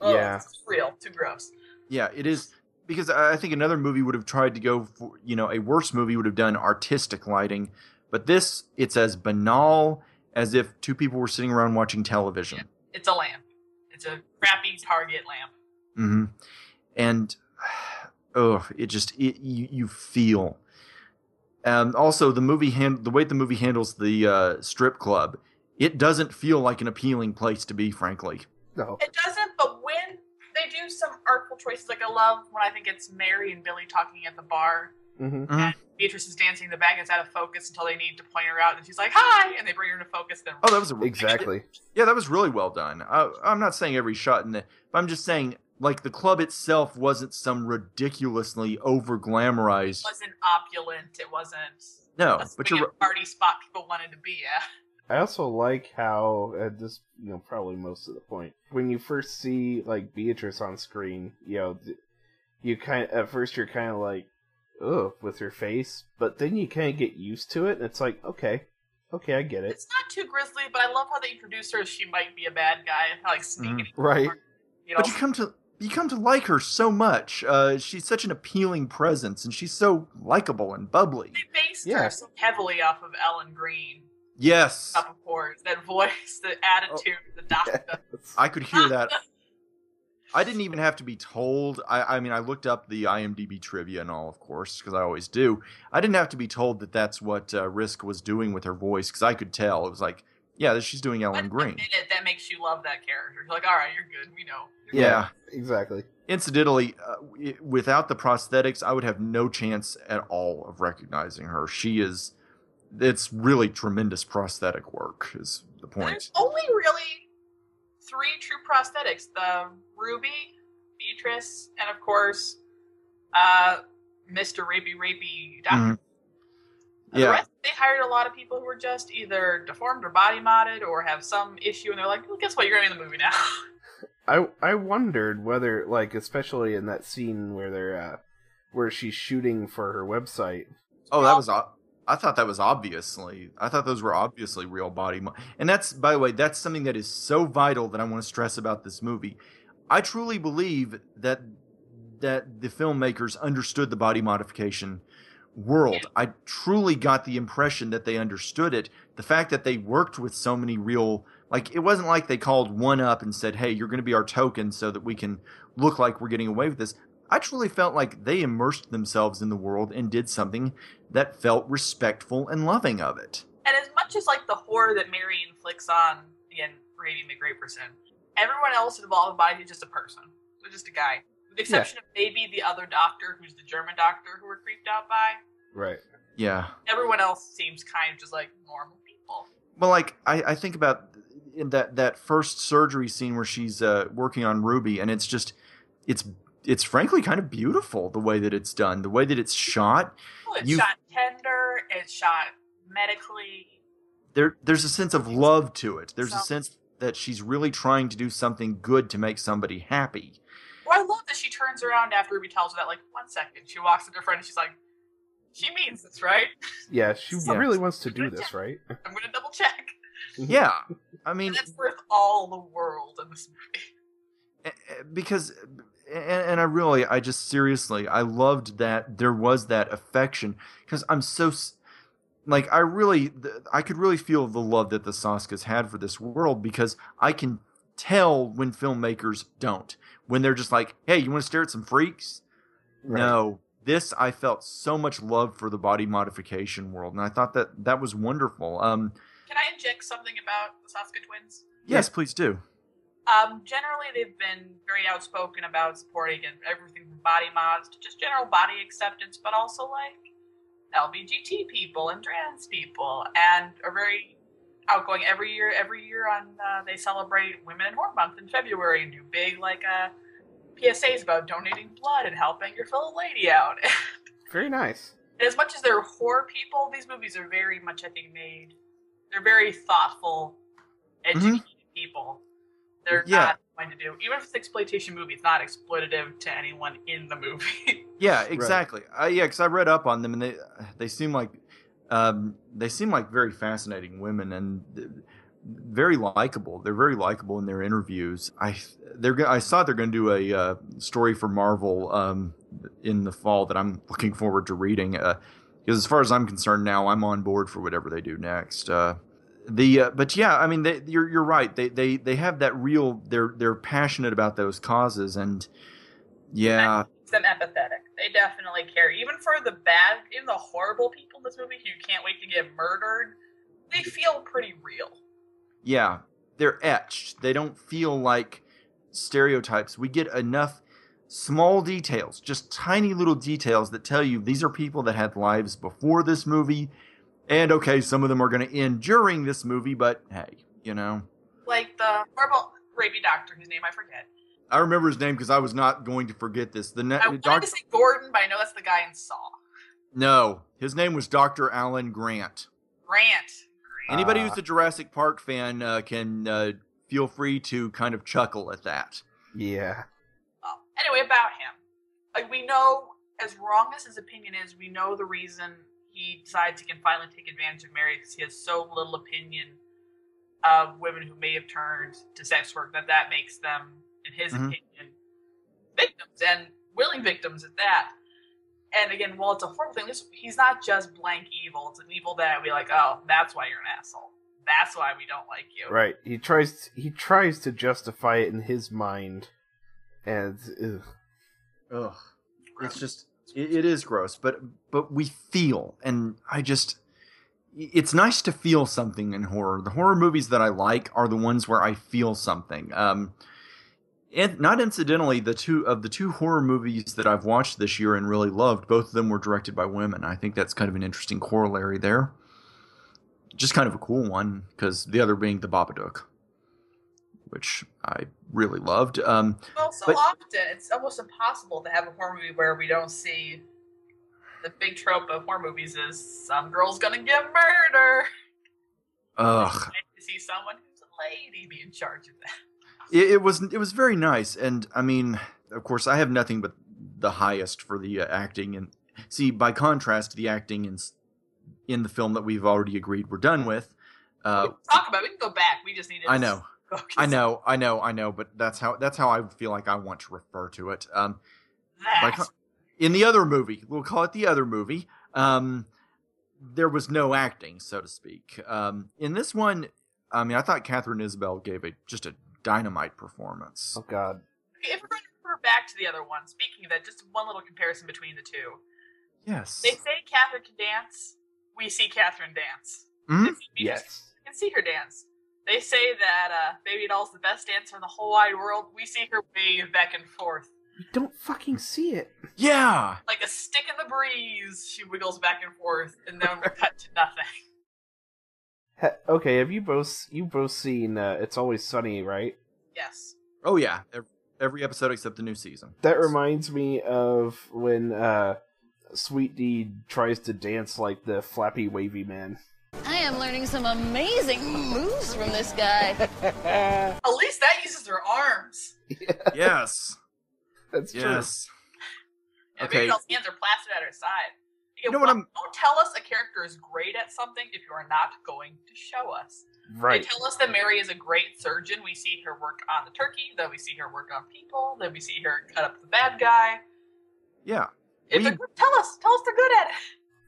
[SPEAKER 3] ugh,
[SPEAKER 1] Yeah.
[SPEAKER 3] it's real. Too gross.
[SPEAKER 2] Yeah, it is because I I think another movie would have tried to go for you know a worse movie would have done artistic lighting, but this it's as banal as if two people were sitting around watching television.
[SPEAKER 3] It's a lamp. It's a crappy Target lamp.
[SPEAKER 2] hmm And oh, it just it, you you feel. Um, also, the movie hand the way the movie handles the uh, strip club, it doesn't feel like an appealing place to be. Frankly,
[SPEAKER 1] No.
[SPEAKER 3] It doesn't, but when they do some artful choices, like I love when I think it's Mary and Billy talking at the bar.
[SPEAKER 1] hmm
[SPEAKER 3] Beatrice is dancing in the bag, it's out of focus until they need to point her out, and she's like, hi! And they bring her into focus, then
[SPEAKER 2] oh, that was a
[SPEAKER 1] Exactly.
[SPEAKER 2] Yeah, that was really well done. I, I'm not saying every shot in the, but I'm just saying like the club itself wasn't some ridiculously over glamorized.
[SPEAKER 3] it wasn't opulent. It wasn't
[SPEAKER 2] No,
[SPEAKER 3] a
[SPEAKER 2] Oh, but you're
[SPEAKER 3] swinging party spot people wanted to be at.
[SPEAKER 1] I also like how at this, you know, probably most of the point when you first see like Beatrice on screen, you know, th- you kind at first you're kind of like, ugh, with her face, but then you kind of get used to it, and it's like, okay, okay, I get it,
[SPEAKER 3] It's not too grisly, but I love how they introduce her as she might be a bad guy and how, like sneaking. in,
[SPEAKER 1] right?
[SPEAKER 3] You
[SPEAKER 2] Mm-hmm.
[SPEAKER 3] know,
[SPEAKER 2] but you come to you come to like her so much. Uh, she's such an appealing presence, and she's so likable and bubbly.
[SPEAKER 3] they based
[SPEAKER 1] Yeah.
[SPEAKER 3] her so heavily off of Ellen Green.
[SPEAKER 2] Yes,
[SPEAKER 3] Up of course, that voice, the attitude, the doctor.
[SPEAKER 2] I could hear that. I didn't even have to be told. I, I mean, I looked up the IMDb trivia and all, of course, because I always do. I didn't have to be told that that's what uh, Risk was doing with her voice, because I could tell. It was like, yeah, she's doing Ellen
[SPEAKER 3] But
[SPEAKER 2] Green.
[SPEAKER 3] The minute that makes you love that character. You're like, all right, you're good. We know.
[SPEAKER 2] Yeah.
[SPEAKER 1] exactly.
[SPEAKER 2] Incidentally, uh, w- without the prosthetics, I would have no chance at all of recognizing her. She is. It's really tremendous prosthetic work, is the point.
[SPEAKER 3] There's only really three true prosthetics: the Ruby, Beatrice, and of course, uh, Mr. Rapey Rapey Doctor.
[SPEAKER 2] Mhm.
[SPEAKER 3] And The
[SPEAKER 2] Mm-hmm. Yeah.
[SPEAKER 3] rest, they hired a lot of people who were just either deformed or body modded or have some issue, and they're like, well, guess what? You're going to be in the movie now.
[SPEAKER 1] I I wondered whether like especially in that scene where they're uh, where she's shooting for her website.
[SPEAKER 2] Oh, that was. ob- I thought that was obviously. I thought those were obviously real body. Mo- and that's, by the way, that's something that is so vital that I want to stress about this movie. I truly believe that that the filmmakers understood the body modification world. I truly got the impression that they understood it. The fact that they worked with so many real, like it wasn't like they called one up and said, "Hey, you're going to be our token so that we can look like we're getting away with this." I truly felt like they immersed themselves in the world and did something that felt respectful and loving of it.
[SPEAKER 3] and as much as like the horror that Mary inflicts on again, Brady the great person, everyone else involved in body is just a person. They're just a guy, with the exception of maybe the other doctor, who's the German doctor, who we're creeped out by.
[SPEAKER 1] Right.
[SPEAKER 2] Yeah.
[SPEAKER 3] Everyone else seems kind of just like normal people.
[SPEAKER 2] Well, like I, I think about in that that first surgery scene where she's uh, working on Ruby, and it's just it's it's frankly kind of beautiful the way that it's done, the way that it's shot.
[SPEAKER 3] Well, it's
[SPEAKER 2] You-
[SPEAKER 3] shot tender. It's shot medically.
[SPEAKER 2] There there's a sense of love to it. There's a
[SPEAKER 3] So-
[SPEAKER 2] sense that she's really trying to do something good to make somebody happy.
[SPEAKER 3] Well, I love that she turns around after Ruby tells her that, like, one second. She walks up to her friend and she's like, she means this, right?
[SPEAKER 1] Yeah, she
[SPEAKER 2] Yeah.
[SPEAKER 1] really wants to do this, right?
[SPEAKER 3] I'm going to double check.
[SPEAKER 2] Yeah, I
[SPEAKER 3] And
[SPEAKER 2] mean,
[SPEAKER 3] that's worth all the world in this movie.
[SPEAKER 2] eh, eh, because and, and I really I just seriously I loved that there was that affection because I'm so s- like I really th- I could really feel the love that the Saskas had for this world because I can tell when filmmakers don't when they're just like hey you want to stare at some freaks
[SPEAKER 1] Right.
[SPEAKER 2] no this I felt so much love for the body modification world and I thought that that was wonderful um
[SPEAKER 3] Can I inject something about the Saska twins?
[SPEAKER 2] yes please do
[SPEAKER 3] Um, generally, they've been very outspoken about supporting and everything from body mods to just general body acceptance, but also like LBGT people and trans people, and are very outgoing. Every year, every year on uh, they celebrate Women in Horn Month in February and do big like uh, PSAs about donating blood and helping your fellow lady out.
[SPEAKER 1] Very nice.
[SPEAKER 3] And as much as they're horror people, these movies are very much, I think, made. They're very thoughtful, educated people. They're
[SPEAKER 2] Mm-hmm. Yeah.
[SPEAKER 3] not going to do, even if it's an exploitation movie, it's not exploitative to anyone in the movie.
[SPEAKER 2] Yeah, exactly. Uh, yeah, because I read up on them, and they they seem like um, they seem like very fascinating women, and th- very likable. They're very likable in their interviews. I they're go- I saw they're going to do a uh, story for Marvel um, in the fall that I'm looking forward to reading. Because as far as I'm concerned, now I'm on board for whatever they do next. Uh, the uh, but yeah, I mean they, you're you're right. They they they have that real. They're they're passionate about those causes and yeah.
[SPEAKER 3] It's them empathetic. They definitely care. Even for the bad, even the horrible people in this movie who can't wait to get murdered, they
[SPEAKER 2] Mm-hmm.
[SPEAKER 3] feel pretty real.
[SPEAKER 2] yeah they're etched they don't feel like stereotypes we get enough small details just tiny little details that tell you these are people that had lives before this movie and okay some of them are going to end during this movie but hey you know
[SPEAKER 3] Like the horrible rapey doctor whose name I forget.
[SPEAKER 2] i remember his name because i was not going to forget this the ne-
[SPEAKER 3] I wanted
[SPEAKER 2] doc-
[SPEAKER 3] to say Gordon, but I know that's the guy in Saw.
[SPEAKER 2] no his name was dr alan grant
[SPEAKER 3] Grant.
[SPEAKER 2] anybody
[SPEAKER 1] Ah.
[SPEAKER 2] who's a jurassic park fan uh, can uh, feel free to kind of chuckle at that
[SPEAKER 1] Yeah.
[SPEAKER 3] Well, anyway, about him. Like we know, as wrong as his opinion is, we know the reason he decides he can finally take advantage of Mary because he has so little opinion of women who may have turned to sex work that that makes them, in his
[SPEAKER 2] Mhm.
[SPEAKER 3] opinion, victims and willing victims at that. And again, while it's a horrible thing, this, he's not just blank evil. It's an evil that we like. Oh, that's why you're an asshole. That's why we don't like you.
[SPEAKER 1] Right. He tries he tries to justify it in his mind. And ugh.
[SPEAKER 2] Ugh. It's just it, it is gross, but but we feel and I just it's nice to feel something in horror. The horror movies that I like are the ones where I feel something. Um and not incidentally, the two of the two horror movies that I've watched this year and really loved, both of them were directed by women. I think that's kind of an interesting corollary there. Just kind of a cool one because the other being The Babadook, which I really loved. Um,
[SPEAKER 3] Well, so
[SPEAKER 2] But-
[SPEAKER 3] often it's almost impossible to have a horror movie where we don't see the big trope of horror movies is some girl's gonna get murdered.
[SPEAKER 2] ugh,
[SPEAKER 3] I need to see someone who's a lady be in charge of that.
[SPEAKER 2] it, it was it was very nice and i mean of course i have nothing but the highest for the uh, acting and see by contrast the acting in s- in the film that we've already agreed we're done with uh,
[SPEAKER 3] we can talk about it. We can go back. We just need to.
[SPEAKER 2] i know
[SPEAKER 3] focus
[SPEAKER 2] i
[SPEAKER 3] on
[SPEAKER 2] know i know i know but that's how that's how i feel like i want to refer to it um by
[SPEAKER 3] That.
[SPEAKER 2] con- in the other movie we'll call it the other movie um there was no acting so to speak um in this one i mean i thought catherine isabel gave a just a dynamite performance
[SPEAKER 1] oh god.
[SPEAKER 3] Okay, if we're gonna refer back to the other one, speaking of that, just one little comparison between the two.
[SPEAKER 2] yes
[SPEAKER 3] They say Catherine can dance. We see Catherine dance.
[SPEAKER 2] Mhm.
[SPEAKER 3] It's interesting.
[SPEAKER 1] Yes.
[SPEAKER 3] can see her dance. They say that uh, Baby Doll's the best dancer in the whole wide world. We see her wave back and forth.
[SPEAKER 1] You don't fucking see it.
[SPEAKER 2] Yeah.
[SPEAKER 3] Like a stick in the breeze, she wiggles back and forth, and then we're cut to nothing.
[SPEAKER 1] Ha- okay, have you both you both seen uh, It's Always Sunny, right?
[SPEAKER 3] Yes.
[SPEAKER 2] Oh yeah. Ev- Every episode except the new season.
[SPEAKER 1] That reminds me of when uh Sweet D tries to dance like the flappy wavy man.
[SPEAKER 8] I am learning some amazing moves from this guy.
[SPEAKER 3] At least that uses her arms.
[SPEAKER 2] yes.
[SPEAKER 1] That's
[SPEAKER 2] Yes.
[SPEAKER 3] And
[SPEAKER 2] Okay.
[SPEAKER 3] Baby Doll's hands are plastered at her side. Again,
[SPEAKER 2] You know what
[SPEAKER 3] why-
[SPEAKER 2] I'm-
[SPEAKER 3] Don't tell us a character is great at something if you are not going to show us.
[SPEAKER 1] true. Right.
[SPEAKER 3] They tell us that Mary is a great surgeon. We see her work on the turkey, then we see her work on people, then we see her cut up the bad guy.
[SPEAKER 2] Yeah.
[SPEAKER 3] If they're
[SPEAKER 2] We-
[SPEAKER 3] good, tell us. Tell us they're good at it.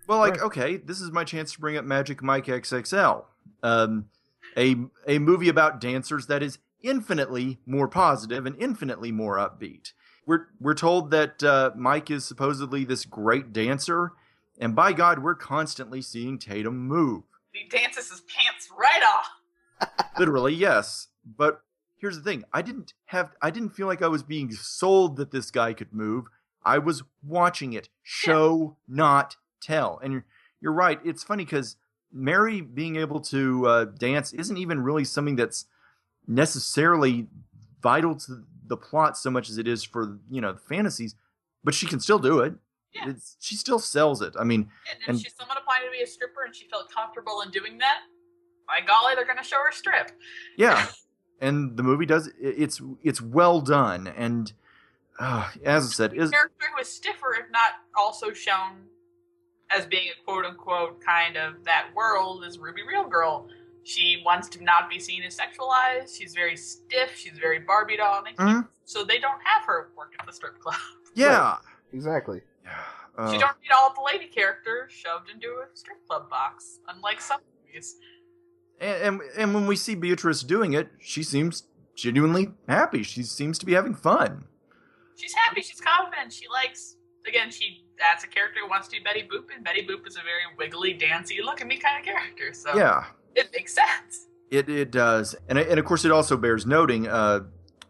[SPEAKER 2] Well, like,
[SPEAKER 1] Right.
[SPEAKER 2] okay, this is my chance to bring up Magic Mike XXL, um, a a movie about dancers that is infinitely more positive and infinitely more upbeat. We're we're told that uh, Mike is supposedly this great dancer, and by God, we're constantly seeing Tatum move.
[SPEAKER 3] He dances his pants right off.
[SPEAKER 2] literally yes but here's the thing i didn't have i didn't feel like i was being sold that this guy could move i was watching it show not tell and you're, you're right it's funny because mary being able to uh, dance isn't even really something that's necessarily vital to the plot so much as it is for you know the fantasies but she can still do it
[SPEAKER 3] Yeah.
[SPEAKER 2] it's, she still sells it i mean
[SPEAKER 3] And if
[SPEAKER 2] And-
[SPEAKER 3] she's someone applied to be a stripper and she felt comfortable in doing that, by golly, they're going to show her strip.
[SPEAKER 2] yeah and the movie does it- it's it's well done and uh, as i said is
[SPEAKER 3] Character who is stiffer, if not also shown as being a quote unquote kind of that world, is Ruby Real Girl. She wants to not be seen as sexualized. She's very stiff. She's very Barbie doll.
[SPEAKER 2] Mhm.
[SPEAKER 3] So they don't have her work at the strip club.
[SPEAKER 2] Yeah.
[SPEAKER 1] Exactly.
[SPEAKER 2] Uh,
[SPEAKER 3] She don't need all the lady characters shoved into a strip club box, unlike some movies.
[SPEAKER 2] and, and and when we see Beatrice doing it, she seems genuinely happy. She seems to be having fun.
[SPEAKER 3] She's happy. She's confident. She likes. Again, she that's a character who wants to be Betty Boop, and Betty Boop is a very wiggly, dancy, look at me kind of character. So
[SPEAKER 2] Yeah.
[SPEAKER 3] it makes sense.
[SPEAKER 2] It it does, and and of course it also bears noting. Uh,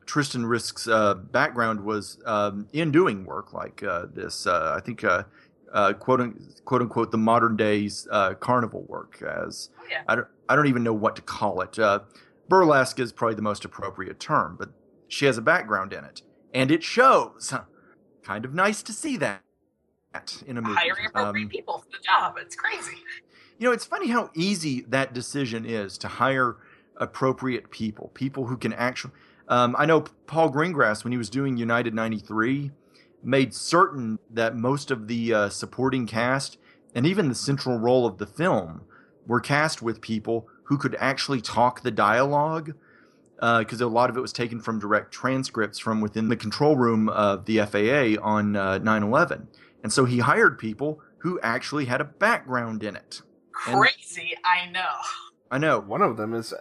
[SPEAKER 2] Tristan Risk's uh, background was um, in doing work like uh, this. Uh, I think uh, uh, quote un- quote unquote the modern day uh, carnival work as
[SPEAKER 3] Oh, yeah.
[SPEAKER 2] I don't I don't even know what to call it. Uh, burlesque is probably the most appropriate term, but she has a background in it, and it shows. Kind of nice to see that in a movie.
[SPEAKER 3] Hiring appropriate
[SPEAKER 2] Um,
[SPEAKER 3] people for the job. It's crazy.
[SPEAKER 2] you know, it's funny how easy that decision is to hire appropriate people, people who can actually. Um, I know Paul Greengrass, when he was doing United 93, made certain that most of the uh, supporting cast and even the central role of the film were cast with people who could actually talk the dialogue, because a lot of it was taken from direct transcripts from within the control room of the FAA on 9 11. And so he hired people who actually had a background in it. And-
[SPEAKER 3] Crazy, I know.
[SPEAKER 2] I know.
[SPEAKER 1] One of them is,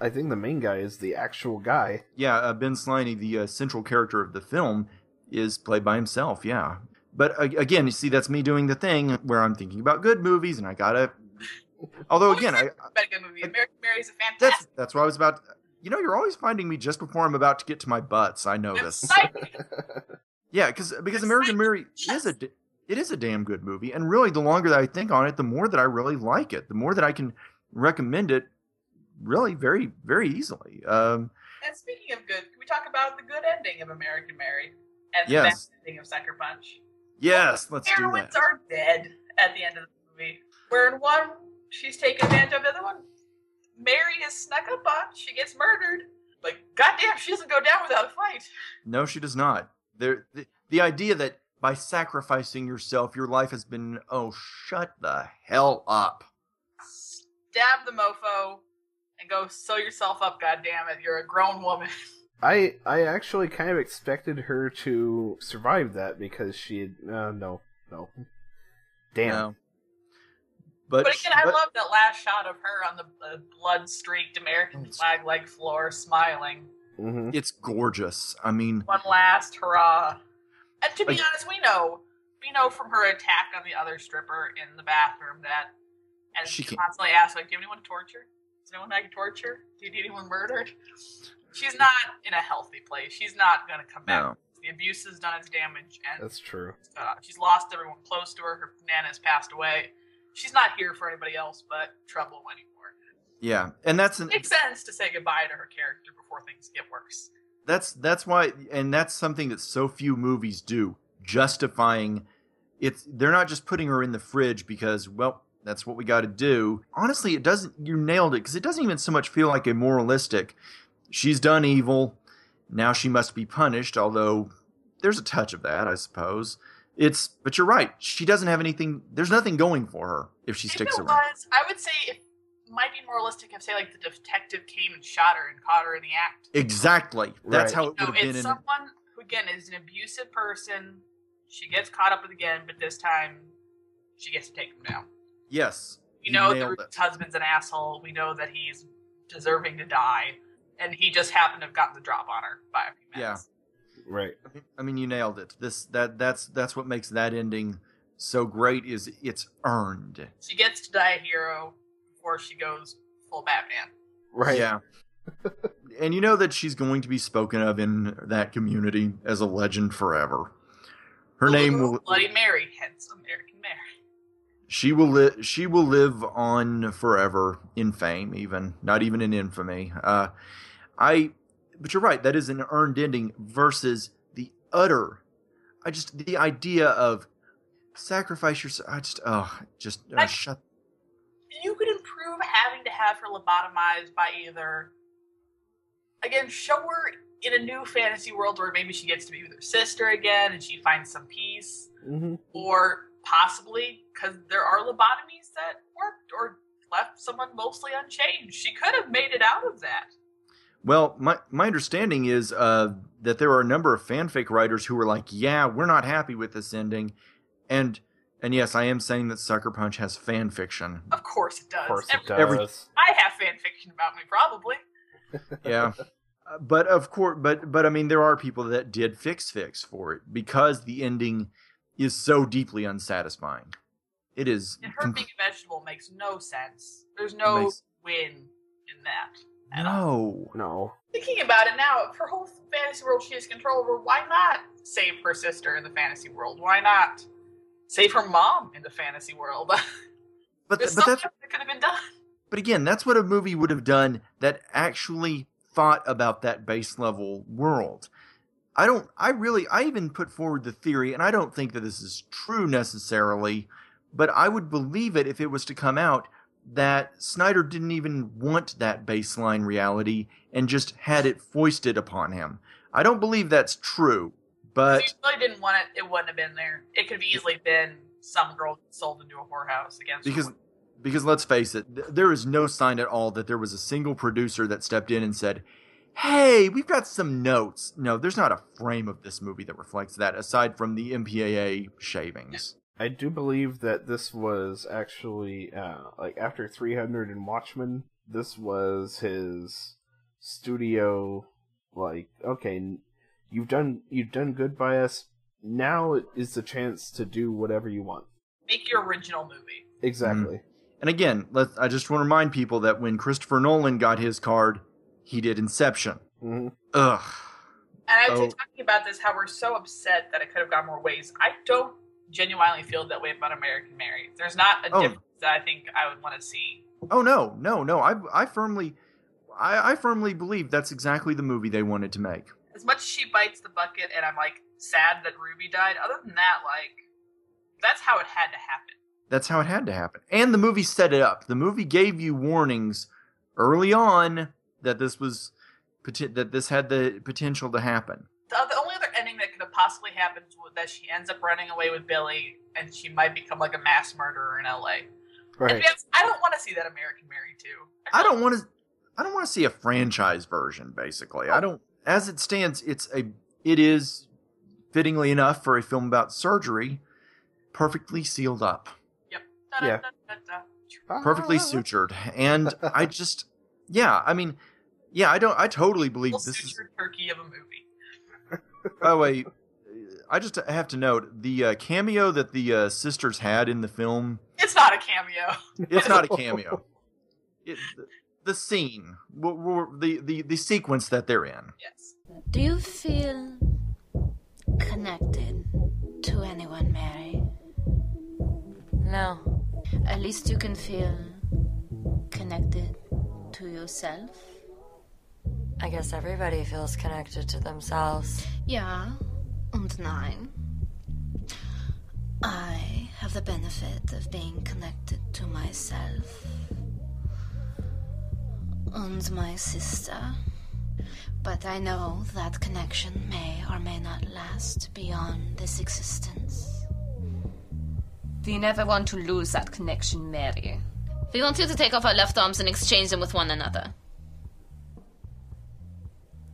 [SPEAKER 1] I think the main guy is the actual guy.
[SPEAKER 2] Yeah, uh, Ben Slaney, the uh, central character of the film, is played by himself. Yeah. But a- again, you see, that's me doing the thing where I'm thinking about good movies, and I gotta. Although again, I
[SPEAKER 3] But a good movie. American Mary is a
[SPEAKER 2] that's
[SPEAKER 3] fantastic
[SPEAKER 2] that's what I was about. You know, you're always finding me just before I'm about to get to my butts. I know this.
[SPEAKER 3] psychic.
[SPEAKER 2] Yeah, because because
[SPEAKER 3] It's
[SPEAKER 2] American
[SPEAKER 3] like-
[SPEAKER 2] Mary is a d- it is a damn good movie, and really, the longer that I think on it, the more that I really like it, the more that I can recommend it, really, very very easily. Um,
[SPEAKER 3] And speaking of good, can we talk about the good ending of American Mary and the
[SPEAKER 2] Yes.
[SPEAKER 3] best ending of Sucker Punch?
[SPEAKER 2] yes, let's do
[SPEAKER 3] Heroines
[SPEAKER 2] that.
[SPEAKER 3] are dead at the end of the movie. Where in one, she's taken advantage of, the other one, Mary is snuck up on, she gets murdered. But goddamn, she doesn't go down without a fight.
[SPEAKER 2] No, she does not. There, the, the idea that by sacrificing yourself, your life has been oh, shut the hell up.
[SPEAKER 3] Stab the mofo and go sew yourself up, goddamn it. You're a grown woman.
[SPEAKER 1] I I actually kind of expected her to survive that because she had, uh, no no, damn
[SPEAKER 2] No. But,
[SPEAKER 3] But again, I
[SPEAKER 2] but-
[SPEAKER 3] love that last shot of her on the uh, blood streaked American
[SPEAKER 2] It's-
[SPEAKER 3] flag like floor, smiling.
[SPEAKER 1] hmm
[SPEAKER 2] it's gorgeous. I mean,
[SPEAKER 3] One last hurrah. And to be
[SPEAKER 2] Like-
[SPEAKER 3] honest, we know we know from her attack on the other stripper in the bathroom that and
[SPEAKER 2] She
[SPEAKER 3] she
[SPEAKER 2] can't-
[SPEAKER 3] constantly asks, like, Do you have anyone to torture? Is there anyone I can torture? Do you need anyone murdered? She's not in a healthy place. She's not gonna come back.
[SPEAKER 2] no.
[SPEAKER 3] The abuse has done its damage and
[SPEAKER 1] that's true.
[SPEAKER 3] uh, she's lost everyone close to her. Her nana's passed away. She's not here for anybody else but trouble anymore.
[SPEAKER 2] yeah, and that's an,
[SPEAKER 3] It makes sense to say goodbye to her character before things get worse.
[SPEAKER 2] that's that's why, and that's something that so few movies do. Justifying, it's they're not just putting her in the fridge because well, that's what we got to do. Honestly, it doesn't. You nailed it because it doesn't even so much feel like a moralistic. She's done evil. Now she must be punished, although there's a touch of that, I suppose. It's but you're right. She doesn't have anything. There's nothing going for her if she
[SPEAKER 3] If
[SPEAKER 2] sticks
[SPEAKER 3] it
[SPEAKER 2] around.
[SPEAKER 3] was, I would say it might be moralistic if, say, like the detective came and shot her and caught her in the act.
[SPEAKER 2] Exactly.
[SPEAKER 1] Right.
[SPEAKER 2] That's how it
[SPEAKER 3] No,
[SPEAKER 2] would have been.
[SPEAKER 3] it's
[SPEAKER 2] In,
[SPEAKER 3] someone who, again, is an abusive person. She gets caught up with again, but this time she gets to take him down.
[SPEAKER 2] yes.
[SPEAKER 3] We
[SPEAKER 2] you
[SPEAKER 3] know
[SPEAKER 2] nailed
[SPEAKER 3] that
[SPEAKER 2] it.
[SPEAKER 3] his husband's an asshole. We know that he's deserving to die, and he just happened to have gotten the drop on her by a
[SPEAKER 2] Yeah.
[SPEAKER 3] few minutes.
[SPEAKER 1] Right.
[SPEAKER 2] I mean, you nailed it. This that that's that's what makes that ending so great is it's earned.
[SPEAKER 3] She gets to die a hero before she goes full Batman.
[SPEAKER 1] Right.
[SPEAKER 2] Yeah. and you know that she's going to be spoken of in that community as a legend forever. Her name will
[SPEAKER 3] Bloody Mary, hence American Mary.
[SPEAKER 2] she will live she will live on forever in fame even not even in infamy uh i but you're right that is an earned ending versus the utter i just the idea of sacrifice yourself i just oh just uh,
[SPEAKER 3] I-
[SPEAKER 2] shut
[SPEAKER 3] you could improve having to have her lobotomized by either again show her in a new fantasy world where maybe she gets to be with her sister again and she finds some peace
[SPEAKER 1] hmm
[SPEAKER 3] or possibly because there are lobotomies that worked or left someone mostly unchanged. She could have made it out of that.
[SPEAKER 2] Well, my my understanding is uh, that there are a number of fanfic writers who were like, "Yeah, we're not happy with this ending," and and yes, I am saying that Sucker Punch has fan fiction.
[SPEAKER 3] Of course it does.
[SPEAKER 1] Of course, it
[SPEAKER 3] Every-
[SPEAKER 1] does.
[SPEAKER 2] every-
[SPEAKER 3] I have fan fiction about me, probably.
[SPEAKER 2] Yeah, Uh, but of course, but but I mean, there are people that did fix fix for it because the ending is so deeply unsatisfying. It is
[SPEAKER 3] And her
[SPEAKER 2] com-
[SPEAKER 3] being a vegetable makes no sense. There's no
[SPEAKER 2] Makes-
[SPEAKER 3] win in that. at all.
[SPEAKER 2] no.
[SPEAKER 1] No.
[SPEAKER 3] Thinking about it now, if her whole fantasy world she has control over, why not save her sister in the fantasy world? Why not save her mom in the fantasy world?
[SPEAKER 2] But
[SPEAKER 3] There's
[SPEAKER 2] th- but
[SPEAKER 3] something
[SPEAKER 2] that's
[SPEAKER 3] that could have been done.
[SPEAKER 2] But again, that's what a movie would have done that actually thought about that base level world. I don't, I really, I even put forward the theory, and I don't think that this is true necessarily, but I would believe it if it was to come out that Snyder didn't even want that baseline reality and just had it foisted upon him. I don't believe that's true,
[SPEAKER 3] If
[SPEAKER 2] but
[SPEAKER 3] you really didn't want it, it wouldn't have been there. It could have easily been some girl sold into a whorehouse against her
[SPEAKER 2] because
[SPEAKER 3] will.
[SPEAKER 2] because let's face it th- there is no sign at all that there was a single producer that stepped in and said hey we've got some notes no there's not a frame of this movie that reflects that aside from the mpaa shavings
[SPEAKER 1] I do believe that this was actually uh, like after 300 and Watchmen. This was his studio. Like, okay, n- you've done you've done good by us. Now is the chance to do whatever you want.
[SPEAKER 3] make your original movie.
[SPEAKER 1] Exactly.
[SPEAKER 2] and again let i just want to remind people that when christopher nolan got his card he did inception
[SPEAKER 1] hmm
[SPEAKER 2] ugh
[SPEAKER 3] And I was
[SPEAKER 2] Oh.
[SPEAKER 3] talking about this, how we're so upset that it could have gone more ways. I don't genuinely feel that way about American Mary. There's not a
[SPEAKER 2] Oh.
[SPEAKER 3] difference that I think I would want to see.
[SPEAKER 2] oh no no no i, I firmly I, I firmly believe that's exactly the movie they wanted to make
[SPEAKER 3] As much as she bites the bucket and I'm like sad that Ruby died, other than that, like that's how it had to happen.
[SPEAKER 2] that's how it had to happen. And the movie set it up. The movie gave you warnings early on that this was poten- that this had the potential to happen.
[SPEAKER 3] The, the only other ending that could have possibly happened was that she ends up running away with Billy and she might become like a mass murderer in LA. And
[SPEAKER 1] Right.
[SPEAKER 3] to be honest, I don't want to see that American Mary too.
[SPEAKER 2] I don't want to I don't want to see a franchise version basically. I don't as it stands it's a it is fittingly enough for a film about surgery perfectly sealed up,
[SPEAKER 1] Yeah.
[SPEAKER 3] Da-da-da-da-da.
[SPEAKER 1] Ah,
[SPEAKER 2] perfectly sutured. And I just yeah, I mean yeah, I don't I totally believe
[SPEAKER 3] Little
[SPEAKER 2] this is
[SPEAKER 3] sutured turkey of a movie.
[SPEAKER 2] By the way, I just have to note the uh, cameo that the uh, sisters had in the film.
[SPEAKER 3] It's not a cameo.
[SPEAKER 2] It's not a cameo. It, the, the scene, w- w- the, the the sequence that they're in.
[SPEAKER 3] Yes.
[SPEAKER 9] Do you feel connected to anyone, Mary?
[SPEAKER 8] No.
[SPEAKER 9] At least you can feel connected to yourself.
[SPEAKER 8] I guess everybody feels connected to themselves.
[SPEAKER 9] Ja und nein. I have the benefit of being connected to myself and my sister. But I know that connection may or may not last beyond this existence.
[SPEAKER 10] We never want to lose that connection, Mary.
[SPEAKER 9] We want you to take off our left arms and exchange them with one another.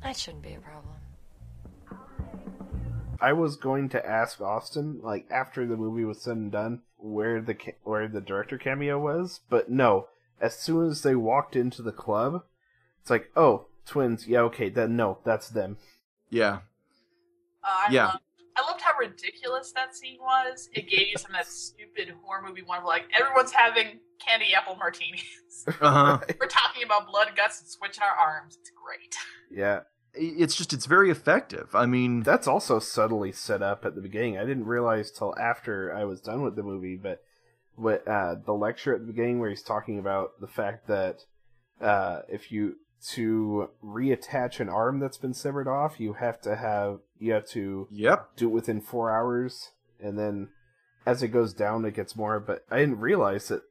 [SPEAKER 8] That shouldn't be a problem.
[SPEAKER 1] I was going to ask Austin, like after the movie was said and done, where the ca- where the director cameo was, but no. As soon as they walked into the club, it's like, oh, twins. Yeah, okay. Then no, that's them.
[SPEAKER 2] Yeah,
[SPEAKER 3] Uh, I
[SPEAKER 2] Yeah.
[SPEAKER 3] Loved, I loved how ridiculous that scene was. It gave you some of that stupid horror movie one of like everyone's having candy apple martinis.
[SPEAKER 2] uh-huh.
[SPEAKER 3] We're talking about blood guts and switching our arms. It's great.
[SPEAKER 1] Yeah,
[SPEAKER 2] it's just it's very effective. I mean,
[SPEAKER 1] that's also subtly set up at the beginning. I didn't realize till after I was done with the movie, but what uh, the lecture at the beginning where he's talking about the fact that uh, if you to reattach an arm that's been severed off, you have to have you have to
[SPEAKER 2] yep,
[SPEAKER 1] do it within four hours, and then as it goes down, it gets more. But I didn't realize it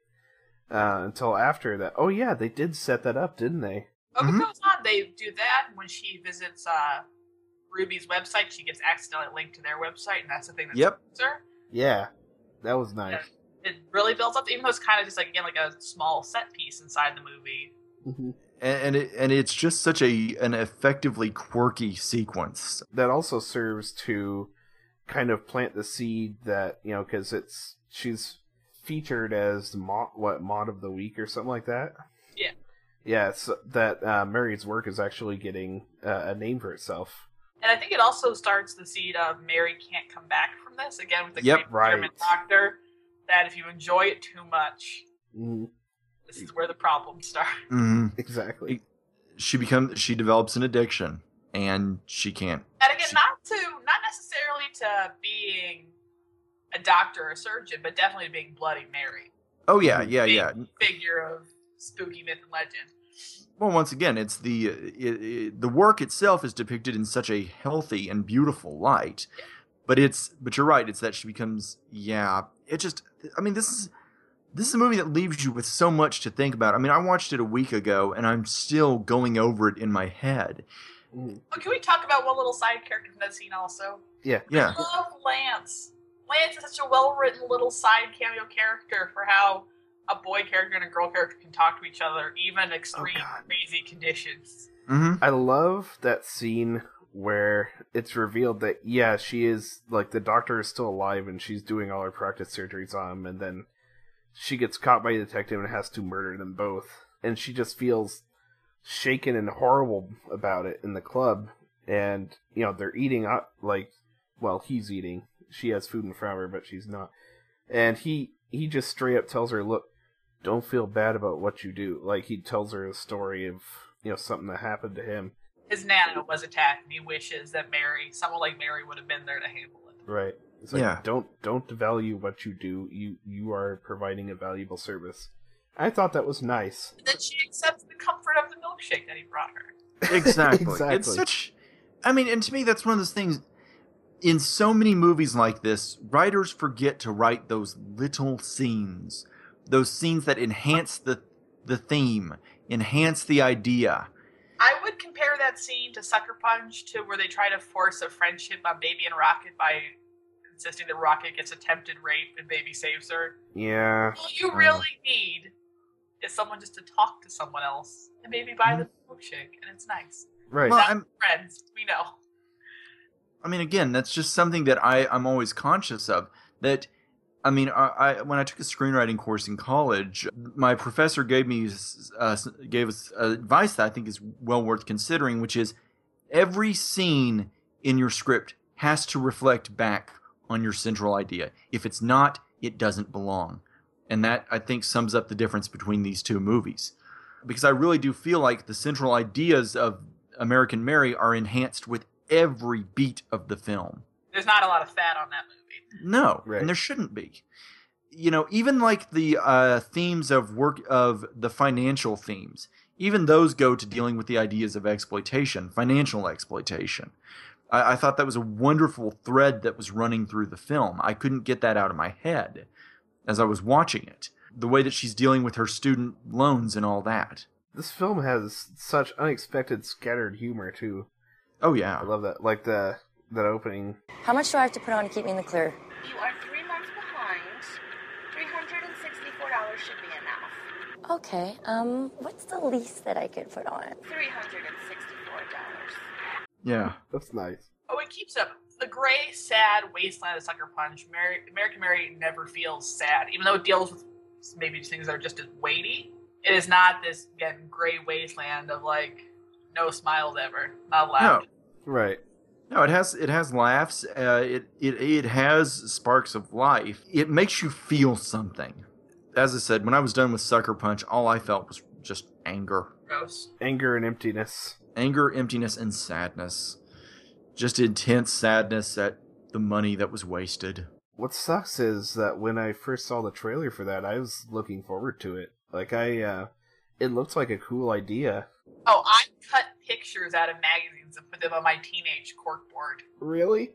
[SPEAKER 1] uh, until after that. Oh yeah, they did set that up, didn't they?
[SPEAKER 3] But
[SPEAKER 2] Mhm.
[SPEAKER 3] it goes on. They do that when she visits uh, Ruby's website. She gets accidentally linked to their website, and that's the thing that
[SPEAKER 2] Yep.
[SPEAKER 3] scares her.
[SPEAKER 1] Yeah, that was nice.
[SPEAKER 3] Yeah. it really builds up, even though it's kind of just like again like a small set piece inside the movie.
[SPEAKER 1] Mm-hmm.
[SPEAKER 2] and and, it, and it's just such a an effectively quirky sequence.
[SPEAKER 1] that also serves to kind of plant the seed that you know because it's she's featured as the mod, what mod of the week or something like that.
[SPEAKER 3] Yeah.
[SPEAKER 1] Yeah, it's that uh, Mary's work is actually getting uh, a name for itself.
[SPEAKER 3] And I think it also starts the seed of Mary can't come back from this again with the
[SPEAKER 1] Yep,
[SPEAKER 3] creepy
[SPEAKER 1] right.
[SPEAKER 3] German doctor. That if you enjoy it too much,
[SPEAKER 1] Mm,
[SPEAKER 3] this is where the problems start.
[SPEAKER 2] Mm-hmm.
[SPEAKER 1] exactly.
[SPEAKER 2] She becomes she develops an addiction and she can't.
[SPEAKER 3] And again, not to not necessarily to being a doctor or surgeon, but definitely being Bloody Mary,
[SPEAKER 2] Oh yeah, yeah, yeah.
[SPEAKER 3] figure of spooky myth and legend.
[SPEAKER 2] Well, once again, it's the it, it, the work itself is depicted in such a healthy and beautiful light, but it's but you're right. It's that she becomes yeah. It just I mean this is this is a movie that leaves you with so much to think about. I mean, I watched it a week ago and I'm still going over it in my head.
[SPEAKER 3] Oh, can we talk about one little side character from that scene also?
[SPEAKER 1] Yeah,
[SPEAKER 2] yeah.
[SPEAKER 3] I love Lance. Lance is such a well written little side cameo character for how a boy character and a girl character can talk to each other, even
[SPEAKER 2] Oh,
[SPEAKER 3] in extreme crazy conditions.
[SPEAKER 2] mm-hmm.
[SPEAKER 1] I love that scene where it's revealed that yeah, she is like the doctor is still alive and she's doing all her practice surgeries on him, and then she gets caught by a detective and has to murder them both, and she just feels shaken and horrible about it in the club, and you know they're eating up like, well he's eating, she has food in front of her but she's not, and he he just straight up tells her look don't feel bad about what you do. Like he tells her a story of you know something that happened to him.
[SPEAKER 3] His nana was attacked, and he wishes that Mary, someone like Mary, would have been there to handle it.
[SPEAKER 1] Right. It's like
[SPEAKER 2] Yeah.
[SPEAKER 1] don't don't devalue what you do. You you are providing a valuable service. I thought that was nice.
[SPEAKER 3] And then she accepts the comfort of the milkshake that he brought her.
[SPEAKER 2] exactly. It's
[SPEAKER 1] Exactly.
[SPEAKER 2] such. I mean, and to me, that's one of those things. In so many movies like this, writers forget to write those little scenes, those scenes that enhance the the theme, enhance the idea.
[SPEAKER 3] I would compare that scene to Sucker Punch to where they try to force a friendship on Baby and Rocket by insisting that Rocket gets attempted rape and Baby saves her.
[SPEAKER 1] Yeah.
[SPEAKER 3] All you really need is someone just to talk to someone else and maybe buy them a milkshake, and it's nice.
[SPEAKER 2] Right.
[SPEAKER 3] Well,
[SPEAKER 2] Well, I'm-
[SPEAKER 3] friends. We know.
[SPEAKER 2] I mean, again, that's just something that I I'm always conscious of. That, I mean, I, I when I took a screenwriting course in college, my professor gave me s- uh, s- gave us uh, advice that I think is well worth considering, which is every scene in your script has to reflect back on your central idea. If it's not, it doesn't belong. And that I think sums up the difference between these two movies. Because I really do feel like the central ideas of American Mary are enhanced with every beat of the film.
[SPEAKER 3] There's not a lot of fat on that movie.
[SPEAKER 2] No, and there shouldn't be. You know, even like the uh, themes of work of the financial themes, even those go to dealing with the ideas of exploitation, financial exploitation. I, I thought that was a wonderful thread that was running through the film. I couldn't get that out of my head as I was watching it. The way that she's dealing with her student loans and all that.
[SPEAKER 1] This film has such unexpected scattered humor too.
[SPEAKER 2] Oh yeah.
[SPEAKER 1] I love that. Like the that opening.
[SPEAKER 11] How much do I have to put on to keep me in the clear?
[SPEAKER 12] You are three months behind. $364 should be enough.
[SPEAKER 11] Okay, um, what's the least that I could put on it?
[SPEAKER 12] $364.
[SPEAKER 2] Yeah.
[SPEAKER 1] That's nice.
[SPEAKER 3] Oh, it keeps up. The gray, sad wasteland of Sucker Punch. Mary, American Mary never feels sad, even though it deals with maybe things that are just as weighty. It is not this again gray wasteland of like no smiles ever, not allowed.
[SPEAKER 1] No. Right.
[SPEAKER 2] No, it has it has laughs. Uh, it it it has sparks of life. It makes you feel something. As I said, when I was done with Sucker Punch, all I felt was just anger,
[SPEAKER 3] Gross.
[SPEAKER 1] anger and emptiness,
[SPEAKER 2] anger, emptiness, and sadness. Just intense sadness at the money that was wasted.
[SPEAKER 1] What sucks is that when I first saw the trailer for that, I was looking forward to it. Like I, uh it looked like a cool idea.
[SPEAKER 3] Oh, I cut pictures out of magazines and put them on my teenage corkboard.
[SPEAKER 1] Really?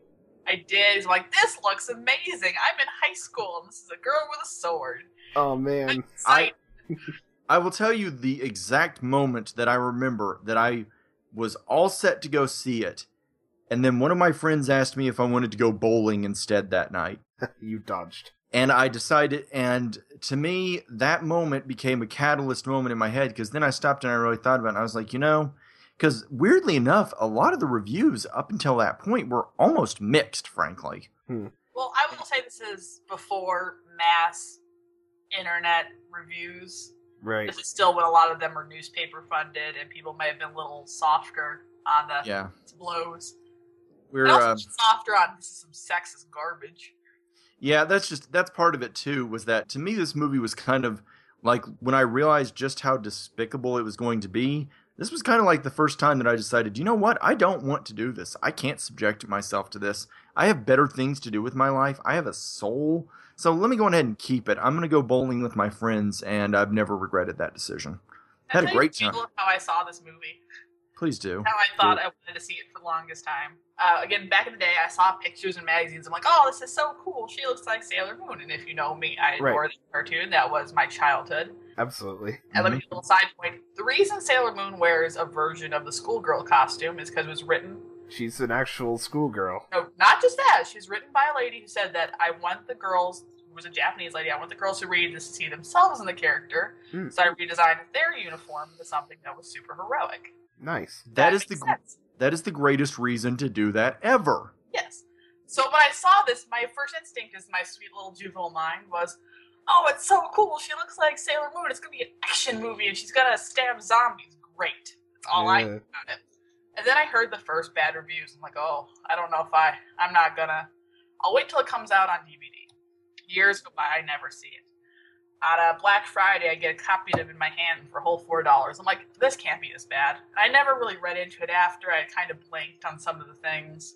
[SPEAKER 3] I did. I'm like, this looks amazing. I'm in high school, and this is a girl with a sword.
[SPEAKER 1] Oh man.
[SPEAKER 3] I
[SPEAKER 2] I will tell you the exact moment that I remember that I was all set to go see it, and then one of my friends asked me if I wanted to go bowling instead that night.
[SPEAKER 1] you dodged.
[SPEAKER 2] And I decided, and to me, that moment became a catalyst moment in my head because then I stopped and I really thought about it. And I was like, you know, because weirdly enough, a lot of the reviews up until that point were almost mixed, frankly.
[SPEAKER 3] Well, I will say this is before mass internet reviews.
[SPEAKER 1] Right.
[SPEAKER 3] This is still when a lot of them are newspaper funded, and people may have been a little softer on the
[SPEAKER 2] Yeah.
[SPEAKER 3] blows.
[SPEAKER 2] We're,
[SPEAKER 3] And also
[SPEAKER 2] uh,
[SPEAKER 3] softer on this is some sexist garbage.
[SPEAKER 2] Yeah, that's just that's part of it too. Was that to me this movie was kind of like when I realized just how despicable it was going to be. This was kind of like the first time that I decided, you know what? I don't want to do this. I can't subject myself to this. I have better things to do with my life. I have a soul. So let me go ahead and keep it. I'm going to go bowling with my friends, and I've never regretted that decision.
[SPEAKER 3] Can I
[SPEAKER 2] Had a
[SPEAKER 3] tell you
[SPEAKER 2] great
[SPEAKER 3] people
[SPEAKER 2] time.
[SPEAKER 3] How I saw this movie.
[SPEAKER 2] Please do.
[SPEAKER 3] How I thought I wanted to see it for the longest time. Uh, again, back in the day, I saw pictures in magazines. I'm like, oh, this is so cool. She looks like Sailor Moon. And if you know me, I
[SPEAKER 1] Right.
[SPEAKER 3] adore that cartoon. That was my childhood.
[SPEAKER 1] Absolutely.
[SPEAKER 3] And
[SPEAKER 2] Mm-hmm.
[SPEAKER 3] let me give a little side point. The reason Sailor Moon wears a version of the schoolgirl costume is because it was written.
[SPEAKER 1] She's an actual schoolgirl.
[SPEAKER 3] No, not just that. She's written by a lady who said that I want the girls. Who was a Japanese lady. I want the girls who read this to see themselves in the character.
[SPEAKER 1] Hmm.
[SPEAKER 3] So I redesigned their uniform to something that was super heroic.
[SPEAKER 1] Nice.
[SPEAKER 2] that is the gr- that is the greatest reason to do that ever.
[SPEAKER 3] Yes. So when I saw this, my first instinct is my sweet little juvenile mind was, "Oh, it's so cool! She looks like Sailor Moon. It's gonna be an action movie, and she's gonna stab zombies. Great! That's all I
[SPEAKER 1] Yeah.
[SPEAKER 3] knew about it." And then I heard the first bad reviews. I'm like, "Oh, I don't know if I. I'm not gonna. I'll wait till it comes out on DVD." Years go by, I never see it. On a Black Friday, I get a copy of it in my hand for a whole four dollars. I'm like, "This can't be this bad." I never really read into it after. I kind of blanked on some of the things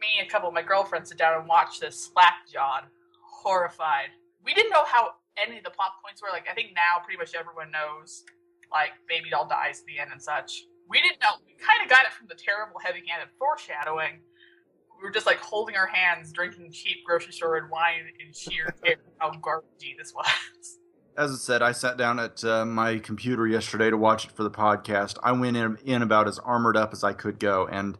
[SPEAKER 3] me and a couple of my girlfriends sit down and watch this slackjawed, horrified. We didn't know how any of the plot points were. Like I think now pretty much everyone knows, like baby doll dies at the end and such. We didn't know. We kind of got it from the terrible heavy-handed foreshadowing. We were just like holding our hands, drinking cheap grocery store red wine in sheer terror how garbagey this was.
[SPEAKER 2] as I said, I sat down at uh, my computer yesterday to watch it for the podcast. I went in, in about as armored up as I could go, and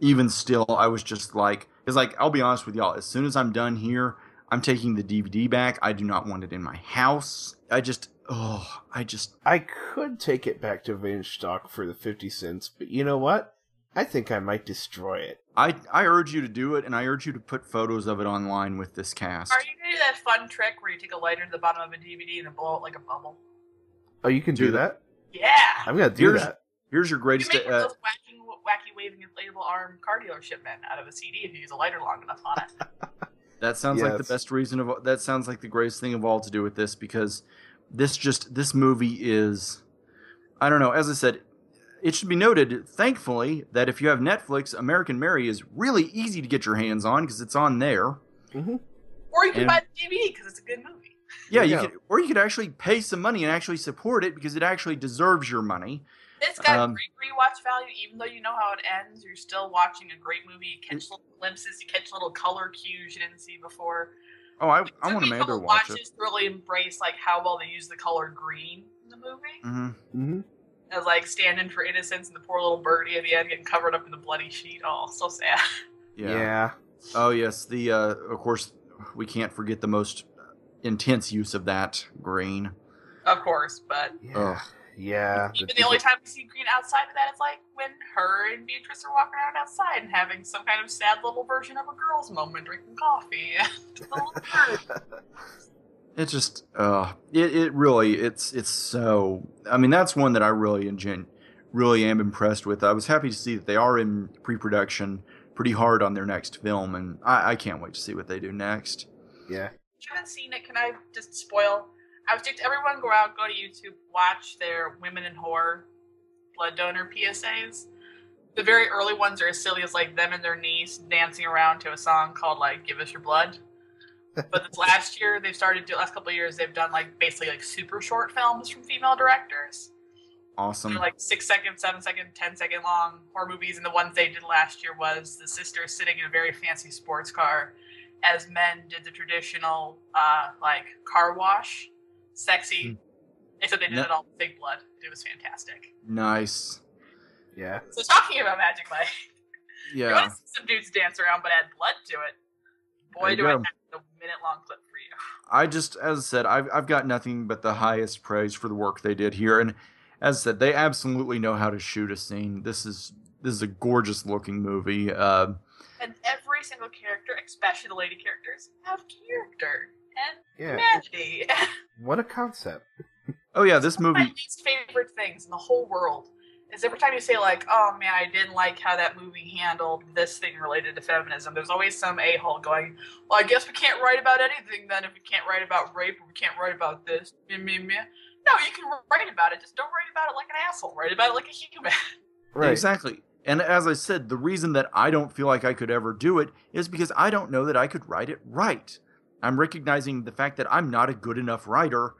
[SPEAKER 2] even still, I was just like, because like I'll be honest with y'all, as soon as I'm done here, I'm taking the DVD back. I do not want it in my house. I just, oh, I just,
[SPEAKER 1] I could take it back to Vanstock for the 50 cents, but you know what? I think I might destroy it.
[SPEAKER 2] I, I urge you to do it, and I urge you to put photos of it online with this cast.
[SPEAKER 3] Are you gonna do that fun trick where you take a lighter to the bottom of a DVD and then blow it like a bubble?
[SPEAKER 1] Oh, you can do, that?
[SPEAKER 3] Yeah.
[SPEAKER 1] I'm going to do
[SPEAKER 2] Here's-
[SPEAKER 1] that.
[SPEAKER 2] Here's your
[SPEAKER 3] You
[SPEAKER 2] greatest.
[SPEAKER 3] make one
[SPEAKER 2] Uh,
[SPEAKER 3] of those wacky, wacky waving inflatable arm car dealership men out of a CD if you use a lighter long enough on it.
[SPEAKER 2] That sounds like the
[SPEAKER 1] Yes.
[SPEAKER 2] best reason of that sounds like the greatest thing of all to do with this because this just this movie is I don't know, as I said, it should be noted thankfully that if you have Netflix, American Mary is really easy to get your hands on because it's on there.
[SPEAKER 3] Or you can
[SPEAKER 2] And-
[SPEAKER 3] buy the DVD because it's a good movie.
[SPEAKER 2] Yeah, you
[SPEAKER 1] Yeah.
[SPEAKER 2] could or you could actually pay some money and actually support it because it actually deserves your money.
[SPEAKER 3] It's got
[SPEAKER 2] Um,
[SPEAKER 3] great rewatch value, even though you know how it ends. You're still watching a great movie. You catch little glimpses, you catch little color cues you didn't see before.
[SPEAKER 2] Oh, I,
[SPEAKER 3] It
[SPEAKER 2] I
[SPEAKER 3] took
[SPEAKER 2] want
[SPEAKER 3] me a
[SPEAKER 2] Amanda to
[SPEAKER 3] couple
[SPEAKER 2] watch it.
[SPEAKER 3] watches to really embrace like how well they use the color green in the movie.
[SPEAKER 2] hmm
[SPEAKER 1] hmm
[SPEAKER 3] As like standing for innocence and the poor little birdie at the end getting covered up in the bloody sheet. Oh, so sad.
[SPEAKER 1] Yeah.
[SPEAKER 2] Oh yes, the uh, of course we can't forget the most uh, intense use of that green.
[SPEAKER 3] Of course, but
[SPEAKER 1] Yeah.
[SPEAKER 2] Ugh.
[SPEAKER 1] Yeah.
[SPEAKER 3] Even the only time we see green outside of that is like when her and Beatrice are walking around outside and having some kind of sad little version of a girl's moment, drinking coffee. The little bird.
[SPEAKER 2] It just uh it, it really it's it's so I mean that's one that I really engin- really am impressed with. I was happy to see that they are in pre-production pretty hard on their next film and I, I can't wait to see what they do next.
[SPEAKER 1] Yeah.
[SPEAKER 3] If you haven't seen it, can I just spoil? I would suggest everyone go out, go to YouTube, watch their women in horror blood donor PSAs. The very early ones are as silly as like them and their niece dancing around to a song called like "Give Us Your Blood." But this last year, they've started. The last couple of years, they've done like basically like super short films from female directors.
[SPEAKER 2] Awesome.
[SPEAKER 3] They're like six second, seven second, ten second long horror movies, and the ones they did last year was the sister sitting in a very fancy sports car, as men did the traditional uh, like car wash, sexy. Except they did
[SPEAKER 2] Hmm. No-
[SPEAKER 3] it all with big blood. It was fantastic.
[SPEAKER 2] nice.
[SPEAKER 1] Yeah.
[SPEAKER 3] So talking about Magic Mike, you
[SPEAKER 2] Yeah.
[SPEAKER 3] want to see some dudes dance around but add blood to it?
[SPEAKER 2] There
[SPEAKER 3] Boy,
[SPEAKER 2] you
[SPEAKER 3] do I
[SPEAKER 2] go.
[SPEAKER 3] have a minute long clip for you.
[SPEAKER 2] I just, as I said, I've, I've got nothing but the highest praise for the work they did here. And as I said, they absolutely know how to shoot a scene. This is this is a gorgeous looking movie. Uh,
[SPEAKER 3] And every single character, especially the lady characters, have character and
[SPEAKER 2] Yeah.
[SPEAKER 3] humanity.
[SPEAKER 1] What a concept.
[SPEAKER 2] oh yeah, this movie.
[SPEAKER 3] least favorite things in the whole world is every time you say like, "Oh man, I didn't like how that movie handled this thing related to feminism." There's always some a hole going, "Well, I guess we can't write about anything then if we can't write about rape or we can't write about this." Meh, meh, meh." No, you can write about it. Just don't write about it like an asshole. Write about it like a human.
[SPEAKER 2] Right. Exactly. And as I said, the reason that I don't feel like I could ever do it is because I don't know that I could write it right. I'm recognizing the fact that I'm not a good enough writer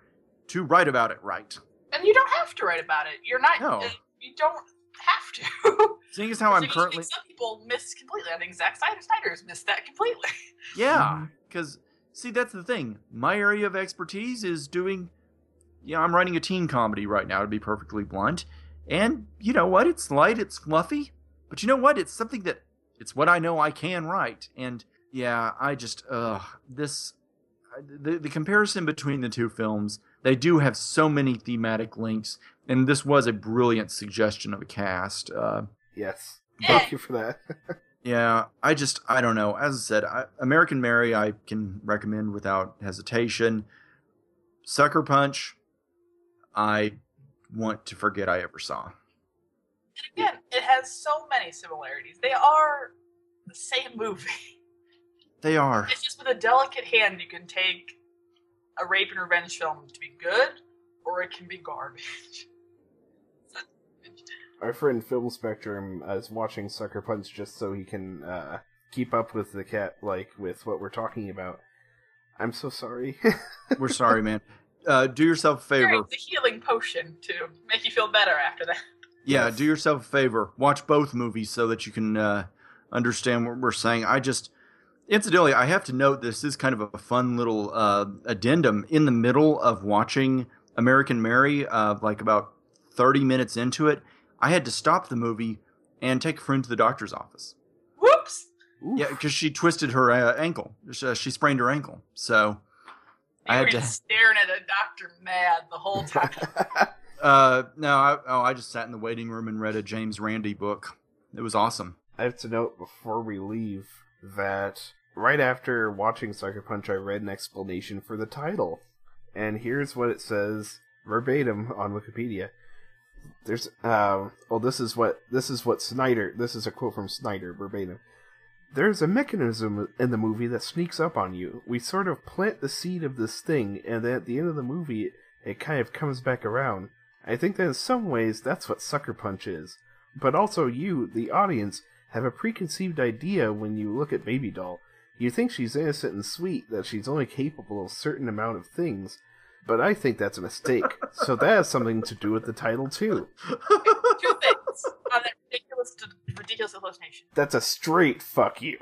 [SPEAKER 2] to write about it right.
[SPEAKER 3] And you don't have to write about it. You're not. uh,
[SPEAKER 2] No.
[SPEAKER 3] You don't have to.
[SPEAKER 2] Seeing as how I'm
[SPEAKER 3] So you-
[SPEAKER 2] currently,
[SPEAKER 3] Some people miss completely. I think Zack Snyder- Snyder's missed that completely.
[SPEAKER 2] yeah, because see, that's the thing. My area of expertise is doing. Yeah, I'm writing a teen comedy right now, to be perfectly blunt. And you know what? It's light, it's fluffy, but you know what? It's something that it's what I know I can write. And yeah, I just uh this the the comparison between the two films, they do have so many thematic links, and this was a brilliant suggestion of a cast. Uh,
[SPEAKER 1] yes, thank you for that.
[SPEAKER 2] yeah, I just I don't know. As I said, I, American Mary I can recommend without hesitation. Sucker Punch, I want to forget I ever saw.
[SPEAKER 3] Again, it has so many similarities. They are the same movie.
[SPEAKER 2] They are
[SPEAKER 3] It's just with a delicate hand you can take a rape and revenge film to be good, or it can be garbage.
[SPEAKER 1] Our friend Film Spectrum uh, is watching Sucker Punch just so he can uh, keep up with the cat, like with what we're talking about. I'm so sorry.
[SPEAKER 2] We're sorry, man. Uh, do yourself a favor.
[SPEAKER 3] It's a healing potion to make you feel better after that.
[SPEAKER 2] Yeah, do yourself a favor. Watch both movies so that you can uh, understand what we're saying. I just, incidentally, I have to note this is kind of a fun little uh, addendum. In the middle of watching American Mary, uh, like about 30 minutes into it, I had to stop the movie and take a friend to the doctor's office.
[SPEAKER 3] Whoops!
[SPEAKER 2] Yeah, because she twisted her uh, ankle. She, uh, she sprained her ankle. So I
[SPEAKER 3] You were
[SPEAKER 2] had to.
[SPEAKER 3] just staring at a doctor mad the whole time.
[SPEAKER 2] Uh, no, I, oh, I just sat in the waiting room and read a James Randi book. It was awesome.
[SPEAKER 1] I have to note before we leave that right after watching Sucker Punch, I read an explanation for the title. And here's what it says verbatim on Wikipedia. There's, um, well, this is what, this is what Snyder, this is a quote from Snyder verbatim. There's a mechanism in the movie that sneaks up on you. We sort of plant the seed of this thing, and then at the end of the movie, it kind of comes back around. I think that in some ways, that's what Sucker Punch is but also you, the audience, have a preconceived idea when you look at Baby Doll. You think she's innocent and sweet, that she's only capable of a certain amount of things, but I think that's a mistake. so that has something to do with the title, too.
[SPEAKER 3] Two things on that ridiculous, ridiculous hallucination.
[SPEAKER 1] That's a straight fuck you.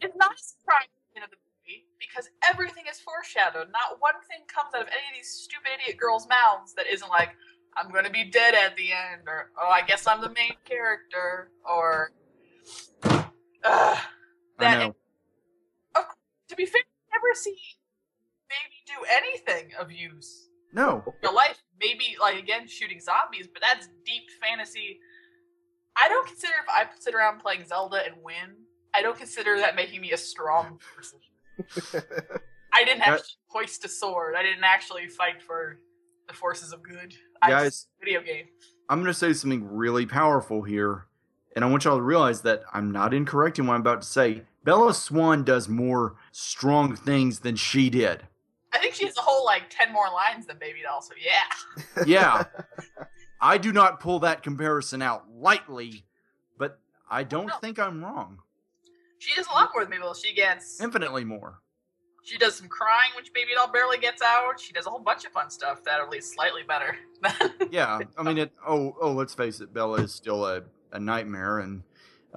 [SPEAKER 3] It's not a surprise at the end of the movie because everything is foreshadowed. Not one thing comes out of any of these stupid idiot girls' mouths that isn't like, "I'm going to be dead at the end," or "Oh, I guess I'm the main character," or. Ugh.
[SPEAKER 2] I know.
[SPEAKER 3] To be fair, you never see Baby do anything of use.
[SPEAKER 2] No.
[SPEAKER 3] Your life, maybe like again shooting zombies, but that's deep fantasy. I don't consider if I sit around playing Zelda and win. I don't consider that making me a strong person. I didn't
[SPEAKER 2] That-
[SPEAKER 3] actually hoist a sword. I didn't actually fight for the forces of good. I
[SPEAKER 2] Guys-
[SPEAKER 3] just video game.
[SPEAKER 2] I'm going to say something really powerful here, and I want y'all to realize that I'm not incorrect in what I'm about to say. Bella Swan does more strong things than she did.
[SPEAKER 3] I think she has a whole like ten more lines than Baby Doll. So yeah,
[SPEAKER 2] Yeah. I do not pull that comparison out lightly, but I don't think I'm wrong.
[SPEAKER 3] she does a lot more than Baby Doll. She gets
[SPEAKER 2] Infinitely more.
[SPEAKER 3] she does some crying, which Baby Doll barely gets out. She does a whole bunch of fun stuff that are at least slightly better.
[SPEAKER 2] Yeah. I mean, it, oh, oh, let's face it, Bella is still a, a nightmare, and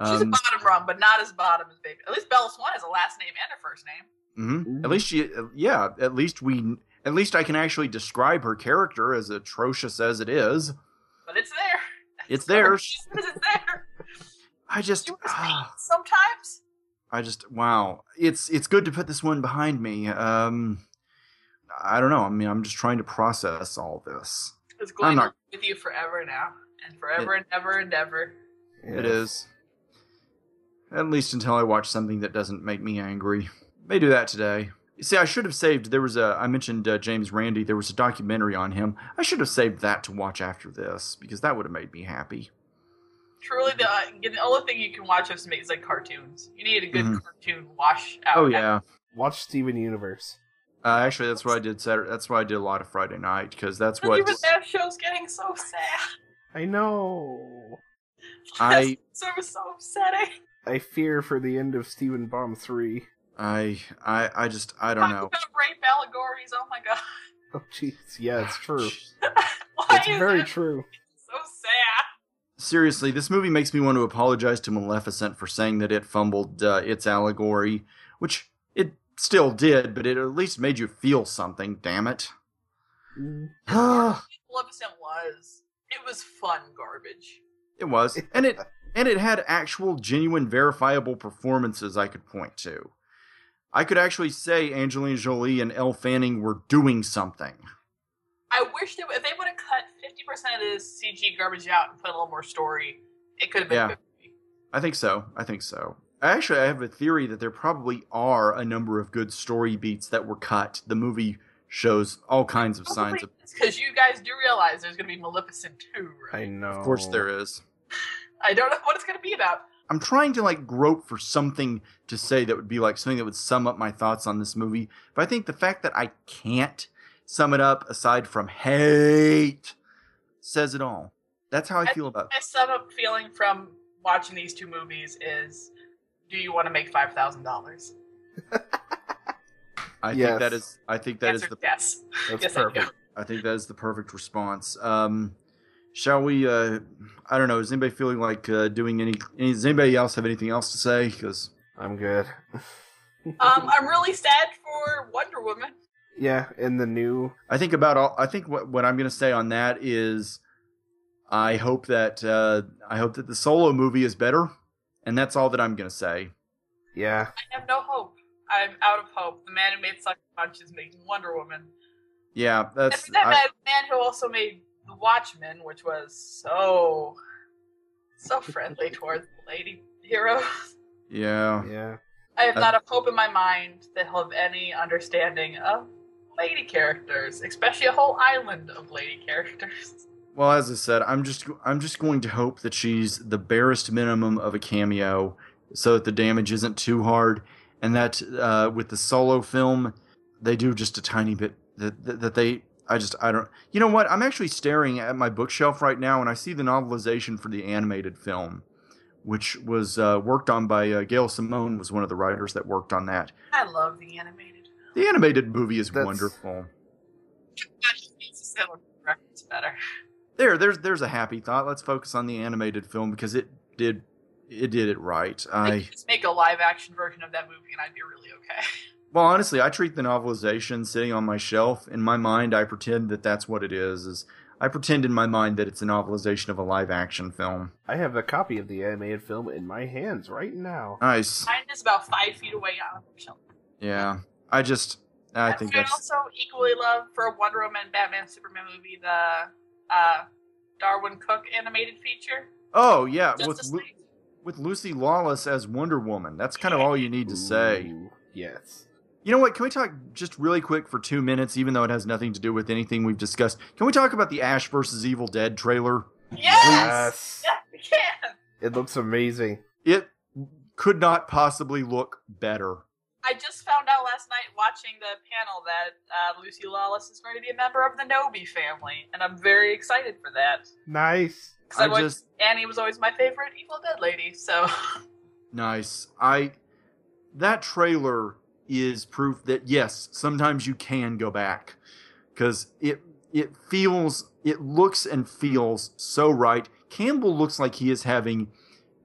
[SPEAKER 3] She's a
[SPEAKER 2] um,
[SPEAKER 3] bottom rung, but not as bottom as Baby. At least Bella Swan has a last name and a first name.
[SPEAKER 2] mhm. at least she, yeah, at least we, at least I can actually describe her character as atrocious as it is.
[SPEAKER 3] But it's there.
[SPEAKER 2] It's there.
[SPEAKER 3] it's there.
[SPEAKER 2] I just, ah,
[SPEAKER 3] Sometimes
[SPEAKER 2] I just, wow. It's it's good to put this one behind me. Um, I don't know. I mean, I'm just trying to process all this.
[SPEAKER 3] It's
[SPEAKER 2] I'm
[SPEAKER 3] going
[SPEAKER 2] not-
[SPEAKER 3] with you forever now, and forever and ever and ever.
[SPEAKER 2] It is. At least until I watch something that doesn't make me angry. May do that today. You see, I should have saved. There was a. I mentioned uh, James Randy. There was a documentary on him. I should have saved that to watch after this because that would have made me happy.
[SPEAKER 3] Truly, the, uh, the only thing you can watch of somebody is like cartoons. You need a good
[SPEAKER 2] Mhm.
[SPEAKER 3] cartoon wash out.
[SPEAKER 2] Oh yeah.
[SPEAKER 1] Watch Steven Universe.
[SPEAKER 2] Uh, actually, that's what I did. Saturday. That's why I did a lot of Friday night because that's
[SPEAKER 3] Really,
[SPEAKER 2] what
[SPEAKER 3] but that show's getting so sad.
[SPEAKER 1] I know.
[SPEAKER 2] I
[SPEAKER 3] So it was so upsetting.
[SPEAKER 1] I fear for the end of Steven Bomb three.
[SPEAKER 2] I I I just I don't know.
[SPEAKER 3] Rape allegories. Oh my god,
[SPEAKER 1] Oh jeez, yeah, it's true.
[SPEAKER 3] Why
[SPEAKER 1] it's very true.
[SPEAKER 3] so sad.
[SPEAKER 2] Seriously, this movie makes me want to apologize to Maleficent for saying that it fumbled uh, its allegory, which it still did, but it at least made you feel something. Damn it! it
[SPEAKER 3] Maleficent was. It was fun garbage.
[SPEAKER 2] was, and it and it had actual, genuine, verifiable performances I could point to. I could actually say Angelina Jolie and Elle Fanning were doing something.
[SPEAKER 3] I wish they would- if they would have cut fifty percent of this CG garbage out and put a little more story, it could have been.
[SPEAKER 2] Yeah. I think so. I think so. Actually, I have a theory that there probably are a number of good story beats that were cut. The movie shows all kinds of signs of.
[SPEAKER 3] Because you guys do realize there's going to be Maleficent too. Right?
[SPEAKER 1] I know.
[SPEAKER 2] Of course, there is.
[SPEAKER 3] I don't know what it's going to be about.
[SPEAKER 2] I'm trying to like grope for something to say that would be like something that would sum up my thoughts on this movie. But I think the fact that I can't sum it up aside from hate says it all. That's how I feel about
[SPEAKER 3] My sum up feeling from watching these two movies is: Do you want to make five thousand dollars?
[SPEAKER 2] I
[SPEAKER 1] Yes.
[SPEAKER 2] think that is. I think that is
[SPEAKER 3] Answer
[SPEAKER 2] the
[SPEAKER 3] yes.
[SPEAKER 1] That's
[SPEAKER 3] Yes, I do.
[SPEAKER 1] perfect.
[SPEAKER 2] I think that is the perfect response. Um, shall we? Uh, I don't know. Is anybody feeling like uh, doing any, any? Does anybody else have anything else to say? Because
[SPEAKER 1] I'm good.
[SPEAKER 3] um, I'm really sad for Wonder Woman.
[SPEAKER 1] Yeah, and the new
[SPEAKER 2] I think about all. I think what what I'm going to say on that is, I hope that uh, I hope that the solo movie is better, and that's all that I'm going to say.
[SPEAKER 1] Yeah,
[SPEAKER 3] I have no hope. I'm out of hope. The man who made Sucker Punch is making Wonder Woman.
[SPEAKER 2] yeah. That's
[SPEAKER 3] And that
[SPEAKER 2] I-
[SPEAKER 3] man, man who also made The Watchmen, which was so so friendly towards the lady heroes.
[SPEAKER 2] yeah.
[SPEAKER 1] Yeah.
[SPEAKER 3] I have
[SPEAKER 2] Uh,
[SPEAKER 3] not a hope in my mind that he'll have any understanding of lady characters, especially a whole island of lady characters.
[SPEAKER 2] Well, as I said, I'm just I'm just going to hope that she's the barest minimum of a cameo, so that the damage isn't too hard, and that uh, with the solo film, they do just a tiny bit that, that that they I just I don't you know what I'm actually staring at my bookshelf right now, and I see the novelization for the animated film, which was uh, worked on by uh, Gail Simone was one of the writers that worked on that.
[SPEAKER 3] I love the animated.
[SPEAKER 2] The animated movie is wonderful.
[SPEAKER 3] That just means the Sailor Moon record's better.
[SPEAKER 2] there there's there's a happy thought let's focus on the animated film because it did it did it right i
[SPEAKER 3] Just make a live action version of that movie, and I'd be really okay.
[SPEAKER 2] well honestly i treat the novelization sitting on my shelf in my mind i pretend that that's what it is is i pretend in my mind that it's a novelization of a live action film
[SPEAKER 1] I have a copy of the animated film in my hands right now.
[SPEAKER 2] nice
[SPEAKER 3] Mine is about five feet away on the shelf.
[SPEAKER 2] yeah i just i think
[SPEAKER 3] I would
[SPEAKER 2] that's
[SPEAKER 3] also equally love for a Wonder Woman, Batman, Superman movie the uh, Darwin Cook animated feature.
[SPEAKER 2] oh yeah with
[SPEAKER 3] Justice
[SPEAKER 2] Lu-
[SPEAKER 3] League.
[SPEAKER 2] with lucy lawless as wonder woman that's kind of all you need to say
[SPEAKER 1] Yes.
[SPEAKER 2] You know what? Can we talk just really quick for two minutes, even though it has nothing to do with anything we've discussed? Can we talk about the Ash versus Evil Dead trailer?
[SPEAKER 1] Yes.
[SPEAKER 3] Yes, we can.
[SPEAKER 1] It looks amazing.
[SPEAKER 2] It could not possibly look better.
[SPEAKER 3] I just found out last night watching the panel that uh, Lucy Lawless is going to be a member of the Nobi family, and I'm very excited for that.
[SPEAKER 1] Nice.
[SPEAKER 3] Because I,
[SPEAKER 2] I
[SPEAKER 3] watched-
[SPEAKER 2] just
[SPEAKER 3] Annie was always my favorite Evil Dead lady, so
[SPEAKER 2] nice. I that trailer is proof that yes, sometimes you can go back because it it feels it looks and feels so right. Campbell looks like he is having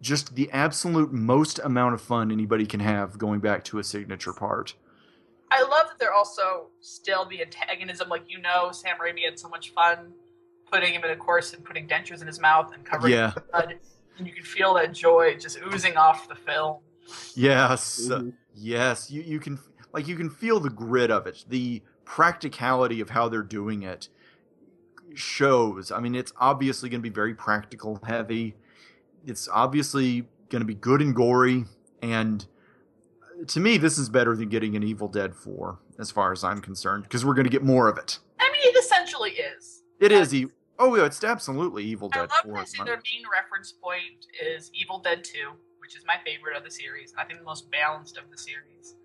[SPEAKER 2] just the absolute most amount of fun anybody can have going back to a signature part.
[SPEAKER 3] I love that they're also still the antagonism. Like you know, Sam Raimi had so much fun putting him in a corset and putting dentures in his mouth and covering
[SPEAKER 2] Yeah.
[SPEAKER 3] his blood, and you can feel that joy just oozing off the film.
[SPEAKER 2] Yes. Yes. You you can like you can feel the grit of it, the practicality of how they're doing it shows. I mean, it's obviously going to be very practical heavy. It's obviously going to be good and gory. And uh, to me, this is better than getting an Evil Dead 4, as far as I'm concerned, because we're going to get more of it.
[SPEAKER 3] I mean, it essentially is.
[SPEAKER 2] It is. E- oh, yeah, it's absolutely Evil
[SPEAKER 3] I
[SPEAKER 2] Dead
[SPEAKER 3] love
[SPEAKER 2] 4.
[SPEAKER 3] this. Their main reference point is Evil Dead 2, which is my favorite of the series. I think the most balanced of the series.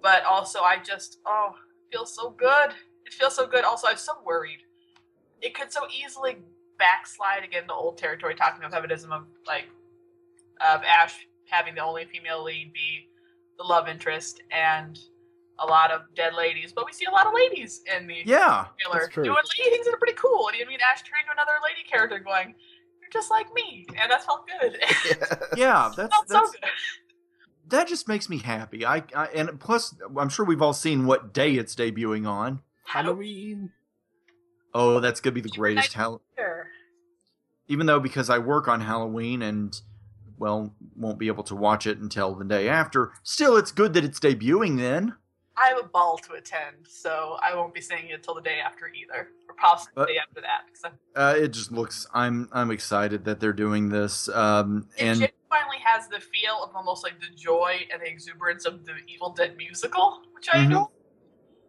[SPEAKER 3] But also, I just, oh, it feels so good. It feels so good. Also, I'm so worried. It could so easily backslide again to old territory, talking about feminism of like of Ash having the only female lead be the love interest and a lot of dead ladies. But we see a lot of ladies in the
[SPEAKER 2] Yeah,
[SPEAKER 3] trailer
[SPEAKER 2] that's true.
[SPEAKER 3] doing lady things that are pretty cool. And you mean Ash turning to another lady character, going, "You're just like me," and that felt good.
[SPEAKER 2] yeah, that's,
[SPEAKER 3] felt
[SPEAKER 2] that's
[SPEAKER 3] so good.
[SPEAKER 2] that just makes me happy. I, I and plus, I'm sure we've all seen what day it's debuting on.
[SPEAKER 1] Halloween.
[SPEAKER 2] Oh, that's gonna be the greatest Halloween.
[SPEAKER 3] Sure.
[SPEAKER 2] Even though because I work on Halloween and well won't be able to watch it until the day after. Still, it's good that it's debuting then.
[SPEAKER 3] I have a ball to attend, so I won't be seeing it until the day after either, or possibly the day after that. 'cause I'm-
[SPEAKER 2] Uh, it just looks. I'm I'm excited that they're doing this. Um,
[SPEAKER 3] it
[SPEAKER 2] and
[SPEAKER 3] genuinely finally has the feel of almost like the joy and the exuberance of the Evil Dead musical, which I
[SPEAKER 2] Mhm.
[SPEAKER 3] know.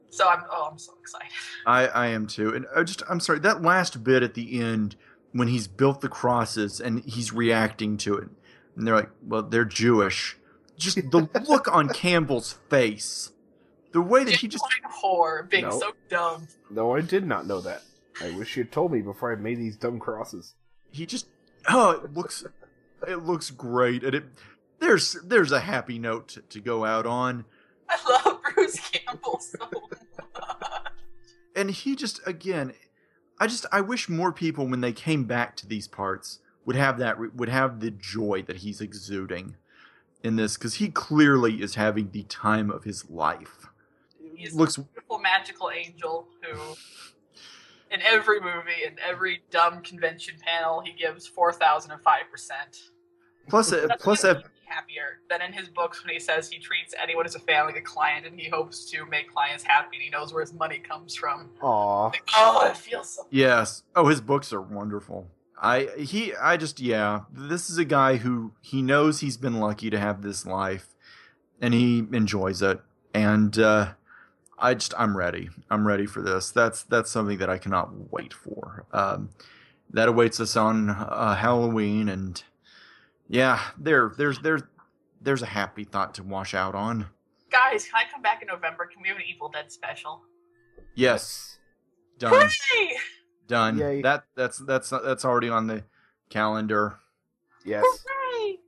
[SPEAKER 3] So I'm oh, I'm so excited.
[SPEAKER 2] I I am too. And I just I'm sorry that last bit at the end when he's built the crosses and he's reacting to it, and they're like, well, they're Jewish. Just the look on Campbell's face, the way that he just
[SPEAKER 3] Horror, being
[SPEAKER 1] No.
[SPEAKER 3] so dumb.
[SPEAKER 1] No, I did not know that. I wish you'd told me before I made these dumb crosses.
[SPEAKER 2] he just oh it looks it looks great and it there's there's a happy note to, to go out on
[SPEAKER 3] I love Bruce Campbell so
[SPEAKER 2] and he just again i just i wish more people when they came back to these parts would have that re- would have the joy that he's exuding in this because he clearly is having the time of his life
[SPEAKER 3] He's
[SPEAKER 2] looks
[SPEAKER 3] beautiful magical angel who, in every movie, in every dumb convention panel, he gives four thousand and five percent.
[SPEAKER 2] plus uh, plus uh,
[SPEAKER 3] Happier than in his books when he says he treats anyone as a fan like a client, and he hopes to make clients happy, and he knows where his money comes from.
[SPEAKER 1] Aw.
[SPEAKER 3] Oh, it feels so.
[SPEAKER 2] Yes. Oh, his books are wonderful. I he I just yeah, this is a guy who he knows he's been lucky to have this life and he enjoys it and uh I just I'm ready. I'm ready for this. That's that's something that I cannot wait for. Um that awaits us on uh, Halloween and yeah, there there's there's there's a happy thought to wash out on.
[SPEAKER 3] Guys, can I come back in November? Can we have an Evil Dead special?
[SPEAKER 2] Yes. Done.
[SPEAKER 3] Hooray!
[SPEAKER 2] Done.
[SPEAKER 1] Yay.
[SPEAKER 2] That that's that's that's already on the calendar.
[SPEAKER 1] Yes.
[SPEAKER 3] Hooray!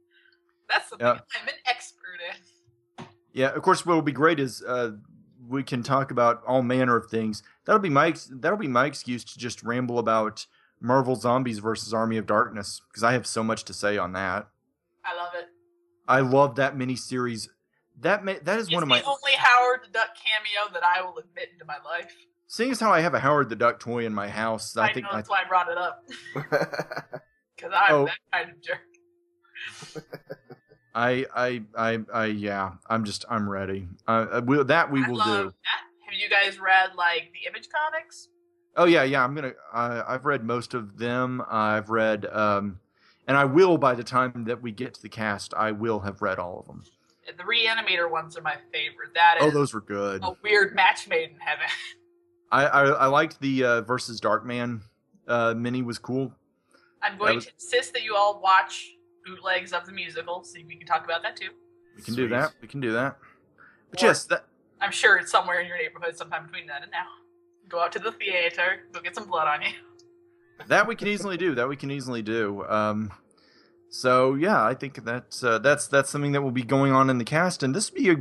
[SPEAKER 3] That's something
[SPEAKER 2] Yeah.
[SPEAKER 3] I'm an expert in.
[SPEAKER 2] Yeah, of course. What will be great is uh, we can talk about all manner of things. That'll be my ex- that'll be my excuse to just ramble about Marvel Zombies versus Army of Darkness because I have so much to say on that.
[SPEAKER 3] I love it.
[SPEAKER 2] I love that miniseries. That ma- that is
[SPEAKER 3] It's
[SPEAKER 2] one of
[SPEAKER 3] the
[SPEAKER 2] my
[SPEAKER 3] only Howard the Duck cameo that I will admit into my life.
[SPEAKER 2] seeing as how I have a Howard the Duck toy in my house. I,
[SPEAKER 3] I,
[SPEAKER 2] think
[SPEAKER 3] know
[SPEAKER 2] I,
[SPEAKER 3] that's why I brought it up. Because I'm
[SPEAKER 2] Oh.
[SPEAKER 3] that kind of jerk.
[SPEAKER 2] I I I I yeah. I'm just I'm ready. Uh, uh, we, that we
[SPEAKER 3] I
[SPEAKER 2] will
[SPEAKER 3] love
[SPEAKER 2] do.
[SPEAKER 3] that. Have you guys read like the Image comics?
[SPEAKER 2] Oh yeah, yeah. I'm gonna. Uh, I've read most of them. I've read, um, and I will by the time that we get to the cast, I will have read all of them.
[SPEAKER 3] The Reanimator ones are my favorite. That is
[SPEAKER 2] Oh, those were good.
[SPEAKER 3] a weird match made in heaven.
[SPEAKER 2] I I, I liked the uh, versus Darkman. Uh, mini was cool.
[SPEAKER 3] I'm
[SPEAKER 2] That
[SPEAKER 3] going
[SPEAKER 2] was-
[SPEAKER 3] to insist that you all watch bootlegs of the musical, so we can talk about that too.
[SPEAKER 2] We can do that. We can do that. But
[SPEAKER 3] Or-
[SPEAKER 2] yes, that
[SPEAKER 3] I'm sure it's somewhere in your neighborhood sometime between then and now. Go out to the theater, go get some blood on you.
[SPEAKER 2] that we can easily do. That we can easily do. Um, so yeah, I think that uh, that's that's something that will be going on in the cast, and this would be a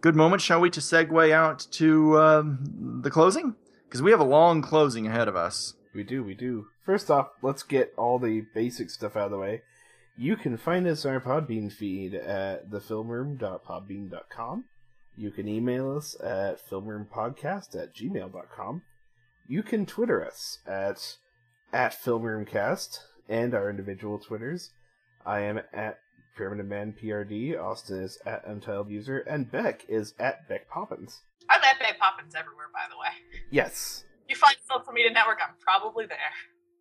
[SPEAKER 2] good moment, shall we, to segue out to um, the closing because we have a long closing ahead of us.
[SPEAKER 1] We do, we do. First off, let's get all the basic stuff out of the way. You can find us on our Podbean feed at thefilmroom.podbean.com. You can email us at filmroompodcast at gmail.com. You can Twitter us at, at filmroomcast and our individual Twitters. I am at Pyramid Man PRD, Austin is at Untitled User, and Beck is at Beck Poppins.
[SPEAKER 3] I'm at Bay Poppins everywhere, by the way.
[SPEAKER 1] Yes.
[SPEAKER 3] You find social media network, I'm probably there.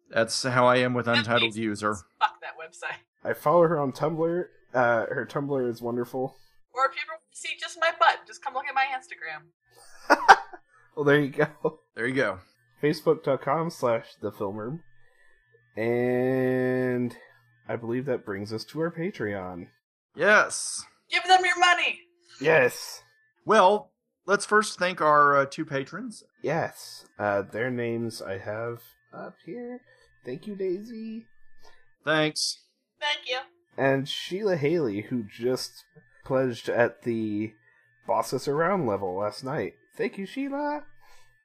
[SPEAKER 2] That's how I am with Untitled User.
[SPEAKER 3] Fuck that website.
[SPEAKER 1] I follow her on Tumblr. Uh, her Tumblr is wonderful.
[SPEAKER 3] Or if you ever want to see just my butt, just come look at my Instagram.
[SPEAKER 1] Well, there you go.
[SPEAKER 2] There you go.
[SPEAKER 1] Facebook.com slash the filmer. And I believe that brings us to our Patreon.
[SPEAKER 2] Yes.
[SPEAKER 3] Give them your money.
[SPEAKER 1] Yes.
[SPEAKER 2] Well, let's first thank our uh, two patrons.
[SPEAKER 1] Yes. Uh, their names I have up here. Thank you, Daisy.
[SPEAKER 2] Thanks.
[SPEAKER 3] Thank you.
[SPEAKER 1] And Sheila Haley, who just pledged at the Boss Us Around level last night. Thank you, Sheila.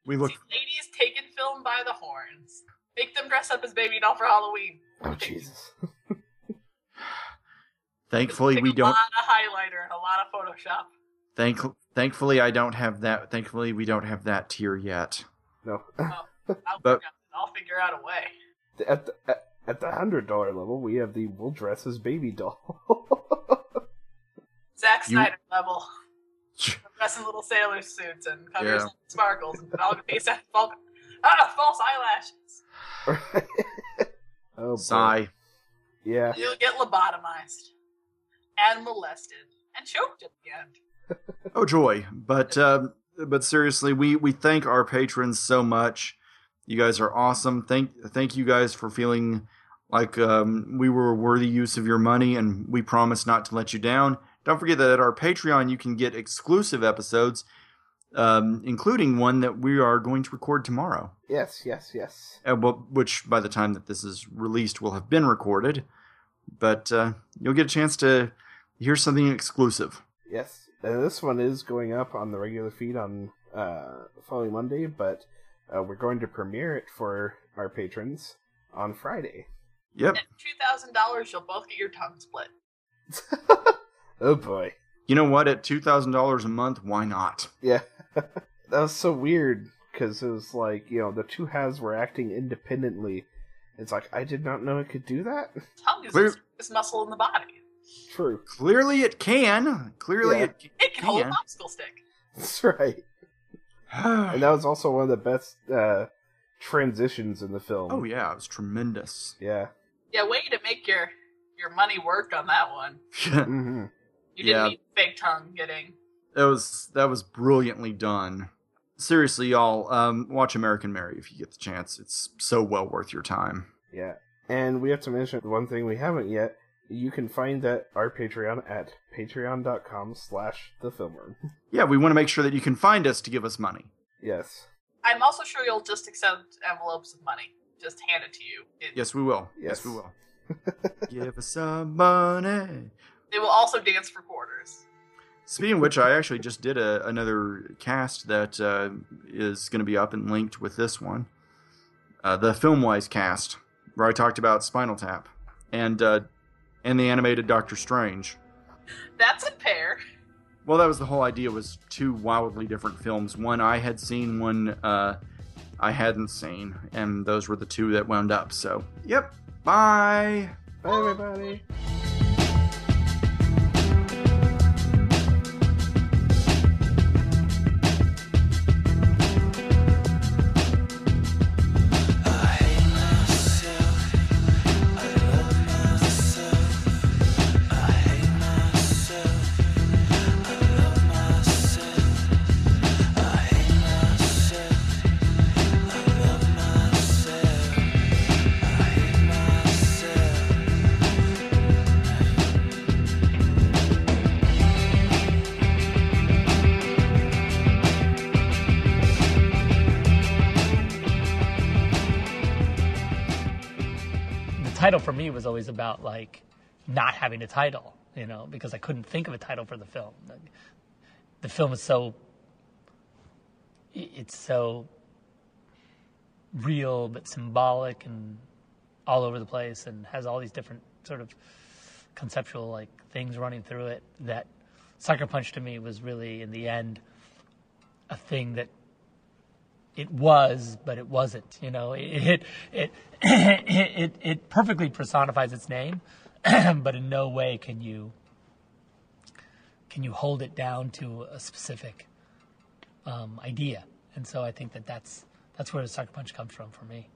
[SPEAKER 2] We look.
[SPEAKER 3] Ladies taking film by the horns. Make them dress up as baby doll for Halloween.
[SPEAKER 1] Oh, Jesus.
[SPEAKER 2] Thankfully, we
[SPEAKER 3] A
[SPEAKER 2] don't.
[SPEAKER 3] lot of highlighter and a lot of Photoshop.
[SPEAKER 2] Thank. Thankfully, I don't have that. Thankfully, we don't have that tier yet.
[SPEAKER 1] No.
[SPEAKER 3] I'll,
[SPEAKER 2] But-
[SPEAKER 3] I'll figure out a way.
[SPEAKER 1] At the, at, at the $100 level, we have the We'll Dress as Baby Doll.
[SPEAKER 3] Zack
[SPEAKER 1] You-
[SPEAKER 3] Snyder level. Dress in little sailor suits and covers
[SPEAKER 1] Yeah.
[SPEAKER 3] and sparkles and Falcon face and Falcon. Ah, false eyelashes.
[SPEAKER 1] Oh, boy.
[SPEAKER 2] Sigh.
[SPEAKER 1] Yeah.
[SPEAKER 3] You'll get lobotomized and molested and choked at the end.
[SPEAKER 2] Oh joy! But um, but seriously, we we thank our patrons so much. You guys are awesome. Thank thank you guys for feeling like um, we were a worthy use of your money, and we promise not to let you down. Don't forget that at our Patreon, you can get exclusive episodes, um, including one that we are going to record tomorrow.
[SPEAKER 1] Yes, yes, yes.
[SPEAKER 2] Uh, well, which by the time that this is released will have been recorded, but uh, you'll get a chance to hear something exclusive.
[SPEAKER 1] Yes, and this one is going up on the regular feed on uh, following Monday, but uh, we're going to premiere it for our patrons on Friday.
[SPEAKER 2] Yep.
[SPEAKER 3] At two thousand dollars, you'll both get your tongue split.
[SPEAKER 1] Oh boy.
[SPEAKER 2] You know what? At two thousand dollars a month, why not?
[SPEAKER 1] Yeah, that was so weird because it was like you know the two halves were acting independently. It's like I did not know it could do that.
[SPEAKER 3] Tongue is
[SPEAKER 1] Where-
[SPEAKER 3] the strongest muscle in the body.
[SPEAKER 1] True.
[SPEAKER 2] Clearly, it can. Clearly,
[SPEAKER 1] Yeah.
[SPEAKER 2] it can.
[SPEAKER 3] It can hold a
[SPEAKER 2] Yeah.
[SPEAKER 3] popsicle stick.
[SPEAKER 1] That's right. and that was also one of the best uh, transitions in the film.
[SPEAKER 2] Oh yeah, it was tremendous.
[SPEAKER 1] Yeah.
[SPEAKER 3] Yeah, way to make your your money work on that one.
[SPEAKER 1] mm-hmm.
[SPEAKER 3] You didn't
[SPEAKER 2] Yeah.
[SPEAKER 3] need fake tongue getting.
[SPEAKER 2] That was that was brilliantly done. Seriously, y'all, um, watch American Mary if you get the chance. It's so well worth your time.
[SPEAKER 1] Yeah. And we have to mention one thing we haven't yet. You can find that our Patreon at patreon.com slash the film room.
[SPEAKER 2] Yeah, we want to make sure that you can find us to give us money.
[SPEAKER 1] Yes.
[SPEAKER 3] I'm also sure you'll just accept envelopes of money. Just hand it to you. It,
[SPEAKER 2] Yes, we will. Yes, we will. give us some money.
[SPEAKER 3] They will also dance for quarters.
[SPEAKER 2] Speaking of which, I actually just did a, another cast that uh, is going to be up and linked with this one. Uh, the Filmwise cast, where I talked about Spinal Tap and uh, and the animated Doctor Strange.
[SPEAKER 3] That's a pair.
[SPEAKER 2] Well, that was the whole idea was two wildly different films. One I had seen, one uh, I hadn't seen, and those were the two that wound up. So, yep. Bye.
[SPEAKER 1] Bye, everybody.
[SPEAKER 13] the title for me was always about like not having a title, you know, because I couldn't think of a title for the film. Like, The film is so i- it's so real but symbolic and all over the place and has all these different sort of conceptual like things running through it that sucker punch to me was really in the end a thing that it was, but it wasn't. You know, it it it it, it perfectly personifies its name, but in no way can you can you hold it down to a specific um, idea. And so I think that that's that's where the sucker punch comes from for me.